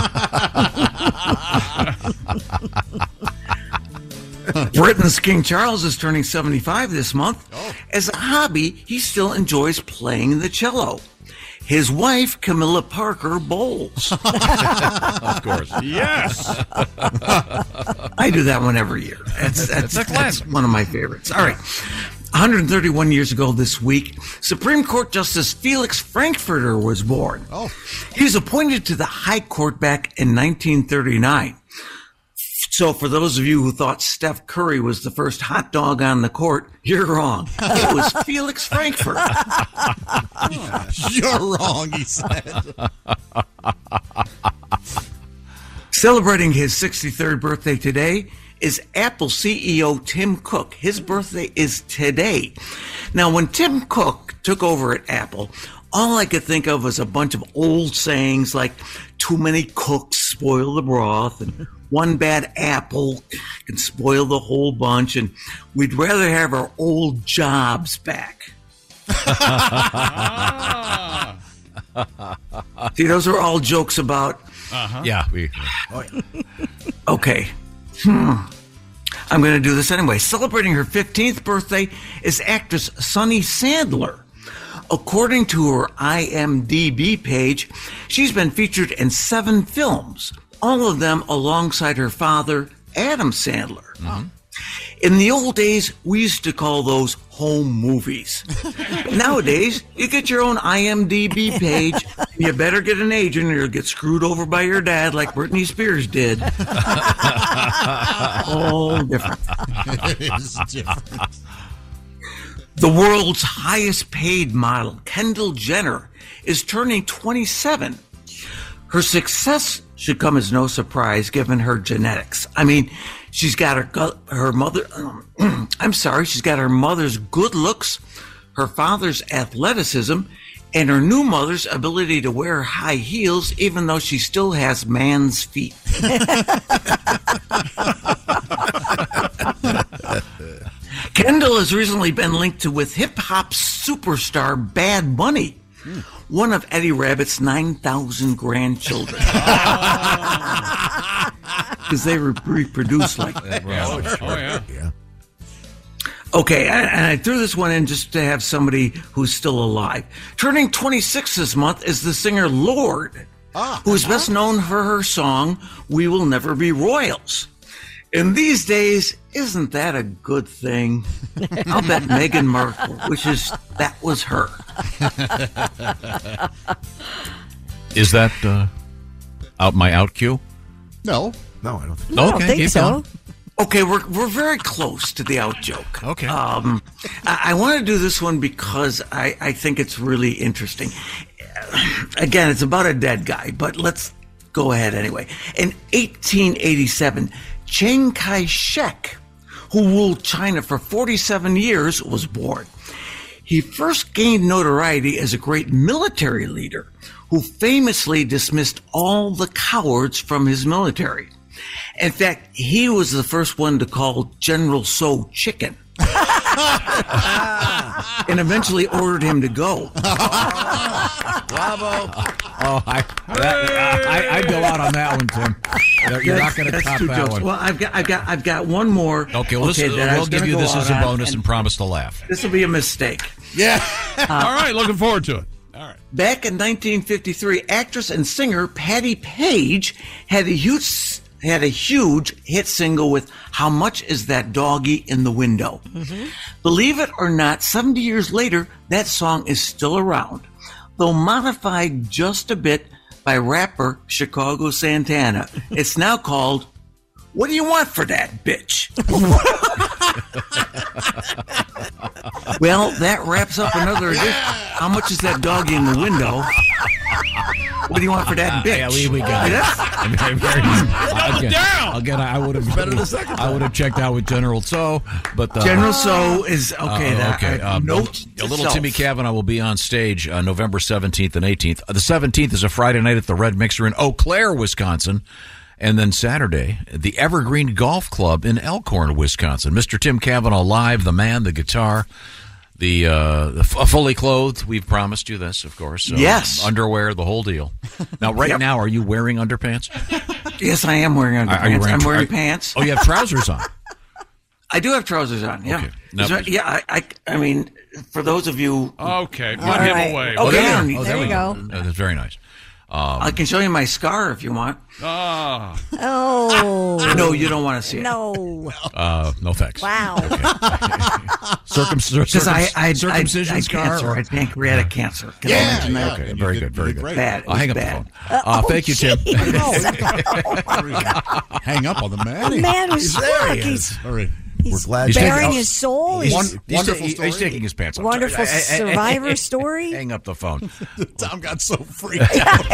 Britain's King Charles is turning 75 this month. As a hobby, he still enjoys playing the cello. His wife, Camilla Parker Bowles.
Of course.
Yes.
I do that one every year. That's, that's, that's one of my favorites. All right. 131 years ago this week, Supreme Court Justice Felix Frankfurter was born. Oh. He was appointed to the High Court back in 1939. So for those of you who thought Steph Curry was the first hot dog on the court, you're wrong. It was Felix Frankfurt.
Oh, You're wrong, he said.
Celebrating his 63rd birthday today is Apple CEO Tim Cook. His birthday is today. Now, when Tim Cook took over at Apple, all I could think of was a bunch of old sayings like too many cooks spoil the broth and one bad apple can spoil the whole bunch and we'd rather have our old jobs back. See, those are all jokes about
Uh-huh. Yeah, we-
Okay. Hmm. I'm going to do this anyway. Celebrating her 15th birthday is actress Sunny Sandler. According to her IMDb page, she's been featured in seven films, all of them alongside her father, Adam Sandler.
Mm-hmm.
In the old days, we used to call those home movies. Nowadays, you get your own IMDb page. You better get an agent or you'll get screwed over by your dad like Britney Spears did. All different.
It is different.
The world's highest paid model, Kendall Jenner, is turning 27. Her success should come as no surprise given her genetics. I mean, she's got her gu- her mother I'm sorry, she's got her mother's good looks, her father's athleticism, and her new mother's ability to wear high heels even though she still has man's feet. Kendall has recently been linked to with hip hop superstar Bad Bunny, one of Eddie Rabbit's 9,000 grandchildren. Because they re- reproduce like that.
Oh, yeah.
Okay, and and I threw this one in just to have somebody who's still alive. Turning 26 this month is the singer Lord, who is best known for her song "We Will Never Be Royals." And these days, isn't that a good thing? I'll bet Meghan Markle wishes that was her.
Is that uh, out my out cue?
No, no, I don't
think so. No, I don't Okay, think keep so. going.
Okay, we're we're very close to the out joke. Okay, um, I, I want to do this one because I I think it's really interesting. Again, it's about a dead guy, but let's go ahead anyway. In 1887, Chiang Kai Shek, who ruled China for 47 years, was born. He first gained notoriety as a great military leader who famously dismissed all the cowards from his military. In fact, he was the first one to call General So chicken and eventually ordered him to go.
Bravo. Oh, I, that, I, I'd go out on that one, Tim. You're not going to
That's-
top
that's two
that
jokes.
one.
Well, I've got, I've got, I've got one more.
Okay, well, this,
that I
we'll
was
give
gonna
you
go
this
out
as a
on,
bonus and,
and
promise to laugh.
This will be a mistake.
Yeah. All right, looking forward to it.
Back in 1953, actress and singer Patty Page had a huge had a huge hit single with "How Much Is That Doggy in the Window." Believe it or not, 70 years later, that song is still around, though modified just a bit by rapper Chicago Santana. It's now called "What Do You Want for That Bitch." well, that wraps up another edition. How much is that doggy in the window? What do you want for that bitch?
Ah, Yeah, we, we got it.
Yes?
I mean, I'm very- I'll get- I'll get- I would have
better the second
I would have checked out with General So, but the,
General So is- okay, that-
okay. um,
I- note
a
to
little
self.
Timmy Kavanaugh will be on stage uh, November seventeenth and eighteenth. the seventeenth is a Friday night at the Red Mixer in Eau Claire, Wisconsin. And then Saturday, at the Evergreen Golf Club in Elkhorn, Wisconsin. Mr. Tim Kavanaugh live, the man, the guitar, the uh, the f- fully clothed. We've promised you this, of course. So
Yes.
underwear, the whole deal. Now, right
Yep.
now, are you wearing underpants?
Yes, I am wearing
Are-
underpants.
are you wearing
I'm
tr-
wearing
are-
pants.
Oh, you have trousers on.
I do have trousers on. Yeah.
Okay. Now-
Is there- yeah. I, I. I mean, for those of you.
Okay, put him
All right.
away.
Okay.
Oh, there,
Yeah.
oh, there we go. Oh, that's very nice. Um,
I can show you my scar if you want.
Ah.
Oh.
No, you don't want to see it.
No.
Uh, no thanks.
Wow.
Circum- cir-
Because I,
circum-
I, I,
circumcision
I had
scar
cancer.
or-
I had pancreatic cancer. Can I
Yeah,
mention that?
Okay, very good, very good.
Bad.
I'll hang up
Bad.
the phone. Uh,
Oh,
thank you, Tim.
Hang up on the man.
The man was
there. He
shocked.
is. All right.
We're glad
he's bearing his soul.
He's,
He's-
he's- he's
Wonderful
ta- he's taking his pants off.
Wonderful survivor
story. Hang up the phone.
Tom got so freaked
out.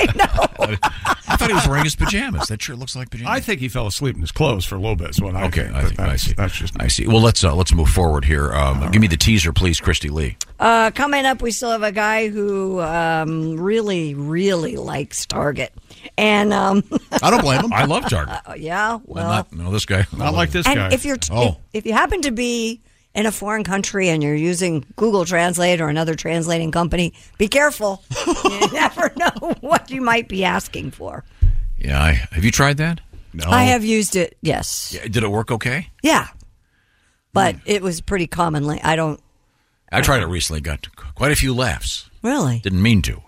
I thought he was wearing his pajamas. That sure looks like pajamas.
I think he fell asleep in his clothes for Lopez. When I
Okay,
did,
I
but
think I
that's-
see. That's just I see. Well, let's uh, let's move forward here. Um, give me the teaser, please, Christy Lee.
Uh, coming up, we still have a guy who um, really, really likes Target, and um,
I don't blame him. I love Target.
Uh, yeah, well,
not, no, this guy.
Not like this
and if you're
oh,
if, if you happen to be in a foreign country and you're using Google Translate or another translating company, be careful. you never know what you might be asking for.
yeah. I, have you tried that? No.
I have used it. Yes.
Yeah, did it work okay?
Yeah. But it was pretty commonly. I don't
I tried it recently. Got quite a few laughs.
really.
Didn't mean to.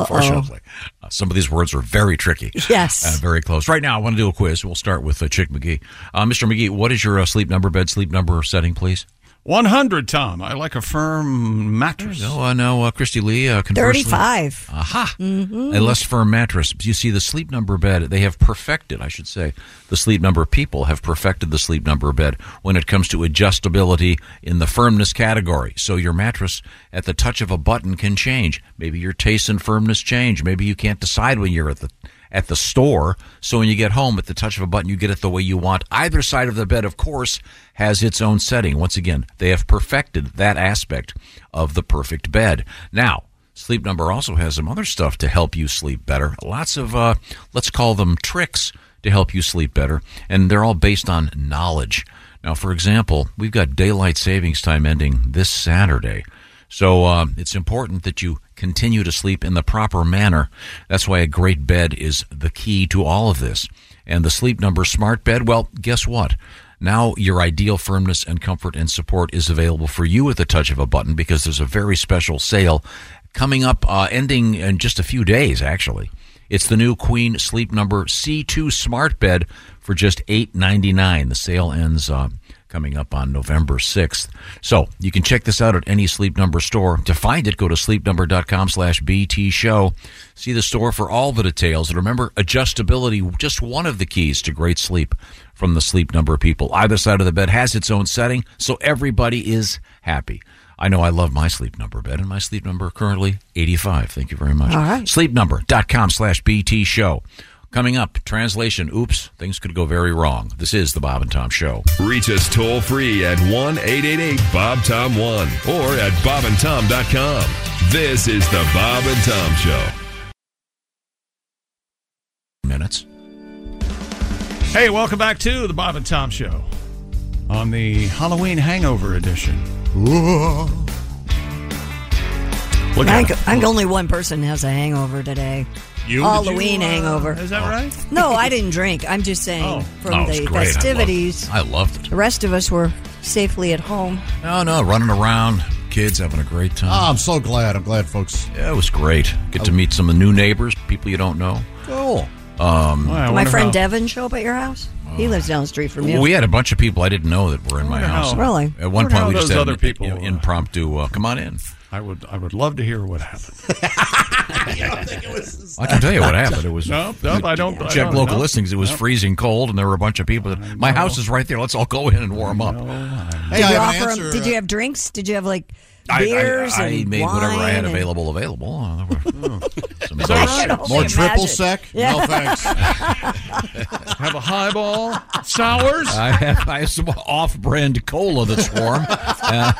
Unfortunately, uh, some of these words are very tricky.
Yes.
Uh, very close. Right now, I want to do a quiz. We'll start with uh, Chick McGee. Uh, Mr. McGee, what is your uh, sleep number, bed sleep number setting, please?
100, Tom. I like a firm mattress.
No, I know. Uh, Christy Lee, uh, conversely. Aha.
Mm-hmm.
A less firm mattress. You see, the sleep number bed, they have perfected, I should say, the sleep number people have perfected the sleep number bed when it comes to adjustability in the firmness category. So your mattress, at the touch of a button, can change. Maybe your taste and firmness change. Maybe you can't decide when you're at the at the store. So when you get home, at the touch of a button, you get it the way you want. Either side of the bed, of course, has its own setting. Once again, they have perfected that aspect of the perfect bed. Now, Sleep Number also has some other stuff to help you sleep better. Lots of, uh, let's call them tricks to help you sleep better. And they're all based on knowledge. Now, for example, we've got daylight savings time ending this Saturday. So uh, it's important that you continue to sleep in the proper manner. That's why a great bed is the key to all of this. And the Sleep Number Smart Bed, well, guess what? Now your ideal firmness and comfort and support is available for you at the touch of a button because there's a very special sale coming up, uh, ending in just a few days, actually. It's the new Queen Sleep Number C2 Smart Bed for just eight ninety nine. The sale ends uh, coming up on November sixth. So you can check this out at any Sleep Number store. To find it, go to sleepnumber.com slash BT show. See the store for all the details. And remember, adjustability, just one of the keys to great sleep from the sleep number people. Either side of the bed has its own setting, so everybody is happy. I know I love my sleep number bed, and my sleep number currently 85. Thank you very much.
All right.
Sleepnumber.com slash BT show. Coming up, translation. Oops, things could go very wrong. This is the Bob and Tom Show.
Reach us toll free at 1 888 Bob Tom 1 or at bobandtom.com. This is the Bob and Tom Show.
Minutes.
Hey, welcome back to the Bob and Tom Show on the Halloween Hangover Edition. Look
I
at
think,
him.
I think only one person has a hangover today.
You?
Halloween
Did you, uh,
hangover.
is that right?
No, I didn't drink. I'm just saying from
Oh, it was
the
great. I loved it.
festivities,
I loved it.
the rest of us were safely at home.
No, no, running around, kids having a great time.
Oh, I'm so glad. I'm glad, folks.
Yeah, it was great. Get to meet some of the new neighbors, people you don't know.
Cool.
Um,
Did my friend Devin show up at your house?
Oh.
he lives down the street from you.
We had a bunch of people I didn't know that were in my
wonder
house.
how- Really?
At one
Wonder
point,
how
we just
those
had
other
an,
people,
you know, impromptu. Uh, come on in.
I would, I would love to hear what happened.
I can tell you what happened. It was
no, no, I don't. I
check
don't,
local
no,
listings. It was
no.
freezing cold, and there were a bunch of people. That, my house is right there. Let's all go in and warm up.
did you
have an
offer 'em-
answer,
Did you have drinks? Did you have like beers
I, I, I
and
made
wine
whatever I had
and-
available available. Uh, there were some of
I
those.
can only
More triple
imagine.
sec?
Yeah.
No, thanks.
Have a highball, sours.
I have, I have some off-brand cola that's warm. Uh,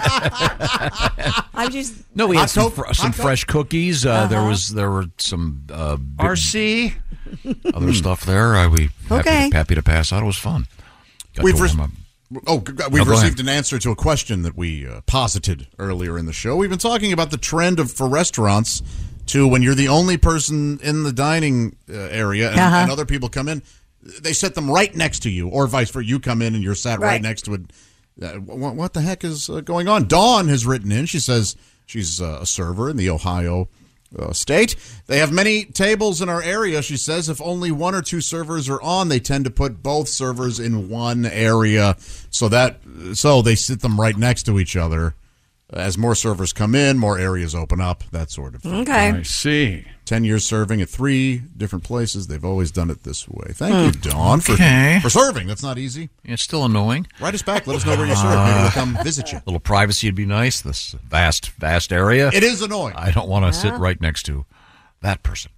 I'm just
no, we had
Hot
some,
Coke?
fr- some
Hot Coke?
fresh cookies. Uh, There
Uh-huh.
was there were some uh, big
RC.
other stuff there. I we happy,
Hmm. Okay.
to, happy to pass out. It was fun. Got
We've
to
res-
warm up.
Oh, g-
No,
we've
go
received an answer to a question that we uh, posited earlier in the show. We've been talking about the trend of for restaurants to when you're the only person in the dining uh, area and,
Uh-huh.
and other people come in, they set them right next to you, or vice versa. You come in and you're sat right,
Right.
next to it. Uh, what, what the heck is uh, going on? Dawn has written in. She says she's uh, a server in the Ohio uh, state. They have many tables in our area, she says. If only one or two servers are on, they tend to put both servers in one area so that so they sit them right next to each other. As more servers come in, more areas open up, that sort of thing.
Okay. I
see.
10 years serving at three different places. They've always done it this way. Thank
Hmm.
you, Dawn, for,
Okay.
for serving. That's not easy.
It's still annoying.
Write us back. Let us know where you serve. Maybe we'll come visit you.
A little privacy would be nice. This vast, vast area.
It is annoying.
I don't want to sit
Yeah.
right next to that person.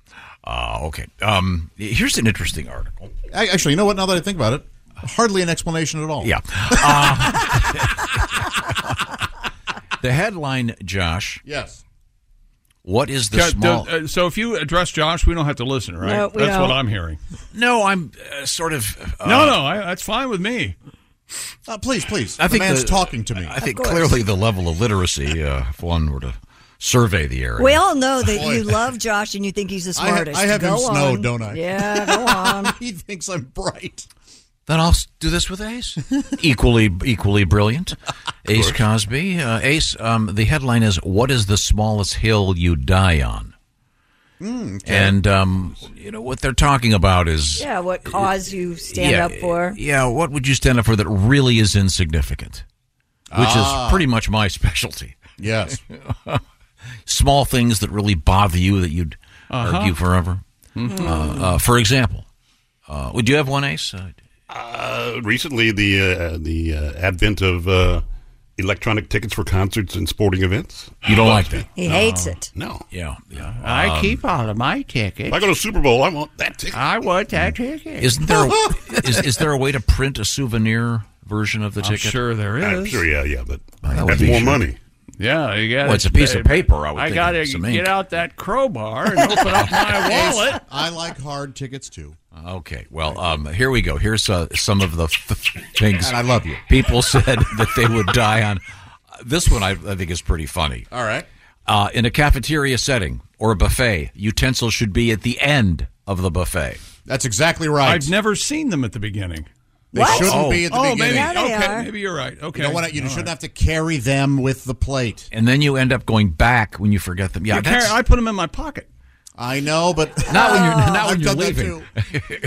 Uh, okay. Um, here's an interesting article.
A- Actually, you know what? Now that I think about it, hardly an explanation at all.
Yeah. Uh, the headline, Josh.
Yes.
What is the
Yeah,
small?
the- uh, so if you address Josh, we don't have to listen, right?
No, we
that's
don't.
what I'm hearing.
No, I'm uh, sort of. Uh,
no, no, I, that's fine with me. Uh,
please, please.
I think the-
me.
I think clearly the level of literacy, uh, if one were to survey the area.
We all know that
Boy.
you love Josh and you think he's the
I ha-
smartest.
I have him
go
snowed,
on.
don't I?
Yeah, go on.
he thinks I'm bright.
Then I'll s- do this with Ace. equally equally brilliant. Ace Cosby. Uh, Ace, um, the headline is What is the smallest hill you die on?
Hmm,
And, um, you know, what they're talking about is.
Yeah, what cause you stand
Yeah,
up for?
Yeah, what would you stand up for that really is insignificant? Which
Ah.
is pretty much my specialty.
Yes.
Small things that really bother you that you'd
Uh-huh.
argue forever.
Mhm.
Uh, uh, for example, uh, would you have one, Ace? Uh,
Uh, recently, the uh, the uh, advent of uh, electronic tickets for concerts and sporting events.
You don't like that.
He hates it.
No.
Yeah. yeah.
Um,
all of my tickets.
If I go to Super Bowl, I want that ticket.
I want that ticket.
Isn't there is, is there a way to print a souvenir version of the
I'm
ticket?
sure there
I'm
is.
Uh, sure, yeah, yeah, but
that would
that's
be
more
sure.
money.
Yeah, you got
Well, it's a piece of paper, I would think,
got to
some ink.
get out that crowbar and open up my wallet.
I like hard tickets too.
Okay, well, um, here we go. Here's uh, some of the f- things.
And I love you.
People said that they would die on. This one I, I think is pretty funny.
All right.
Uh, in a cafeteria setting or a buffet, utensils should be at the end of the buffet.
That's exactly right.
I've never seen them at the beginning.
They What? shouldn't be at the
oh,
beginning.
Maybe,
Yeah, they
okay,
are.
maybe you're right. Okay,
You, don't wanna, you
All
shouldn't
right.
have to carry them with the plate.
And then you end up going back when you forget them. Yeah,
You
that's
carry- I put them in my pocket.
I know, but Ah,
not when you're not
I've
when you're
done that
leaving.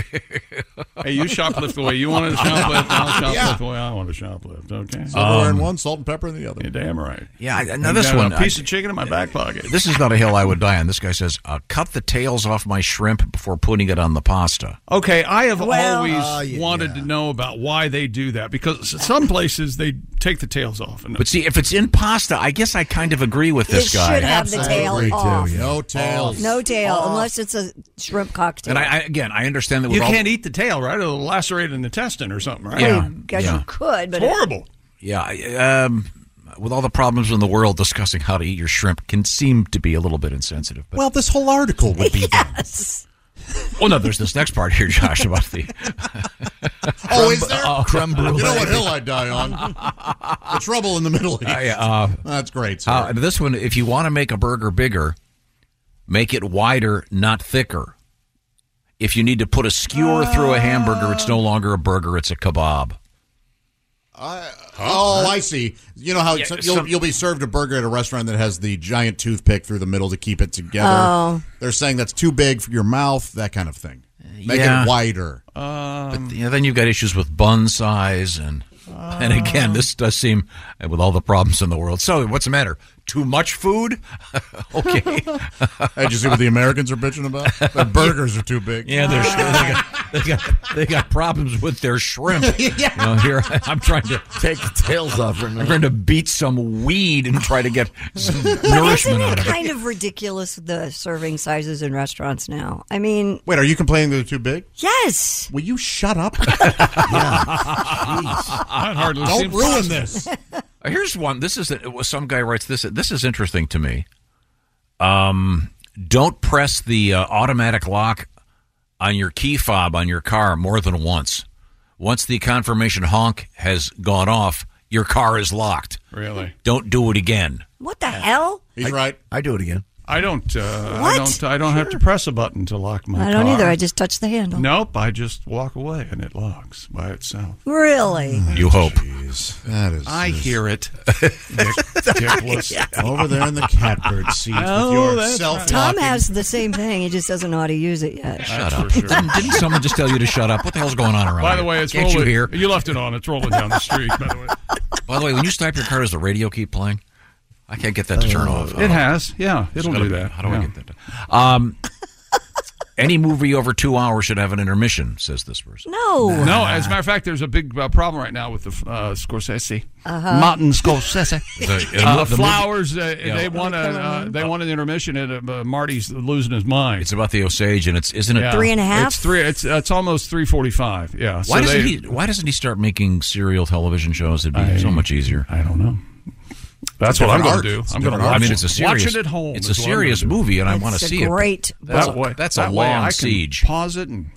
Hey, you shoplift the way you want to shoplift. I'll shoplift
Yeah.
the way I want to shoplift. Okay. Um,
Silverware
Um,
in one, salt and pepper in the other.
You're damn right.
Yeah, I- now
You
this
got
one,
A piece
I-
of chicken in my back pocket.
This is not a hill I would die on. This guy says, uh, "Cut the tails off my shrimp before putting it on the pasta."
Okay, I have
Well-
always
Ah, yeah,
wanted to know about why they do that because some places they take the tails off. And
But see, if it's in pasta, I guess I kind of agree with this
It
guy.
should have the tail off.
No tails.
No tail, unless it's a shrimp cocktail.
And I, I again, I understand that
you
we're all-
can't eat the tail, right? It'll lacerate an intestine or something, right?
Yeah,
guess
yeah.
you could, but
It's horrible.
Yeah, I- um, with all the problems in the world, discussing how to eat your shrimp can seem to be a little bit insensitive. But
Well, this whole article would be
yes.
oh no, there's this next part here, Josh, about the
Oh, is there?
Oh, crumb
you know what
brulee.
hill I'd die on? the trouble in the Middle East.
Uh, yeah, uh,
That's great.
Uh, this one, if you want to make a burger bigger, make it wider, not thicker. If you need to put a skewer through a hamburger, it's
Oh.
no longer a burger; it's a kebab.
Oh, I see. You know how
Yeah,
so you'll,
some-
you'll be served a burger at a restaurant that has the giant toothpick through the middle to keep it together.
Oh.
They're saying that's too big for your mouth, that kind of thing.
Uh,
Make
yeah.
it wider.
but you know, then you've got issues with bun size, and and again, this does seem uh, with all the problems in the world. So, what's the matter? Too much food? okay.
Hey, did you see what the Americans are bitching about? Their burgers are too big.
Yeah, they're, they, got, they got they got problems with their shrimp.
Yeah.
You know, here I- I'm trying to take the tails off. I'm trying to beat some weed and try to get some
But
nourishment
isn't it
out of it.
kind of ridiculous the serving sizes in restaurants now? I mean,
Wait, are you complaining they're too big?
yes.
Will you shut up?
That Oh, hardly
Don't
seems
ruin
possible.
this.
Uh, Here's one. This is it was some guy writes this. This is interesting to me. Um, don't press the uh, automatic lock on your key fob on your car more than once. Once the confirmation honk has gone off, your car is locked.
Really?
Don't do it again.
What the hell?
He's right.
I do it again.
I don't. Uh, I
What?
don't. I don't have to press a button to lock my.
I don't
car.
either. I just touch the handle.
Nope. I just walk away and it locks by itself.
Really?
Oh,
You hope.
is Mm-hmm. that is.
I hear it.
over there in the catbird seat
Oh,
with your
that's
self.
Tom has the same thing. He just doesn't know how to use it yet.
Shut up. Didn't, didn't someone just tell you to shut up? What the hell's going on around
By the
here?
way, it's
Can't
rolling.
you hear?
you left it on. It's rolling down the street. By the way,
By the way, when you snipe your car, does the radio keep playing? I can't get that to turn off.
Uh, it has. Yeah,
It's
it'll
gotta
do
be-
that.
How do I
Yeah.
get that? Done? Um, any movie over two hours should have an intermission, says this person.
No.
No, as a matter of fact, there's a big uh, problem right now with the uh, Scorsese,
Uh-huh.
Martin Scorsese.
The-
Uh,
the
the flowers.
movie-
Uh,
Yeah.
They want a, uh, They want an intermission, and uh, Marty's losing his mind.
It's about the Osage, and it's isn't it
Yeah. It's three. It's it's almost three forty-five. Yeah. so
Why doesn't
they-
he? Why doesn't he start making serial television shows? It'd be
I-
so much easier.
I don't know. That's what I'm going to do. I'm going to watch.
I mean, it's a serious.
Watch it at home.
It's a
is what I'm gonna
serious
do.
movie, and I want to see it. but That's
That
a,
way-
that's
that
a
way I
long
can
siege.
Pause it and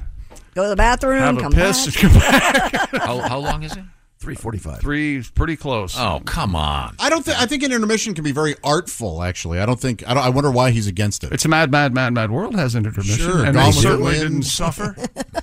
Go to the bathroom,
have a
come
piss
back.
and come back.
how, how long is it?
Three forty-five. Three, pretty close.
Oh come on!
I don't think. I think an intermission can be very artful. Actually, I don't think. I don't. I wonder why he's against it.
It's a mad, mad, mad, mad world has an intermission,
Sure,
and they
Gone with the
certainly
Wind.
didn't suffer.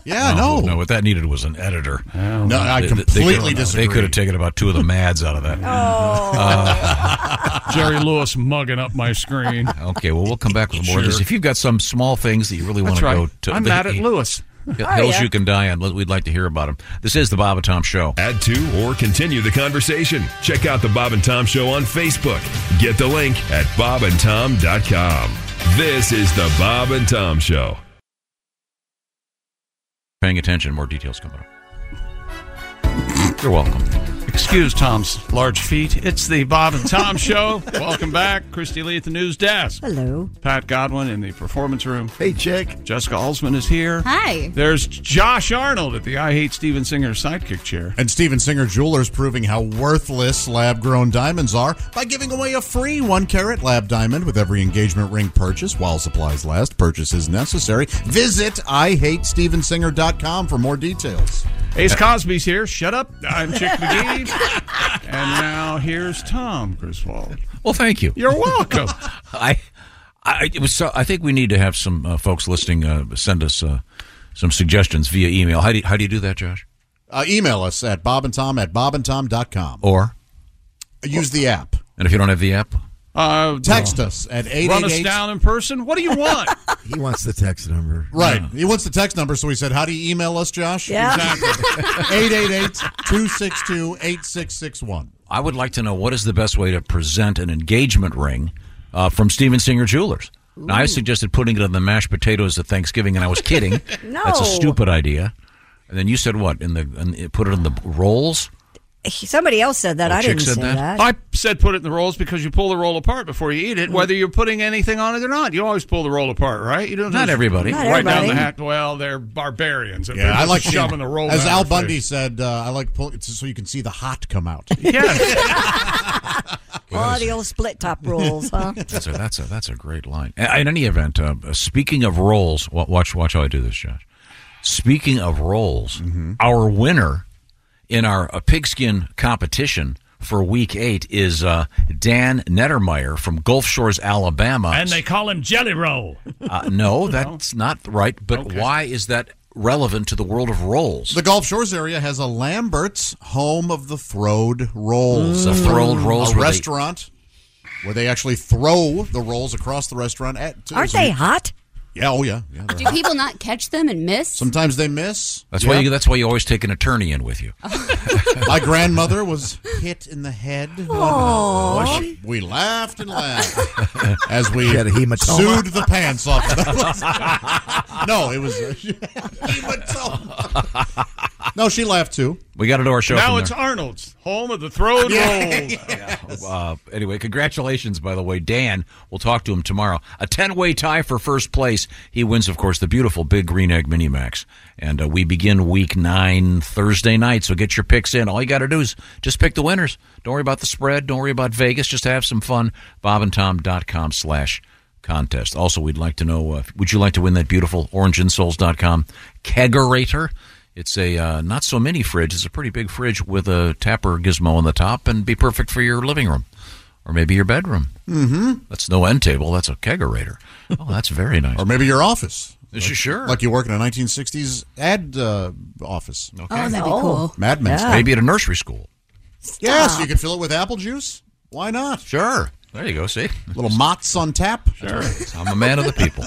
Yeah,
no, no. What that needed was an editor.
No,
no. I
They- they-
completely
they could,
disagree.
They could have taken about two of the mads out of that.
Oh.
Uh,
Uh, Jerry Lewis mugging up my screen.
Okay, well, we'll come back with more of this.
Sure.
If you've got some small things that you really want
That's
to
right.
go to,
I'm
the-
mad at Lewis.
the
Are
Hills
ya?
you can die on. We'd like to hear about them. This is the Bob and Tom Show.
Add to or continue the conversation. Check out the Bob and Tom Show on Facebook. Get the link at bobandtom.com. This is the Bob and Tom Show.
Paying attention. More details coming up. You're welcome.
Excuse Tom's large feet. It's the Bob and Tom Show. Welcome back. Christy Lee at the news desk.
Hello.
Pat Godwin in the performance room.
Hey, Chick.
Jessica Alsman is here.
Hi.
There's Josh Arnold at the I Hate Steven Singer sidekick chair.
And Steven Singer Jewelers proving how worthless lab grown diamonds are by giving away a free one carat lab diamond with every engagement ring purchase while supplies last. Purchase is necessary. Visit IHateStevenSinger.com for more details.
Ace Cosby's here. Shut up. I'm Chick McGee. and now here's Tom Griswold.
Well, thank you.
You're welcome.
I, I it was so. I think we need to have some uh, folks listening uh, send us uh, some suggestions via email. How do you, how do you do that, Josh?
Uh, email us at bobandtom at bobandtom.com.
Or
Use the app.
and if you don't have the app,
Uh,
Text us at
Run us
888
down in person. What do you want?
He wants the text number.
Right. He wants the text number, so he said, How do you email us, Josh?
Yeah.
Exactly. 888 262 8661.
I would like to know what is the best way to present an engagement ring uh, from Steven Singer Jewelers. Now, I suggested putting it on the mashed potatoes at Thanksgiving, and I was kidding.
No.
That's a stupid idea. And then you said what? In the in, it- put it on the rolls?
Somebody else said that. I
Chick
didn't
said
say
that?
that.
I said put it in the rolls because you pull the roll apart before you
Mm.
eat it, whether you're putting anything on it or not. You always pull the roll apart, right? You don't
Not
just
everybody. Not
Right down
everybody.
the hat. Well, they're barbarians. They're
Yeah, I
just
like
shoving the roll.
As
down
Al
their
Bundy
face.
said, uh, I like pull, it's so you can see the hot come out.
Oh, the old split top rules, huh?
That's a that's a that's a great line. A- In any event, uh, speaking of rolls, wa- watch watch how I do this, Josh. Speaking of rolls, our winner in our uh, pigskin competition for week eight is uh, Dan Nettermeyer from Gulf Shores, Alabama.
And they call him Jelly Roll.
Uh,
Oh,
no, that's not right. But why is that relevant to the world of rolls?
The Gulf Shores area has a Lambert's, home of the throwed rolls.
The
Mm.
throwed rolls
A
where they-
restaurant where they actually throw the rolls across the restaurant at.
Aren't they hot?
Yeah, oh yeah. yeah
Do
they're-
people not catch them and miss?
Sometimes they miss.
That's
Yeah.
why you, that's why you always take an attorney in with you.
My grandmother was hit in the head.
Aw.
Was she? We laughed and laughed as we
She had a hematoma.
sued the pants off. no, it was hematoma. No, she laughed too.
We got to do our show.
Now
from
it's
there.
Arnold's home of the throne
Yeah.
rolls.
Uh, anyway, congratulations, by the way, Dan. We'll talk to him tomorrow. A 10 way tie for first place. He wins, of course, the beautiful Big Green Egg Mini Max. And uh, we begin week nine Thursday night. So get your picks in. All you got to do is just pick the winners. Don't worry about the spread. Don't worry about Vegas. Just have some fun. BobandTom.com slash contest. Also, we'd like to know uh, would you like to win that beautiful orangeinsouls.com kegerator? It's a uh, not so mini fridge. It's a pretty big fridge with a tapper gizmo on the top and be perfect for your living room or maybe your bedroom.
Mm-hmm.
That's no end table. That's a kegerator. Oh, that's very nice.
Or maybe Oh, your office.
sure.
Like you work in a 1960s ad uh, office.
Okay. Oh,
that'd be cool.
Mad Men.
Maybe at a nursery school.
Yes, you can fill it with apple juice. Why not?
Sure. There you go. See,
little Mott's on tap.
Sure. I'm a man of the people.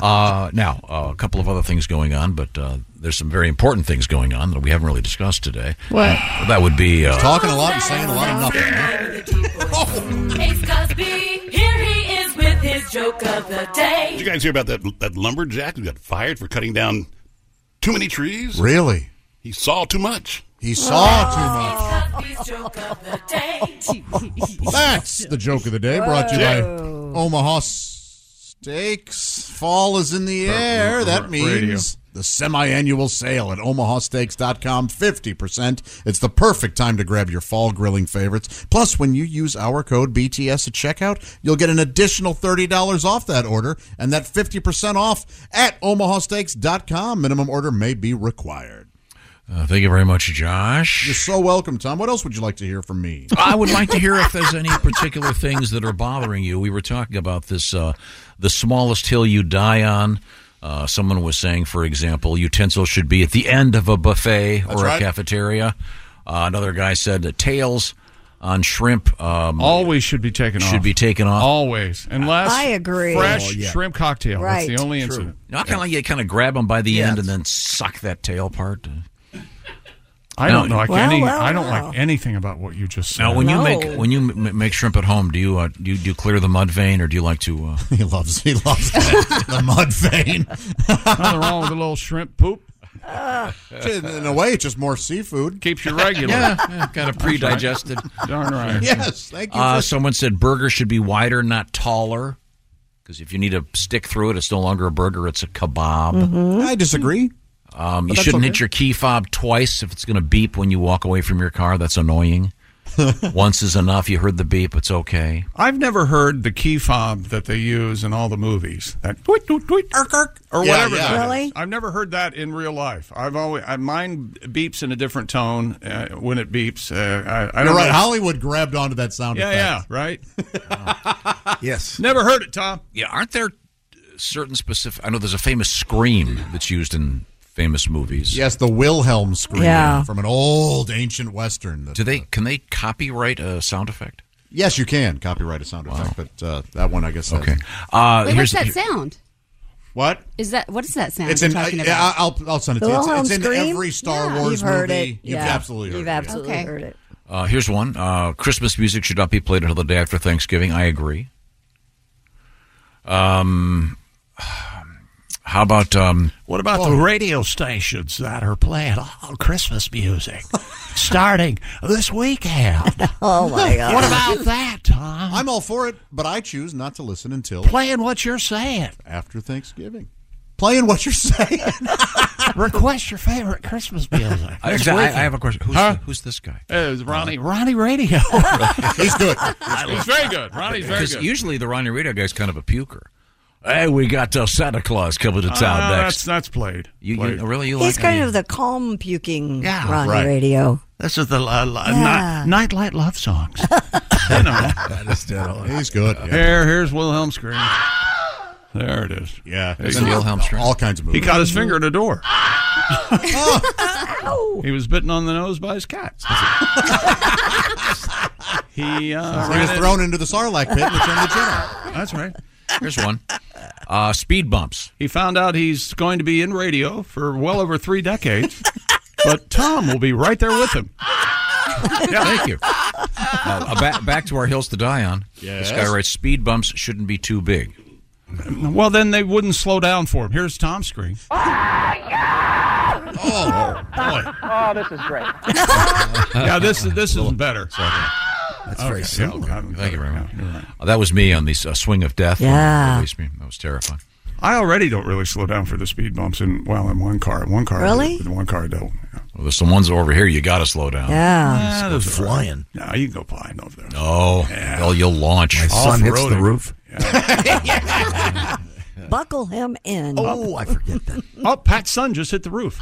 Uh, now, uh, a couple of other things going on, but uh, there's some very important things going on that we haven't really discussed today.
What?
Uh, that would be uh,
Talking a lot and saying a lot of nothing.
Ace Cosby, here he is with his joke of the day.
Did you guys hear about that that lumberjack who got fired for cutting down too many trees?
Really?
He saw too much.
He saw too much.
Cosby's joke of the day.
That's the joke of the day brought to you by Omaha Steaks. Fall is in the air. That means
Radio.
the semi-annual sale at omahasteaks.com 50%. It's the perfect time to grab your fall grilling favorites. Plus, when you use our code BTS at checkout, you'll get an additional $30 off that order and that 50% off at omahasteaks.com. Minimum order may be required.
Uh, thank you very much, Josh. You're
so welcome, Tom. What else would you like to hear from me?
I would like to hear if there's any particular things that are bothering you. We were talking about this, uh, the smallest hill you die on. Uh, someone was saying, for example, utensils should be at the end of a buffet
That's
or
right.
a cafeteria. Uh, another guy said that tails on shrimp um,
always should be taken
should
off.
be taken off.
Always, unless
I agree.
Fresh
Oh, yeah.
shrimp cocktail.
Right.
That's the only
True.
incident.
You know, I kind of like you kind of grab them by the end and then suck that tail part.
I
Now-
don't know. Like any, I don't like anything about what you just said.
Now, when you make when you m- make shrimp at home, do you uh, do you, do you clear the mud vein, or do you like to? Uh...
he loves he loves the mud vein.
nothing wrong with a little shrimp poop.
In in a way, it's just more seafood.
Keeps you regular.
Yeah, yeah, kind of
That's right.
pre-digested.
Darn right.
Yes, thank you.
Uh,
for-
someone said burger should be wider, not taller, because if you need to stick through it, it's no longer a burger; it's a kebab.
Mhm. I disagree.
Um, you
that's
shouldn't
okay.
hit your key fob twice if it's going to beep when you walk away from your car. That's annoying. Once is enough. You heard the beep; it's okay.
I've never heard the key fob that they use in all the movies. That tweet, tweet, tweet, erk, erk, or
Yeah,
whatever.
yeah.
that is.
Really?
I've never heard that in real life. I've always I, mine beeps in a different tone uh, when it beeps. Uh, I, I
You're
don't
right.
know.
Hollywood grabbed onto that sound
Yeah, yeah,
effect.
right.
Yes.
Never heard it, Tom.
Yeah, aren't there certain specific? I know there's a famous scream that's used in famous movies.
Yes, the Wilhelm scream
Yeah.
from an old ancient western. that- uh,
Do they? Can they copyright a sound effect?
yes, you can copyright a sound effect, but uh, that one, I guess. Okay.
Uh,
Wait, what's that sound?
What?
Is that what is that sound?
It's in.
you're talking
I,
about?
I'll, I'll send it to you. It's, it's in every Star
Yeah.
Wars
You've heard
movie.
it.
You've
Yeah.
absolutely heard
You've
it.
absolutely
Okay.
heard it.
Uh, here's one. Uh, Christmas music should not be played until the day after Thanksgiving. I agree. Um, how about um,
What about the radio stations that are playing all Christmas music starting this weekend?
Oh
my God. What about that, Tom?
I'm all for it, but I choose not to listen until
Playing what you're saying.
after Thanksgiving. Playing what you're saying.
Request your favorite Christmas music.
I,
this
I- I
weekend.
have a question. Who's,
Huh?
who's this guy?
It's Ronnie.
Ronnie Radio.
He's good.
He's very good. Ronnie's very
Because
good.
usually the Ronnie Radio guy's kind of a puker. Hey, we got uh, Santa Claus coming to
Uh,
town
That's
next.
that's played.
You, you-
Played.
really? You
He's
like
kind
him?
of the calm puking
Yeah,
Ronnie
right.
Radio.
This is the uh,
Yeah.
night, nightlight love songs.
You know.
He's good. yeah.
Here, here's Wilhelm scream. There it is.
Yeah,
There
it's
you go.
in Wilhelm Scream. All kinds of
He
movies.
caught his finger in a door. he was bitten on the nose by his cat. he uh,
He was
ran
thrown into the Sarlacc pit and returned to Jedi.
That's right.
Here's one. Uh, speed bumps.
He found out he's going to be in radio for well over three decades, but Tom will be right there with him.
Yeah, thank you. Uh, back, back to our hills to die on. This guy
Yes.
writes speed bumps shouldn't be too big.
Well, then they wouldn't slow down for him. Here's Tom's scream.
Oh,
boy.
Oh, this is great.
yeah, this is this is better.
That's
very simple.
Thank you very much. Uh, that was me on the uh, swing of death.
Yeah.
Released me. That was terrifying.
I already don't really slow down for the speed bumps in well in one car. One car, I do,
Really?
but In one car, I don't.
Well, there's some ones over here you got to slow down.
Yeah,
Those
those are-
flying.
No, you can go blind over there.
No. Oh, Well, you'll launch.
My son hits the Off-roading. roof.
Buckle him in.
Oh,
I forget that.
Oh, Pat's son just hit the roof.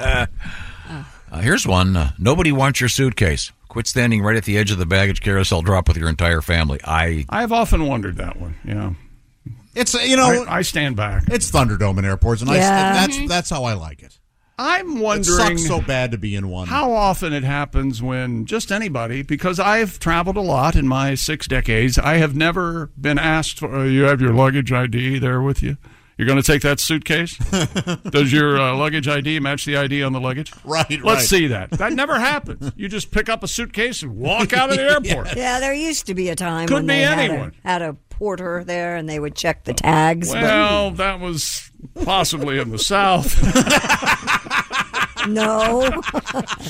Uh, here's one. Uh, nobody wants your suitcase. Quit standing right at the edge of the baggage carousel. Drop with your entire family. I.
I've often wondered that one. Yeah.
It's uh, you know
I, I stand back.
it's Thunderdome in airports, and I
Yeah.
Mm-hmm.
that's that's how I like it.
I'm wondering.
sucks so bad to be in one.
How often it happens when just anybody, because I've traveled a lot in my six decades, I have never been asked for, uh, you have your luggage ID there with you? You're going to take that suitcase? Does your uh, luggage ID match the ID on the luggage?
Right,
Let's
right.
see that. That never happens. You just pick up a suitcase and walk out of the airport.
Yeah, there used to be a time
Could
when
be
they had a-
anyone.
Had a, porter there, and they would check the tags. but-
Well, that was possibly in the South.
no, it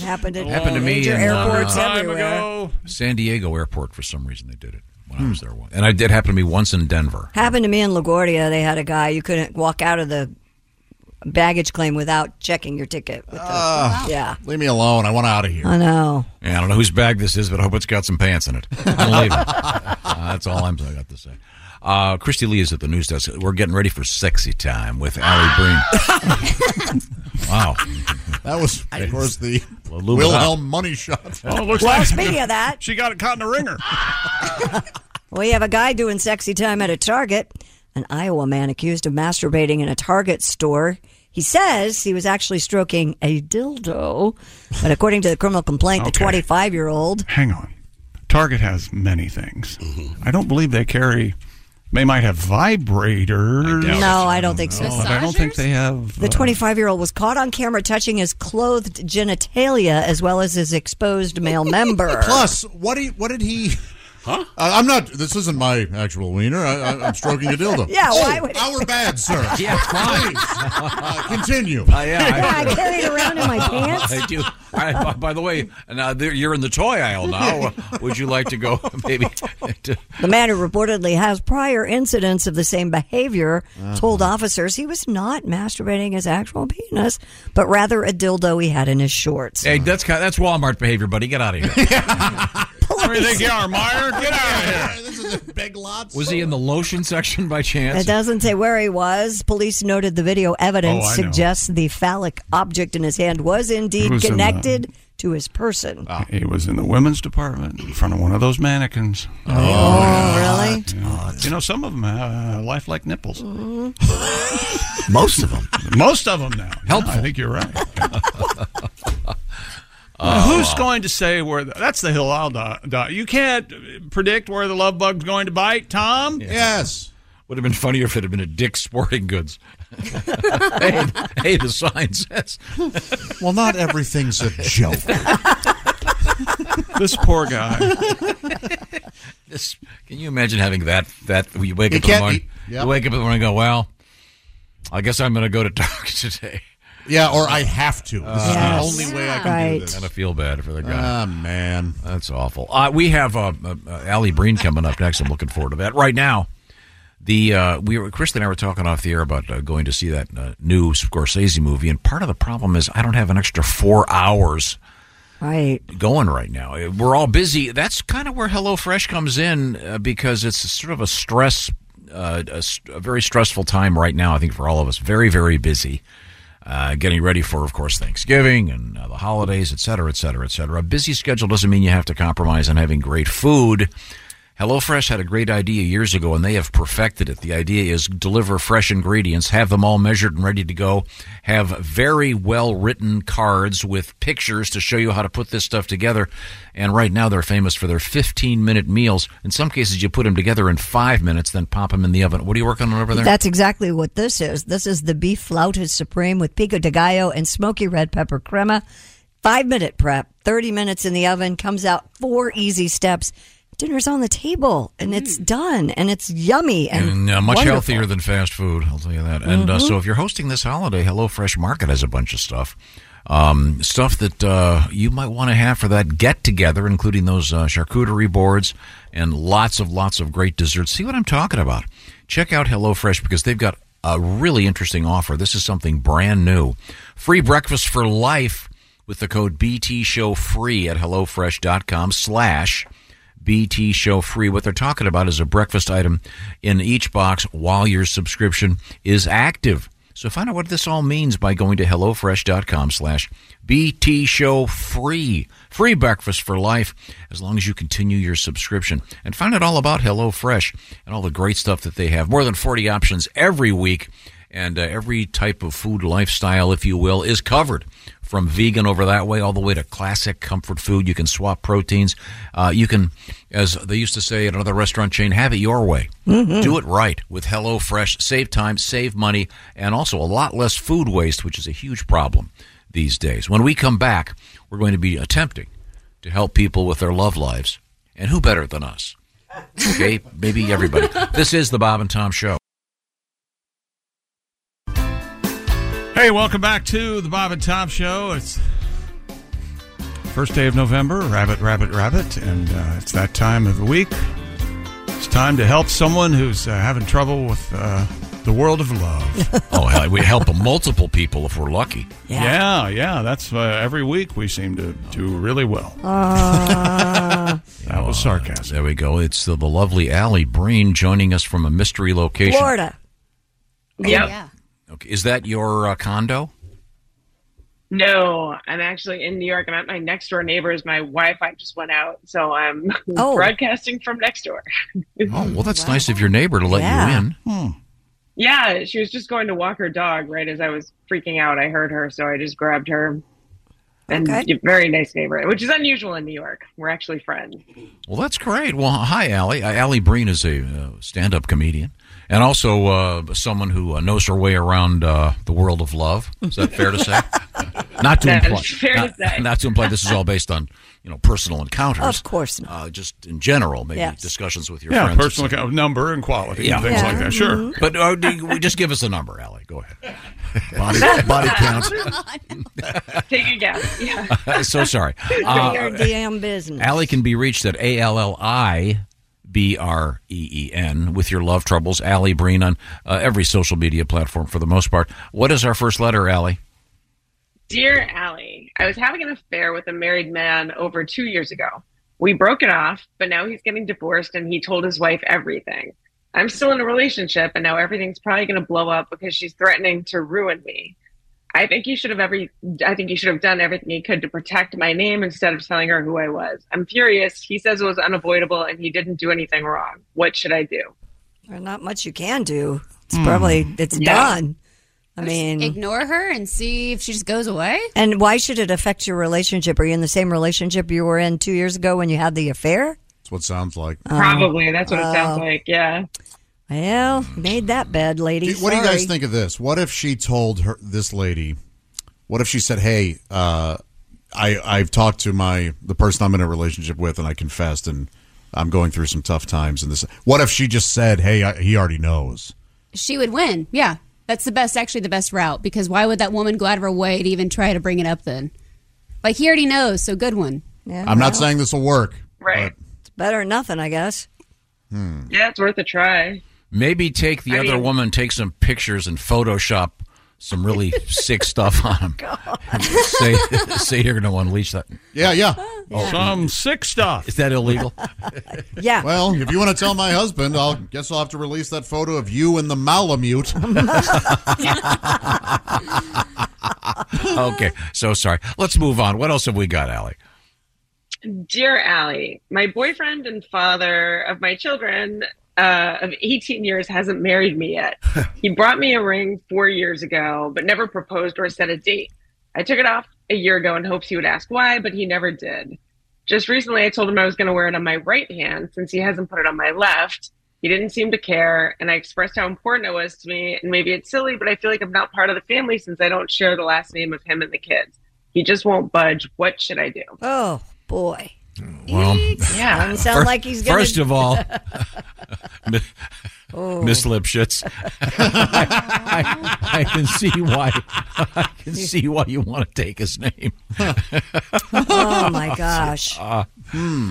happened at
happened to me
major
in,
airports
uh,
everywhere.
San Diego airport for some reason they did it when
Hmm.
I was there once, and it did happen to me once in Denver.
Happened to me in LaGuardia. They had a guy you couldn't walk out of the baggage claim without checking your ticket. With the,
Ah.
yeah,
Leave me alone. I want out of here.
I know.
Yeah, I don't know whose bag this is, but I hope it's got some pants in it. I'm leaving. uh, that's all I'm I got to say. Uh, Christy Lee is at the news desk. We're getting ready for sexy time with Allie Breen. wow,
That was, of course, the
little bit
Wilhelm money shot.
Oh, it looks
well,
like
speaking of that,
she got it caught in a ringer.
We have a guy doing sexy time at a Target. An Iowa man accused of masturbating in a Target store. He says he was actually stroking a dildo, but according to the criminal complaint, the
Okay.
25 year old.
Hang on. Target has many things.
Mm-hmm.
I don't believe they carry. They might have vibrators.
I doubt No, it. I don't think so.
No, I don't think they have.
The
uh,
25 year old was caught on camera touching his clothed genitalia as well as his exposed male member.
Plus, what did he? What did he? Huh? I'm not. This isn't my actual wiener. I, I, I'm stroking a dildo.
Yeah,
Oh,
why would-
our bad, sir.
Yeah,
fine. Uh, continue.
Yeah, I carried it around in my pants.
I do. All right, by, by the way, now there- you're in the toy aisle now. Uh, Would you like to go, maybe? To,
The man who reportedly has prior incidents of the same behavior
Uh-huh.
told officers he was not masturbating his actual penis, but rather a dildo he had in his shorts.
hey, that's kind that's Walmart behavior, buddy. Get out of here.
Where do you think you are, Meyer? Get out of here.
Was he in the lotion section by chance?
It doesn't say where he was. Police noted the video evidence
Oh, I know.
suggests the phallic object in his hand was indeed
was in the-
connected to his person.
He uh, was in the women's department in front of one of those mannequins. Oh,
Oh, really?
You know, some of them have uh, lifelike nipples.
Mm-hmm. Most of them.
Most of them now. Helpful. I think you're right.
Oh,
Now, who's going to say where? The, that's the hill I'll die. die. You can't uh, predict where the love bug's going to bite, Tom.
Yes.
Would have been funnier if it had been a Dick Sporting Goods. hey, hey, the sign says.
Well, not everything's a joke.
this poor guy.
This, can you imagine having that? That you wake
You
up in the
can't
morning.
eat- yeah.
You wake up in the morning and go, well, I guess I'm going to go to Target today.
Yeah, or I have to. This is the
Yes.
only way I can do this.
Kind of feel bad for the guy.
Ah, man,
that's awful. Uh, we have uh, uh, uh, Ali Breen coming up next. I'm looking forward to that. Right now, the uh, we were Kristen and I were talking off the air about uh, going to see that uh, new Scorsese movie, and part of the problem is I don't have an extra four hours
Right.
going right now. Uh, We're all busy. That's kind of where HelloFresh comes in uh, because it's sort of a stress, uh, a, s- a very stressful time right now. I think for all of us, very very busy, uh, getting ready for, of course, Thanksgiving and uh, the holidays, et cetera, et cetera, et cetera. A busy schedule doesn't mean you have to compromise on having great food. HelloFresh had a great idea years ago, and they have perfected it. The idea is deliver fresh ingredients, have them all measured and ready to go, have very well written cards with pictures to show you how to put this stuff together. And right now, they're famous for their 15 minute meals. In some cases, you put them together in five minutes, then pop them in the oven. What are you working on over there?
That's exactly what this is. This is the beef flautas supreme with pico de gallo and smoky red pepper crema. Five minute prep, 30 minutes in the oven, comes out four easy steps. Dinner's on the table and it's
Mm.
done and it's yummy and,
and uh, much
wonderful.
healthier than fast food. I'll tell you that. And uh,
Mhm.
so, if you're hosting this holiday, HelloFresh Market has a bunch of stuff, um, stuff that uh, you might want to have for that get together, including those uh, charcuterie boards and lots of lots of great desserts. See what I'm talking about? Check out HelloFresh because they've got a really interesting offer. This is something brand new, free breakfast for life with the code BT Show Free at hellofresh.com slash BT Show Free. What they're talking about is a breakfast item in each box while your subscription is active. So find out what this all means by going to HelloFresh.com slash BT Show Free. Free breakfast for life as long as you continue your subscription. And find out all about HelloFresh and all the great stuff that they have. More than 40 options every week and uh, every type of food lifestyle, if you will, is covered. From vegan over that way, all the way to classic comfort food. You can swap proteins. Uh, you can, as they used to say at another restaurant chain, have it your way.
Mm.
Mhm.
Do it right with Hello Fresh. Save time, save money, and also a lot less food waste, which is a huge problem these days. When we come back, we're going to be attempting to help people with their love lives, and who better than us? Okay, maybe everybody. This is the Bob and Tom Show.
Hey, welcome back to the Bob and Tom Show. It's first day of November, rabbit, rabbit, rabbit, and uh, it's that time of the week. It's time to help someone who's uh, having trouble with uh, the world of love.
oh, hell, we help multiple people if we're lucky.
Yeah, yeah, that's uh, every week we seem to do really well.
Uh,
that was sarcasm.
There we go. It's the, the lovely Allie Breen joining us from a mystery location.
Florida.
Yep.
Okay, is that your uh, condo?
No, I'm actually in New York. I'm at my next door neighbor's. My Wi-Fi just went out, so I'm broadcasting from next door.
Oh, well, that's nice of your neighbor to let you
Yeah. Hmm.
in.
yeah, she was just going to walk her dog right as I was freaking out. I heard her, so I just grabbed her. And
Okay.
very nice neighbor, which is unusual in New York. We're actually friends.
Well, that's great. Well, hi, Allie. Uh, Allie Breen is a uh, stand up comedian and also uh, someone who uh, knows her way around uh, the world of love. Is that fair to say? not to
That
imply.
is fair to
not,
say.
not to imply this is all based on you know personal encounters.
Of course not.
Uh, just in general, maybe
Yes.
discussions with your
Yeah,
friends.
personal account, number and quality and things like that. Sure.
But uh, do you- we just give us a number, Allie. Go ahead. Body,
Take a guess. Yeah.
so sorry.
Take
Uh,
your damn business.
Allie can be reached at A L L I B R E E N with your love troubles. Allie Breen on uh, every social media platform for the most part. What is our first letter, Allie?
Dear Allie, I was having an affair with a married man over two years ago. We broke it off, but now he's getting divorced and he told his wife everything. I'm still in a relationship and now everything's probably going to blow up because she's threatening to ruin me. I think he should have every I think he should have done everything he could to protect my name instead of telling her who I was. I'm furious. He says it was unavoidable and he didn't do anything wrong. What should I do?
There's not much you can do. It's
Hmm.
probably it's
Yeah.
done. I mean,
Ignore her and see if she just goes away.
and why should it affect your relationship? Are you in the same relationship you were in two years ago when you had the affair?
That's what it sounds like.
Probably. That's what it sounds
Oh.
like. Yeah.
Well, made that bed, lady.
What do you guys
Sorry.
think of this? What if she told her this lady? What if she said, "Hey, uh, I I've talked to my the person I'm in a relationship with, and I confessed, and I'm going through some tough times." And this, what if she just said, "Hey, I, he already knows."
She would win. Yeah. That's the best, actually, the best route because why would that woman go out of her way to even try to bring it up then? Like, he already knows, so good one.
Yeah,
I'm not saying this will work.
Right.
It's better than nothing, I guess.
Hmm.
Yeah, it's worth a try.
Maybe take the
I
other
mean-
woman, take some pictures and Photoshop some really sick stuff on them. say, say you're going to unleash that.
Yeah, yeah. Oh.
Some sick stuff.
Is that illegal?
Yeah.
Well, if you want to tell my husband, I'll guess I'll have to release that photo of you and the Malamute.
okay, so sorry. Let's move on. What else have we got, Allie?
Dear Allie, my boyfriend and father of my children uh, of 18 years hasn't married me yet. he brought me a ring four years ago, but never proposed or set a date. I took it off a year ago in hopes he would ask why, but he never did. Just recently, I told him I was going to wear it on my right hand since he hasn't put it on my left. He didn't seem to care, and I expressed how important it was to me. And maybe it's silly, but I feel like I'm not part of the family since I don't share the last name of him and the kids. He just won't budge. What should I do?
Oh boy.
Well,
Yeah.
Doesn't sound
Fir-
like he's gonna-
First of all, Mi-
Oh.
Miss Lipschitz, I, I can see why. I can see why you want to take his name.
Oh, my gosh.
Uh,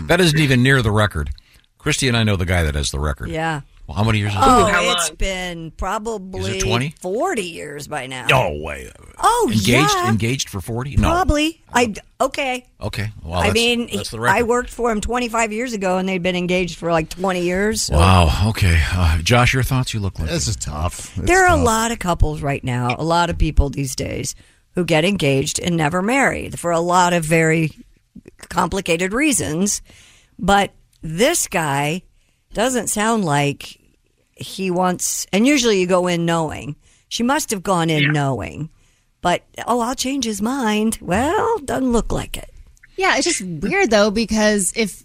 That isn't even near the record. Christy and I know the guy that has the record.
Yeah.
Well, how many years?
Oh,
is
it's been probably
20?
40 years by now.
it? No way.
Oh,
engaged,
yeah.
engaged for forty? No.
Probably. I okay.
Okay. Well,
I
that's-
mean,
that's the
I
record.
worked for him 25 years ago, and they'd been engaged for like 20 years. so-
Wow. Okay. Uh, Josh, your thoughts? You look like
this is tough.
there are a lot of couples right now, a lot of people these days who get engaged and never marry for a lot of very complicated reasons. But this guy doesn't sound like he wants, and usually you go in knowing She must have gone in knowing, but oh, I'll change his mind. Well, doesn't look like it.
Yeah, it's just weird though because if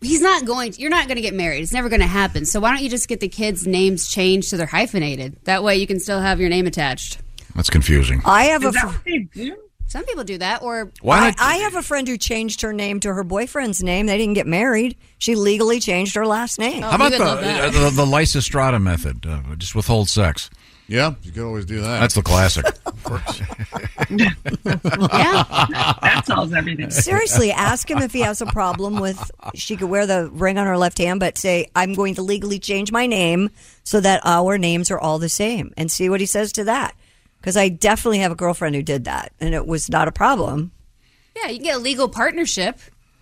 he's not going, you're not going to get married. It's never going to happen. So why don't you just get the kids' names changed so they're hyphenated? That way you can still have your name attached.
That's confusing.
I have a. fr-
Some people do that, or
Why not?
I, I have a friend who changed her name to her boyfriend's name. They didn't get married. She legally changed her last name. Oh,
How about the, uh, the the Lysistrata method? Uh, just withhold sex.
Yeah, you could always do that.
That's the classic.
Yeah.
that solves everything.
Seriously, ask him if he has a problem with she could wear the ring on her left hand, but say, I'm going to legally change my name so that our names are all the same and see what he says to that. Because I definitely have a girlfriend who did that and it was not a problem.
yeah, you can get a legal partnership,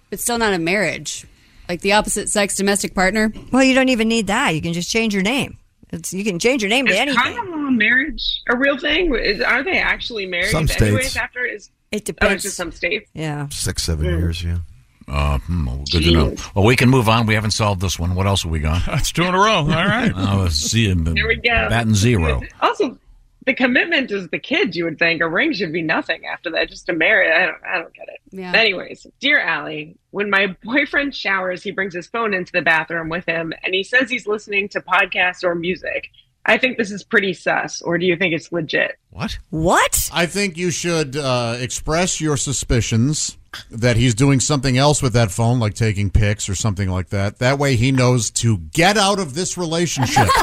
but still not a marriage. Like the opposite sex domestic partner.
Well, you don't even need that. You can just change your name. It's, you can change your name to
Is
anything.
common law marriage a real thing? Is, are they actually married?
Some
Anyways,
states.
after is
it
Oh,
depends.
it's just some states.
Yeah.
Six, seven years, yeah. Uh, hmm, well, good to know. Well, we can move on. We haven't solved this one. What else have we got?
That's two in a row. All right.
Uh, see,
There we go.
Batting zero.
Also, the commitment is the kid. You would think a ring should be nothing after that, just to marry. I don't, I don't get it.
Yeah.
Anyways, dear Allie, when my boyfriend showers, he brings his phone into the bathroom with him, and he says he's listening to podcasts or music. I think this is pretty sus, or do you think it's legit?
What?
What?
I think you should uh, express your suspicions that he's doing something else with that phone, like taking pics or something like that. That way, he knows to get out of this relationship.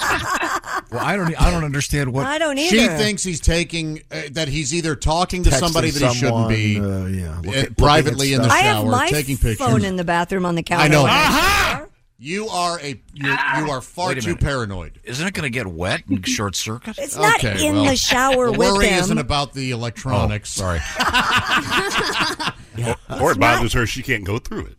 well, I don't. e, I don't understand what
I don't
She
either.
thinks he's taking uh, that he's either talking to
Texting
somebody that he shouldn't
someone,
be,
uh, yeah, look
uh,
at-
privately in the
I
shower,
have my
taking pictures.
phone in the bathroom on the couch.
I know.
You
are a Uh-huh! you, you are far
Wait a
too
minute.
paranoid.
Isn't it going to get wet and short circuit?
It's not in the shower
the
with
worry
him.
isn't about the
Oh,
electronics. sorry.
Or, or it bothers her. She can't go through it.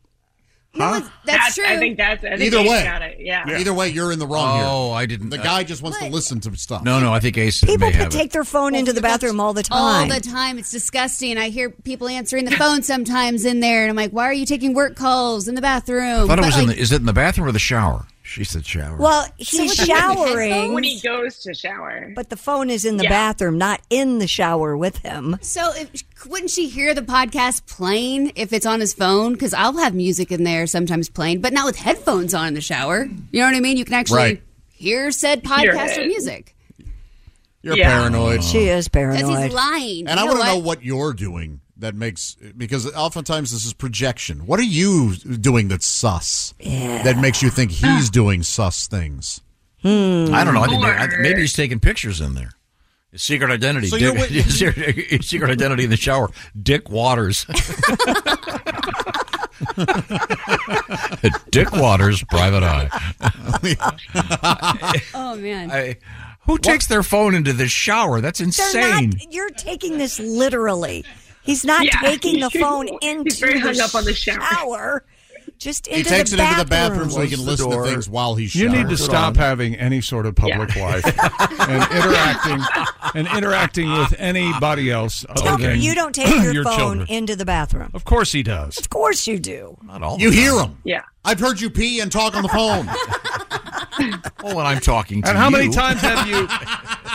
Oh.
That's,
true. I think that's I think
Either
Ace
way.
got it. Yeah.
Either way, you're in the wrong here.
Oh, I didn't.
The
uh,
guy just wants to listen to stuff.
No, no. I think Ace may
People
have it.
take their phone into the bathroom all the
All
time.
the time. It's disgusting. I hear people answering the phone sometimes in there, and I'm like, why are you taking work calls in the bathroom?
I thought it
But,
was in
like,
the. Is it in the bathroom or the shower? She said shower.
Well, he's showering.
when he goes to shower.
But the phone is in the
Yeah.
bathroom, not in the shower with him.
So, if, wouldn't she hear the podcast playing if it's on his phone? Because I'll have music in there sometimes playing, but not with headphones on in the shower. You know what I mean? You can actually
Right.
hear said
Hear
podcast or
it.
music.
You're
Yeah.
paranoid.
She is paranoid.
Because he's lying.
And I
You
want to know
what?
what you're doing that makes because oftentimes this is projection. What are you doing that's sus?
Yeah.
That makes you think he's doing sus things.
Hmm.
I don't know. I think maybe, I, maybe he's taking pictures in there. His secret identity.
So
Dick-
you're wi-
his secret identity in the shower. Dick Waters. Dick Waters, private eye.
Oh, man.
I- who takes their phone into the shower? That's
They're
insane.
not, you're taking this literally. He's not taking the phone into
very hung up on the
shower.
shower.
Just into
He takes
the
it into
bathroom.
the bathroom so
Closes
he can
the
listen to
door.
things while he's
You
showering.
need to stop having any sort of public life and interacting and interacting with anybody else. other
Tell me
than
you don't take your, phone
children.
into the bathroom. Of
Of course he does.
course you do.
Not all.
You hear him.
Yeah.
I've heard you pee and talk on the phone.
Oh, and I'm talking to
And how many
you.
times have you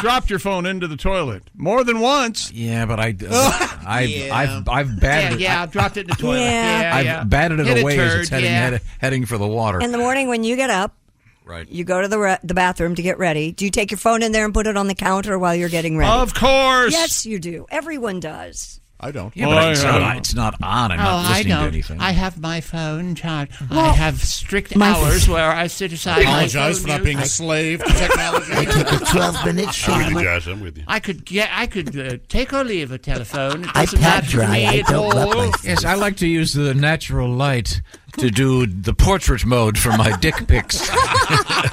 dropped your phone into the toilet? More than once.
Yeah, but I, I've, I've, I've batted
Yeah, yeah,
it.
I've dropped it in the
toilet. Yeah. Yeah,
I've
yeah.
batted it
Hit a
away as
turd,
it's heading,
yeah.
head- heading for the water.
In the morning when you get up,
Right.
you go to the re- the bathroom to get ready. Do you take your phone in there and put it on the counter while you're getting ready?
Of course.
Yes, you do. Everyone does.
I don't.
Yeah,
Oh,
but it's, not, it's not on. I'm
oh,
not
I
listening
don't.
to anything.
I have my phone charged. I
Well,
have strict
my-
hours where I sit aside. my
Apologize
phone
for not
use.
being a slave to technology. I
took a 12 minute
I'm with you,
shower.
Josh. I'm with you.
I could get. I could uh, take or leave a telephone. It
I
doesn't
pad
matter to
dry.
me
I
at
don't
all.
Yes, I like to use the natural light to do the portrait mode for my dick pics.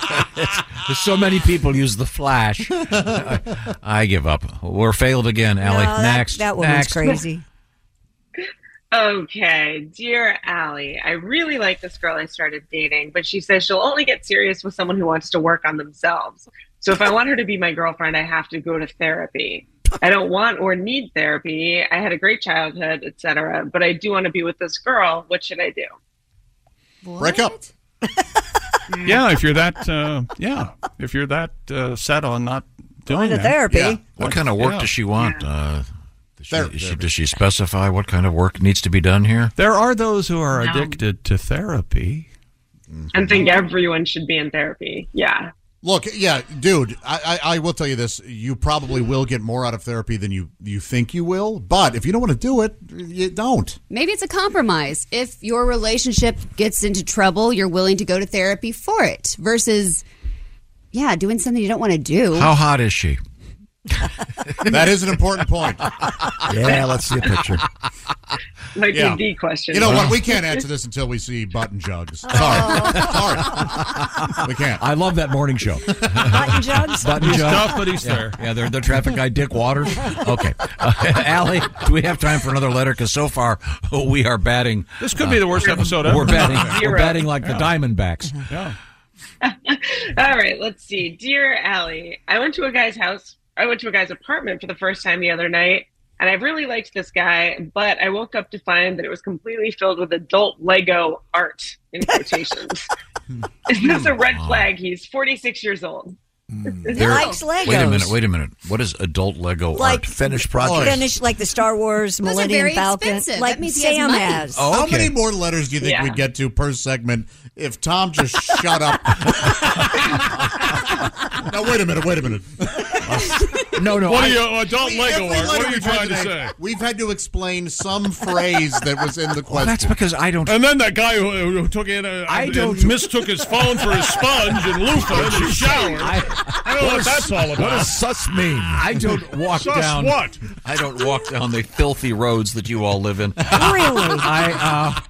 so many people use the flash. I give up. We're failed again, Allie.
No, that-
Next.
that woman's
Next.
crazy.
Okay, dear Allie, I really like this girl I started dating, but she says she'll only get serious with someone who wants to work on themselves. So if I want her to be my girlfriend, I have to go to therapy. I don't want or need therapy. I had a great childhood, etc., but I do want to be with this girl. What should I do?
Break up.
Yeah, if you're that, uh, yeah, if you're that uh, set on not doing
Going to
that.
therapy.
Yeah.
What kind of work
Yeah.
does she want? Uh, does, she, is she, does she specify what kind of work needs to be done here?
There are those who are
No.
addicted to therapy.
and think everyone should be in therapy. Yeah.
Look, yeah, dude, I, I, I will tell you this. You probably will get more out of therapy than you, you think you will, but if you don't want to do it, you don't.
Maybe it's a compromise. If your relationship gets into trouble, you're willing to go to therapy for it versus, yeah, doing something you don't want to do.
How hot is she?
That is an important point.
Yeah, let's see a picture.
Might
Yeah.
be a D question.
You know what? We can't answer this until we see button jugs. Sorry. Sorry. We can't.
I love that morning show. Button
jugs?
Button
He's
jugs.
tough, but he's
yeah.
there.
Yeah, they're the traffic guy, Dick Waters.
Okay. Uh, Allie, do we have time for another letter? Because so far, we are batting. uh,
This could be the worst episode ever.
We're batting, we're
Zero.
batting like the
Yeah.
Diamondbacks.
Yeah.
All right, let's see. Dear Allie, I went to a guy's house. I went to a guy's apartment for the first time the other night, and I really liked this guy, but I woke up to find that it was completely filled with adult Lego art in quotations. Is this a
Hmm.
red flag? He's 46 years old.
There-
Legos.
Wait a minute. Wait a minute. What is adult Lego
Like
art? Finished
Finish like the Star Wars
Those are
Millennium
very
Falcon,
expensive.
like
That means he has
Sam
money.
has.
Oh,
How
okay.
many more letters do you think
Yeah.
we'd get to per segment if Tom just shut up? now wait a minute, wait a minute.
Uh, no, no.
What are
I-
you- adult
Every
Lego art,
letter
what are you
we've had
trying to
today,
say?
We've had to explain some phrase that was in the question.
that's because I don't.
And then that guy who, who took in, uh,
I
and
don't-
mistook his phone for his sponge and loofah in the shower. I, don't know what that's all about.
Uh,
sus mean? I don't walk
Sus
down.
what?
I don't walk down the filthy roads that you all live in. really? I uh,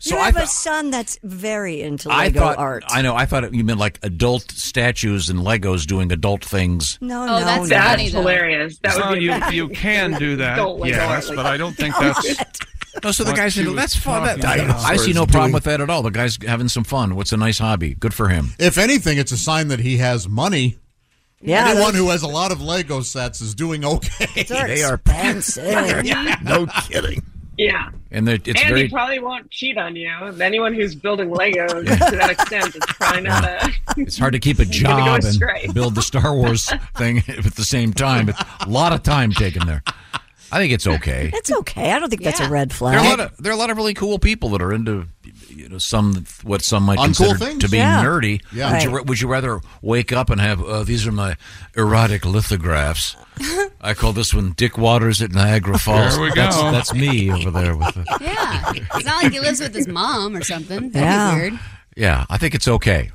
so
you
I
have
thought-
a son that's very into
I
Lego
thought
art.
I know. I thought it, you meant like adult statues and Legos doing adult things.
No,
Oh,
no,
that's
no.
funny, though.
hilarious. That
Well,
would be
you,
amazing.
you can do that,
Adult Lego art
yes,
like
but I don't think
that.
that's.
No, so the
what
guy said,
she was
"That's fun."
talking
That, I,
about.
I see no problem with that at all. The guy's having some fun. What's a nice hobby? Good for him.
If anything, it's a sign that he has money.
Yeah,
Anyone
that's-
who has a lot of Lego sets is doing okay.
They are
No
kidding.
Yeah.
And they're- it's
and
very
he probably won't cheat on you. Anyone who's building Legos to that extent is probably not a.
it's hard to keep a
You're gonna go
job
astray.
and build the Star Wars thing at the same time. It's a lot of time taken there. I think it's okay.
That's okay. I don't think that's a red flag.
There are, a lot of, there are a lot of really cool people that are into you know some what some might
Uncool
consider
things?
to be
Yeah.
nerdy.
Yeah.
Would, you,
Right.
would you rather wake up and have uh, these are my erotic lithographs? I call this one Dick Waters at Niagara Falls.
There we
That's,
go.
that's me over there with the,
Yeah. It's not like he lives with his mom or something. That'd
Yeah.
be weird.
Yeah, I think it's okay.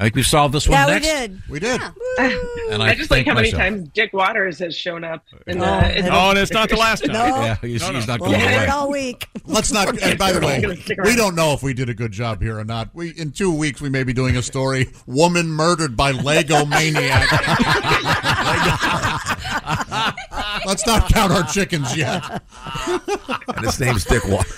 I think we've solved this one next.
We did.
And
I,
I
just like
thank
how many
myself.
times Dick Waters has shown up. In
No.
the, in
Oh, and it's not the last time.
No.
Yeah, he's,
No, no.
he's not
Well,
going
we're
away.
all-
week.
Let's not. And by the
We're
way,
gonna stick
we
around.
don't know if we did a good job here or not. We in two weeks we may be doing a story: woman murdered by Lego maniac. Let's not count our chickens yet.
And his name's Dick Waters.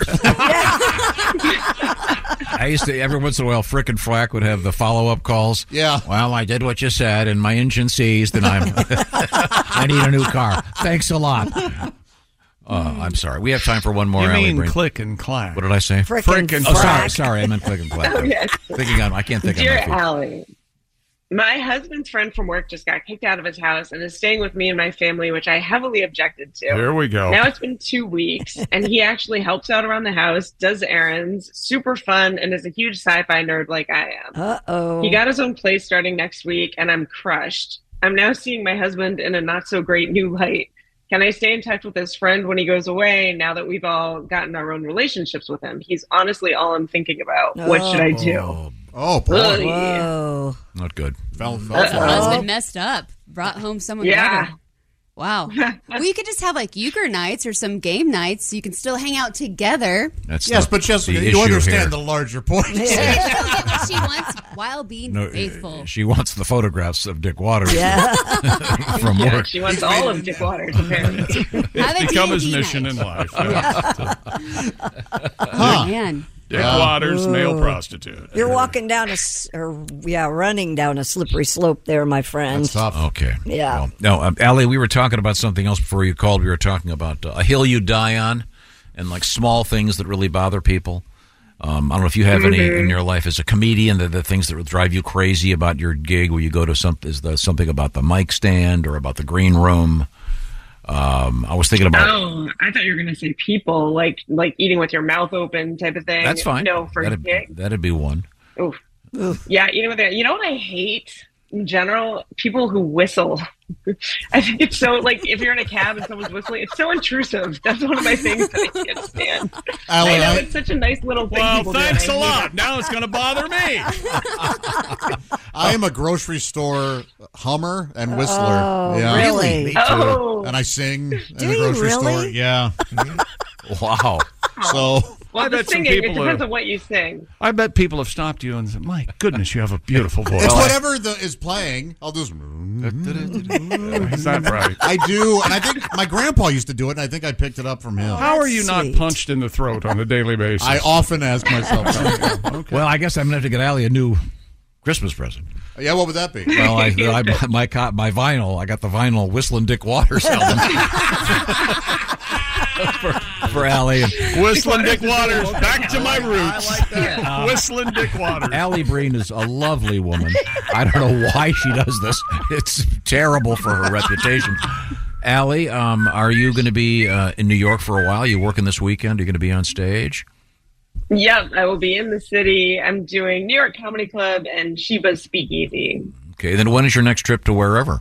I used to every once in a while, Frick and Flack would have the follow up calls.
Yeah.
Well, I did what you said, and my engine seized, and I'm I need a new car. Thanks a lot. Uh, I'm sorry. We have time for one more.
You
Ally
mean
Breen.
click and clack?
What did I say?
Frick and Frick and
oh, sorry,
Frack.
sorry. I meant click and clack.
Okay.
Thinking on, I can't think
Oh, Dear
on my feet.
Allie, my husband's friend from work just got kicked out of his house and is staying with me and my family, which I heavily objected to.
There we go.
Now it's been two weeks, and he actually helps out around the house, does errands, super fun, and is a huge sci fi nerd like I am.
Uh oh.
He got his own place starting next week, and I'm crushed. I'm now seeing my husband in a not so great new light. Can I stay in touch with his friend when he goes away now that we've all gotten our own relationships with him? He's honestly all I'm thinking about. What should I do?
Oh,
boy.
Whoa.
Not good.
Her husband messed up, brought home someone.
Yeah.
better. Wow. well, you could just have like euchre nights or some game nights. So you can still hang out together.
That's
yes,
the-
but just
the
you
issue
understand
here.
the larger point.
She can still get what she wants while being
No, uh,
faithful.
She wants the photographs of Dick Waters
Yeah.
from
Yeah,
work.
she wants all of Dick Waters, apparently.
It's become his mission in life. Yeah.
Huh.
Man.
Dick
Uh,
Waters, male
Ooh.
prostitute.
You're walking down a, s- or yeah, running down a slippery slope there, my friend.
Okay.
Yeah.
No, um, Allie, we were talking about something else before you called. We were talking about uh, a hill you die on and like small things that really bother people. Um, I don't know if you have any
Mhm.
in your life as a comedian the, the things that would drive you crazy about your gig where you go to some is the something about the mic stand or about the green room. Um, I was thinking about
Oh, I thought you were gonna say people like like eating with your mouth open type of thing.
that's fine.
No, for
that'd,
dick.
that'd be one.
Oof. Yeah, eating with it. You know what I hate in general? People who whistle. I think it's so like if you're in a cab and someone's whistling, it's so intrusive. That's one of my things that I can't stand.
Alan,
I know
I-
it's such a nice little thing.
Well,
people do, and
thanks
I
a
hate
lot.
it.
Now it's going to bother me.
I am a grocery store hummer and whistler.
Oh,
yeah.
really?
Me too.
Oh.
And I sing
Do
in the
you
grocery
really?
store. Yeah.
wow.
So
I
Well, the
bet some
singing, it
people
depends
are-
on what you sing.
I bet people have stopped you and said, "My goodness, you have a beautiful voice."
it's whatever the, is playing. I'll do. s-
Is that right?
I do, and I think my grandpa used to do it, and I think I picked it up from him.
How are you not punched in the throat on a daily basis?
I often ask myself. that.
Well, I guess I'm gonna have to get Allie a new Christmas present.
yeah, what would that be?
Well, I, I my co- my vinyl. I got the vinyl whistling Dick Waters album for Allie. And
Whistling Dick Waters, back to my roots.
that.
Whistling Dick Waters.
Allie Breen is a lovely woman. I don't know why she does this. It's terrible for her reputation. Allie, um, are you going to be uh, in New York for a while? You working this weekend? Are you going to be on stage?
Yep, I will be in the city. I'm doing New York Comedy Club and Sheba's Speakeasy.
Okay. Then when is your next trip to wherever?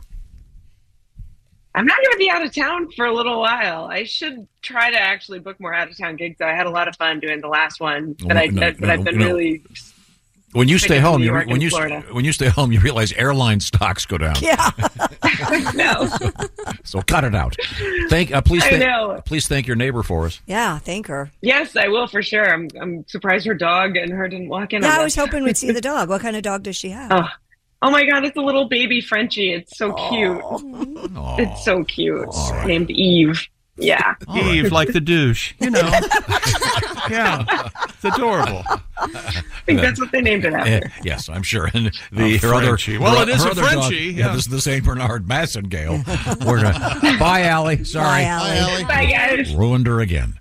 I'm not going to be out of town for a little while. I should try to actually book more out of town gigs. I had a lot of fun doing the last one, but I
No, no,
but I've been
no.
really
When you
Think
stay
it's
home,
New
you re-
York
when
and
you
Florida.
when you stay home, you realize airline stocks go down.
yeah. no,
So cut it out. Thank. Uh, please.
I
Thank,
know.
Please thank your neighbor for us.
Yeah, thank her.
yes, I will for sure. I'm I'm surprised her dog and her didn't walk in.
Yeah,
on
I
us.
was hoping we'd see the dog. What kind of dog does she have?
Oh, oh my God, it's a little baby Frenchie. It's so cute. It's so cute. Named Eve. Yeah.
Eve, like the douche. You know. yeah. It's adorable.
I think that's what they named it
Eh,
after.
yes, I'm sure. And the
A
her other
Oh, Frenchie. Well,
her-
it is
her
a
other dog-
Frenchie,
yeah,
yeah.
this is the Saint Bernard Massengale. We're gonna, bye, Allie. Sorry,
Bye, Allie.
Bye, guys.
ruined her again.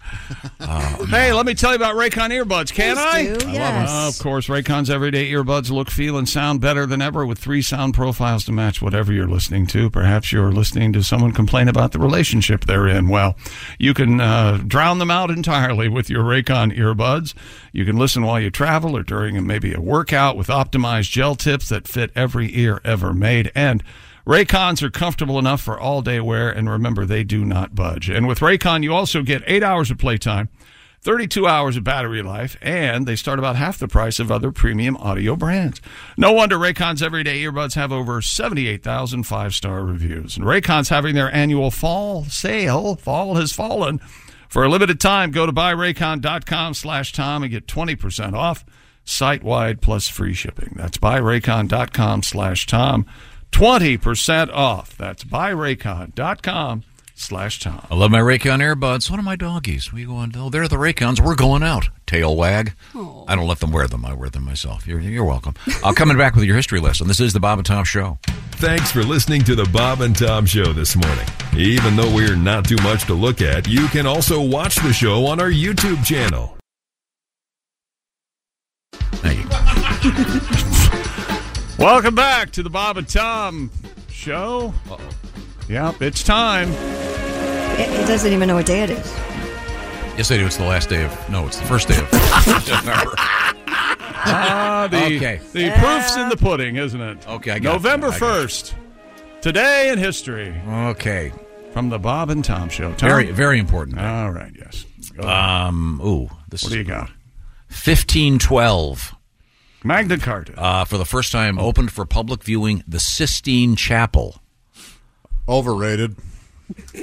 Uh,
Hey, let me tell you about Raycon earbuds, can I?
do,
I
yes.
love it. Of course, Raycon's everyday earbuds look, feel, and sound better than ever with three sound profiles to match whatever you're listening to. Perhaps you're listening to someone complain about the relationship they're in. Well, you can uh, drown them out entirely with your Raycon earbuds. You can listen while you travel or during a, maybe a workout with optimized gel tips that fit every ear ever made. And Raycons are comfortable enough for all day wear, and remember, they do not budge. And with Raycon, you also get eight hours of playtime. 32 hours of battery life, and they start about half the price of other premium audio brands. No wonder Raycon's everyday earbuds have over 78,000 five star reviews. And Raycon's having their annual fall sale. Fall has fallen. For a limited time, go to buyraycon.com slash Tom and get 20% off site wide plus free shipping. That's buyraycon.com slash Tom. 20% off. That's buyraycon.com slash Tom.
I love my Raycon earbuds. One of my doggies. We go on. Oh, they're the Raycons. We're going out. Tail wag. I don't let them wear them. I wear them myself. You're, you're welcome. I'll coming back with your history lesson. This is the Bob and Tom Show.
Thanks for listening to the Bob and Tom Show this morning. Even though we're not too much to look at, you can also watch the show on our YouTube channel.
Welcome back to the Bob and Tom show. Uh-oh. Yep, it's time.
It, it doesn't even know what day it is.
Yes, I do. It's the last day of. No, it's the first day of.
Ah, the,
Okay.
The proof's in the pudding, isn't it? Okay,
I got
November
you. I got
1st. Today in history.
Okay.
From the Bob and Tom show. Tom?
Very, very important.
All right. Yes.
Um. Ooh. This
What do you got?
Fifteen twelve.
Magna Carta.
Uh, for the first time, opened for public viewing the Sistine Chapel.
Overrated.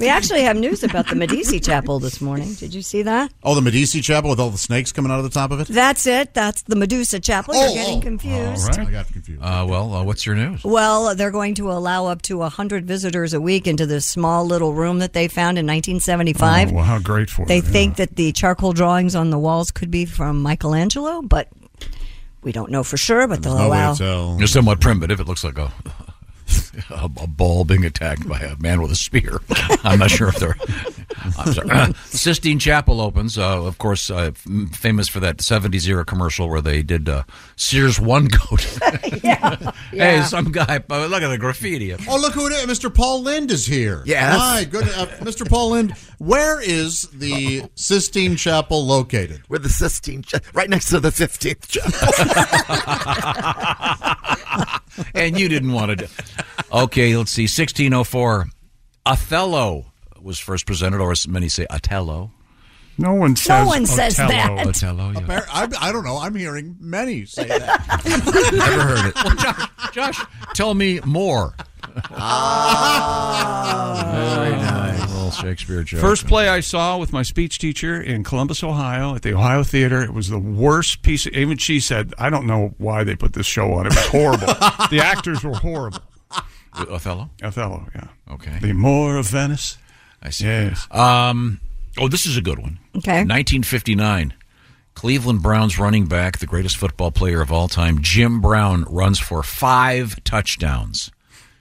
We actually have news about the Medici Chapel this morning. Did you see that?
Oh, the Medici Chapel with all the snakes coming out of the top of it.
That's it. That's the Medusa Chapel. You're
Oh,
getting
oh.
confused.
I got confused.
Uh, well, uh, what's your news?
Well, they're going to allow up to 100 visitors a week into this small little room that they found in 1975.
Oh, well, how great for
They
it, yeah.
think that the charcoal drawings on the walls could be from Michelangelo, but Oh, we don't know for sure, but they'll allow.
It's somewhat primitive. It looks like a. a, a ball being attacked by a man with a spear. I'm not sure if they're. I'm sorry. Sistine Chapel opens, uh, of course, uh, f- famous for that '70s era commercial where they did uh, Sears one coat. Hey, some guy. uh, Look at the graffiti.
Oh, look who it is. Mr. Paul Lind is here.
Yes.
My goodness. Uh, Mr. Paul Lind, where is the Sistine Chapel located?
Where the Sistine Chapel, right next to the 15th
Chapel. and you didn't want to do. Okay, let's see. 1604. Othello was first presented, or as many say, Otello.
No one
says one says Otello. that.
Otello, yeah.
Appar- I, I don't know. I'm hearing many say that.
Never heard it. Josh, Josh, tell me more.
Uh,
Very nice. Little Shakespeare joke.
First play I saw with my speech teacher in Columbus, Ohio, at the Ohio Theater. It was the worst piece. Of, even she said, "I don't know why they put this show on. It was horrible. the actors were horrible."
Othello.
Othello. Yeah.
Okay.
The Moor of Venice.
I see.
Yes.
Um, oh, this is a good one.
Okay.
1959. Cleveland Browns running back, the greatest football player of all time, Jim Brown, runs for five touchdowns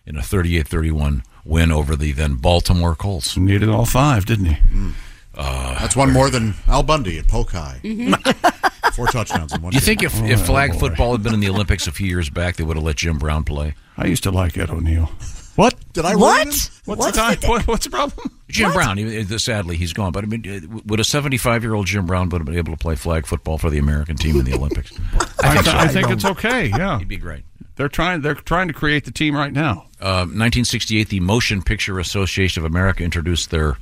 in a 38 31 win over the then Baltimore Colts.
Needed all five, didn't he?
Uh,
That's one more than Al Bundy at Polk High.
Mm-hmm.
Four touchdowns in one
Do you think if,
game.
Oh,
if flag football had been in the Olympics a few years back, they would have let Jim Brown play?
I used to like Ed O'Neill. What
did I?
What?
ruin him?
What's the time? What, what's the problem?
Jim Brown, he- he- sadly, he's gone. But I mean, uh, would a 75 year old Jim Brown would have been able to play flag football for the American team in the Olympics?
I, th-
so.
I think it's okay. Yeah, he'd
be great.
They're trying. They're trying to create the team right now.
Uh, 1968, the Motion Picture Association of America introduced their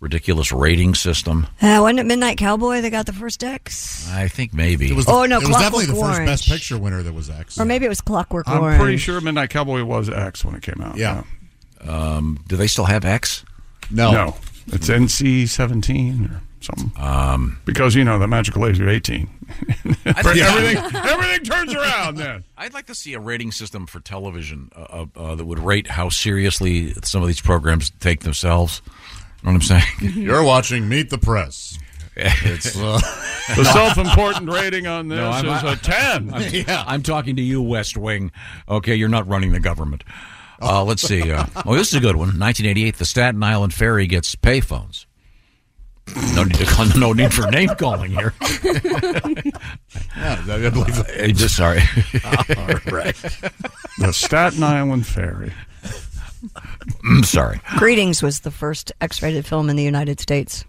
ridiculous rating system.
Uh, wasn't it Midnight Cowboy that got the first X?
I think maybe.
It was the- Oh, no, it was
Definitely the first
Orange.
Best Picture winner that was X.
Or maybe it was Clockwork
I'm
Orange.
pretty sure Midnight Cowboy was X when it came out.
Yeah.
Um, do they still have X?
No.
No. It's NC 17 or something.
Um,
because, you know, the magical laser 18. everything, everything turns around then.
I'd like to see a rating system for television uh, uh, uh, that would rate how seriously some of these programs take themselves. You know what I'm saying?
You're watching Meet the Press. It's, uh,
the self-important rating on this
No, I'm-
is a
I-
10.
I'm, I'm talking to you, West Wing. Okay, you're not running the government. Uh, let's see. Uh, oh, this is a good one. 1988, the Staten Island Ferry gets payphones. No need, to, no need for name calling here.
I believe that.
Uh, just sorry.
All right. the Staten Island Ferry.
I'm Mm, sorry.
Greetings was the first X-rated film in the United States.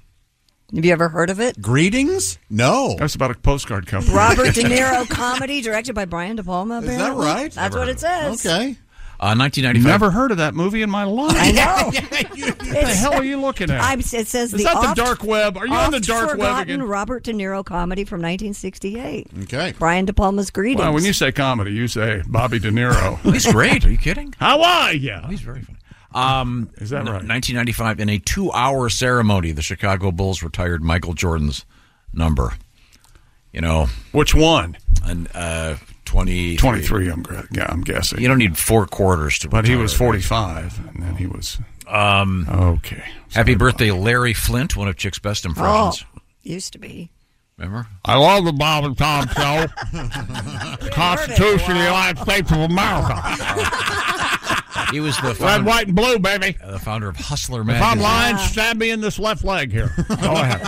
Have you ever heard of it?
Greetings? No.
That's about a postcard company.
Robert De Niro comedy directed by Brian De Palma.
Is that
apparently.
right?
That's
Never
what
heard
it says.
Okay.
Uh, 1995.
Never heard of that movie in my life.
I know.
What the hell are you looking at?
I'm, it says
Is that the
oft-
dark web? Are you on the
oft
dark web
forgotten
again?
Robert De Niro comedy from 1968.
Okay.
Brian De Palma's Greetings.
Well, when you say comedy, you say Bobby De Niro.
He's great. Are you kidding? Oh,
How are you?
He's very funny. Um,
Is that
n-
right?
1995, in a two-hour ceremony, the Chicago Bulls retired Michael Jordan's number. You know
which one?
And uh, 20,
23, I'm, gra- yeah, I'm guessing.
You don't need four quarters to.
But he
retire.
was 45, and then he was...
Um,
okay.
Happy birthday, Larry Flint, one of Chick's best
oh,
impressions.
used to be.
Remember?
I love the Bob and Tom show. Constitution of the United States of America.
He was the founder,
Red, white, and blue, baby.
uh, the founder of Hustler
If I'm
magazine.
lying, stab me in this left leg here. Go ahead.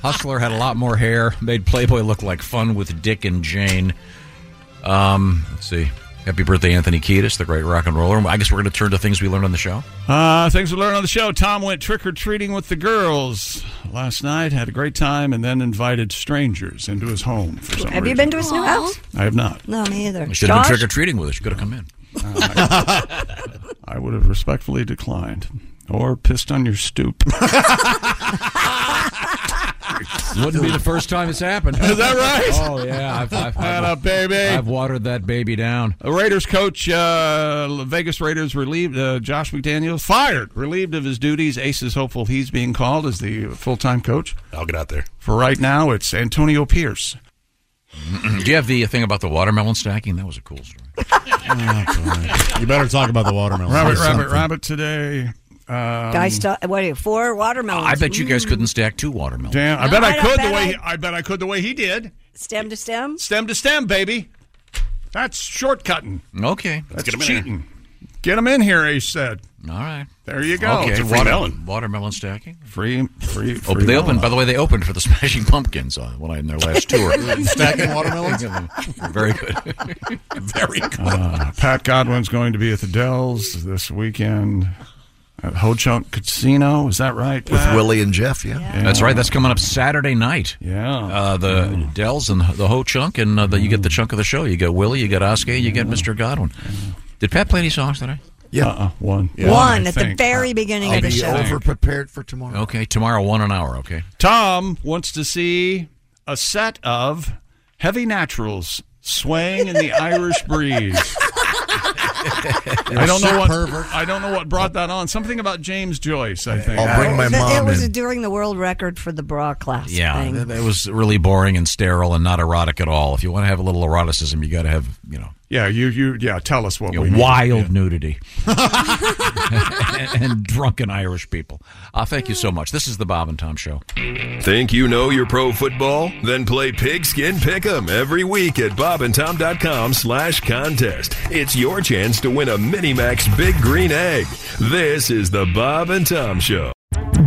Hustler had a lot more hair, made Playboy look like fun with Dick and Jane. Um, let's see. Happy birthday, Anthony Kiedis, the great rock and roller. I guess we're going to turn to things we learned on the show.
Uh, things we learned on the show. Tom went trick or treating with the girls last night, had a great time, and then invited strangers into his home for some
Have you
reason.
been to his new house?
I have not.
Oh. No, me either.
I should have been
Josh?
trick or treating with us. She could have come in.
I would have respectfully declined or pissed on your stoop.
Wouldn't be the first time it's happened.
Is that right?
Oh yeah, I've, I've, I've,
Atta baby.
I've watered that baby down.
A Raiders coach, uh, Vegas Raiders relieved, uh, Josh McDaniels, fired, relieved of his duties. Ace is hopeful he's being called as the full time coach.
I'll get out there.
For right now, it's Antonio Pierce.
Do you have the thing about the watermelon stacking? That was a cool story.
You better talk about the watermelon.
Rabbit,
Say
rabbit,
something.
rabbit today. Um,
Guy sta- what are you, four watermelons.
I bet you guys
Mm.
couldn't stack two watermelons.
Damn, I
No,
bet I,
I don't
could the
bet
way
I-
he, I bet I could the way he did.
Stem to stem?
Stem to stem, baby. That's shortcutting.
Okay.
That's
get 'em in
cheating. Get them in here, Ace said.
All right.
There you go.
Okay,
It's a free
water-
melon.
Watermelon stacking.
Free, free. free
Open, they
melon.
opened. By the way, they opened for the Smashing Pumpkins on when I in their last tour.
Stacking watermelons?
Very good. Very good.
Uh, Pat Godwin's going to be at the Dells this weekend at Ho Chunk Casino. Is that right?
With
Pat?
Willie and Jeff, yeah.
That's right. That's coming up Saturday night.
Yeah. Mm.
Uh, the Dells and the whole chunk, and uh, the, you get the chunk of the show. You get Willie, you get Oscar, you get Mr. Godwin. Did Pat play any songs today?
Yeah.
Uh-uh, one. uh,
One at the very beginning
I'll
of the
be
show.
over
prepared for tomorrow.
Okay, tomorrow, one an hour. Okay.
Tom wants to see a set of heavy naturals swaying in the Irish breeze. I don't know what I don't know what brought that on. Something about James Joyce, I think.
I'll bring my
But
mom
It was
in.
during the world record for the bra class
Yeah,
thing.
that, that was really boring and sterile and not erotic at all. If you want to have a little eroticism, you got to have you know
Yeah, you you yeah. Tell us what
you know,
we need.
wild
Yeah.
nudity and, and drunken Irish people. Uh, thank you so much. This is the Bob and Tom Show.
Think you know your pro football? Then play Pigskin Pick'em every week at bobandtom.com slash contest. It's your chance to win a Minimax Big Green Egg. This is the Bob and Tom Show.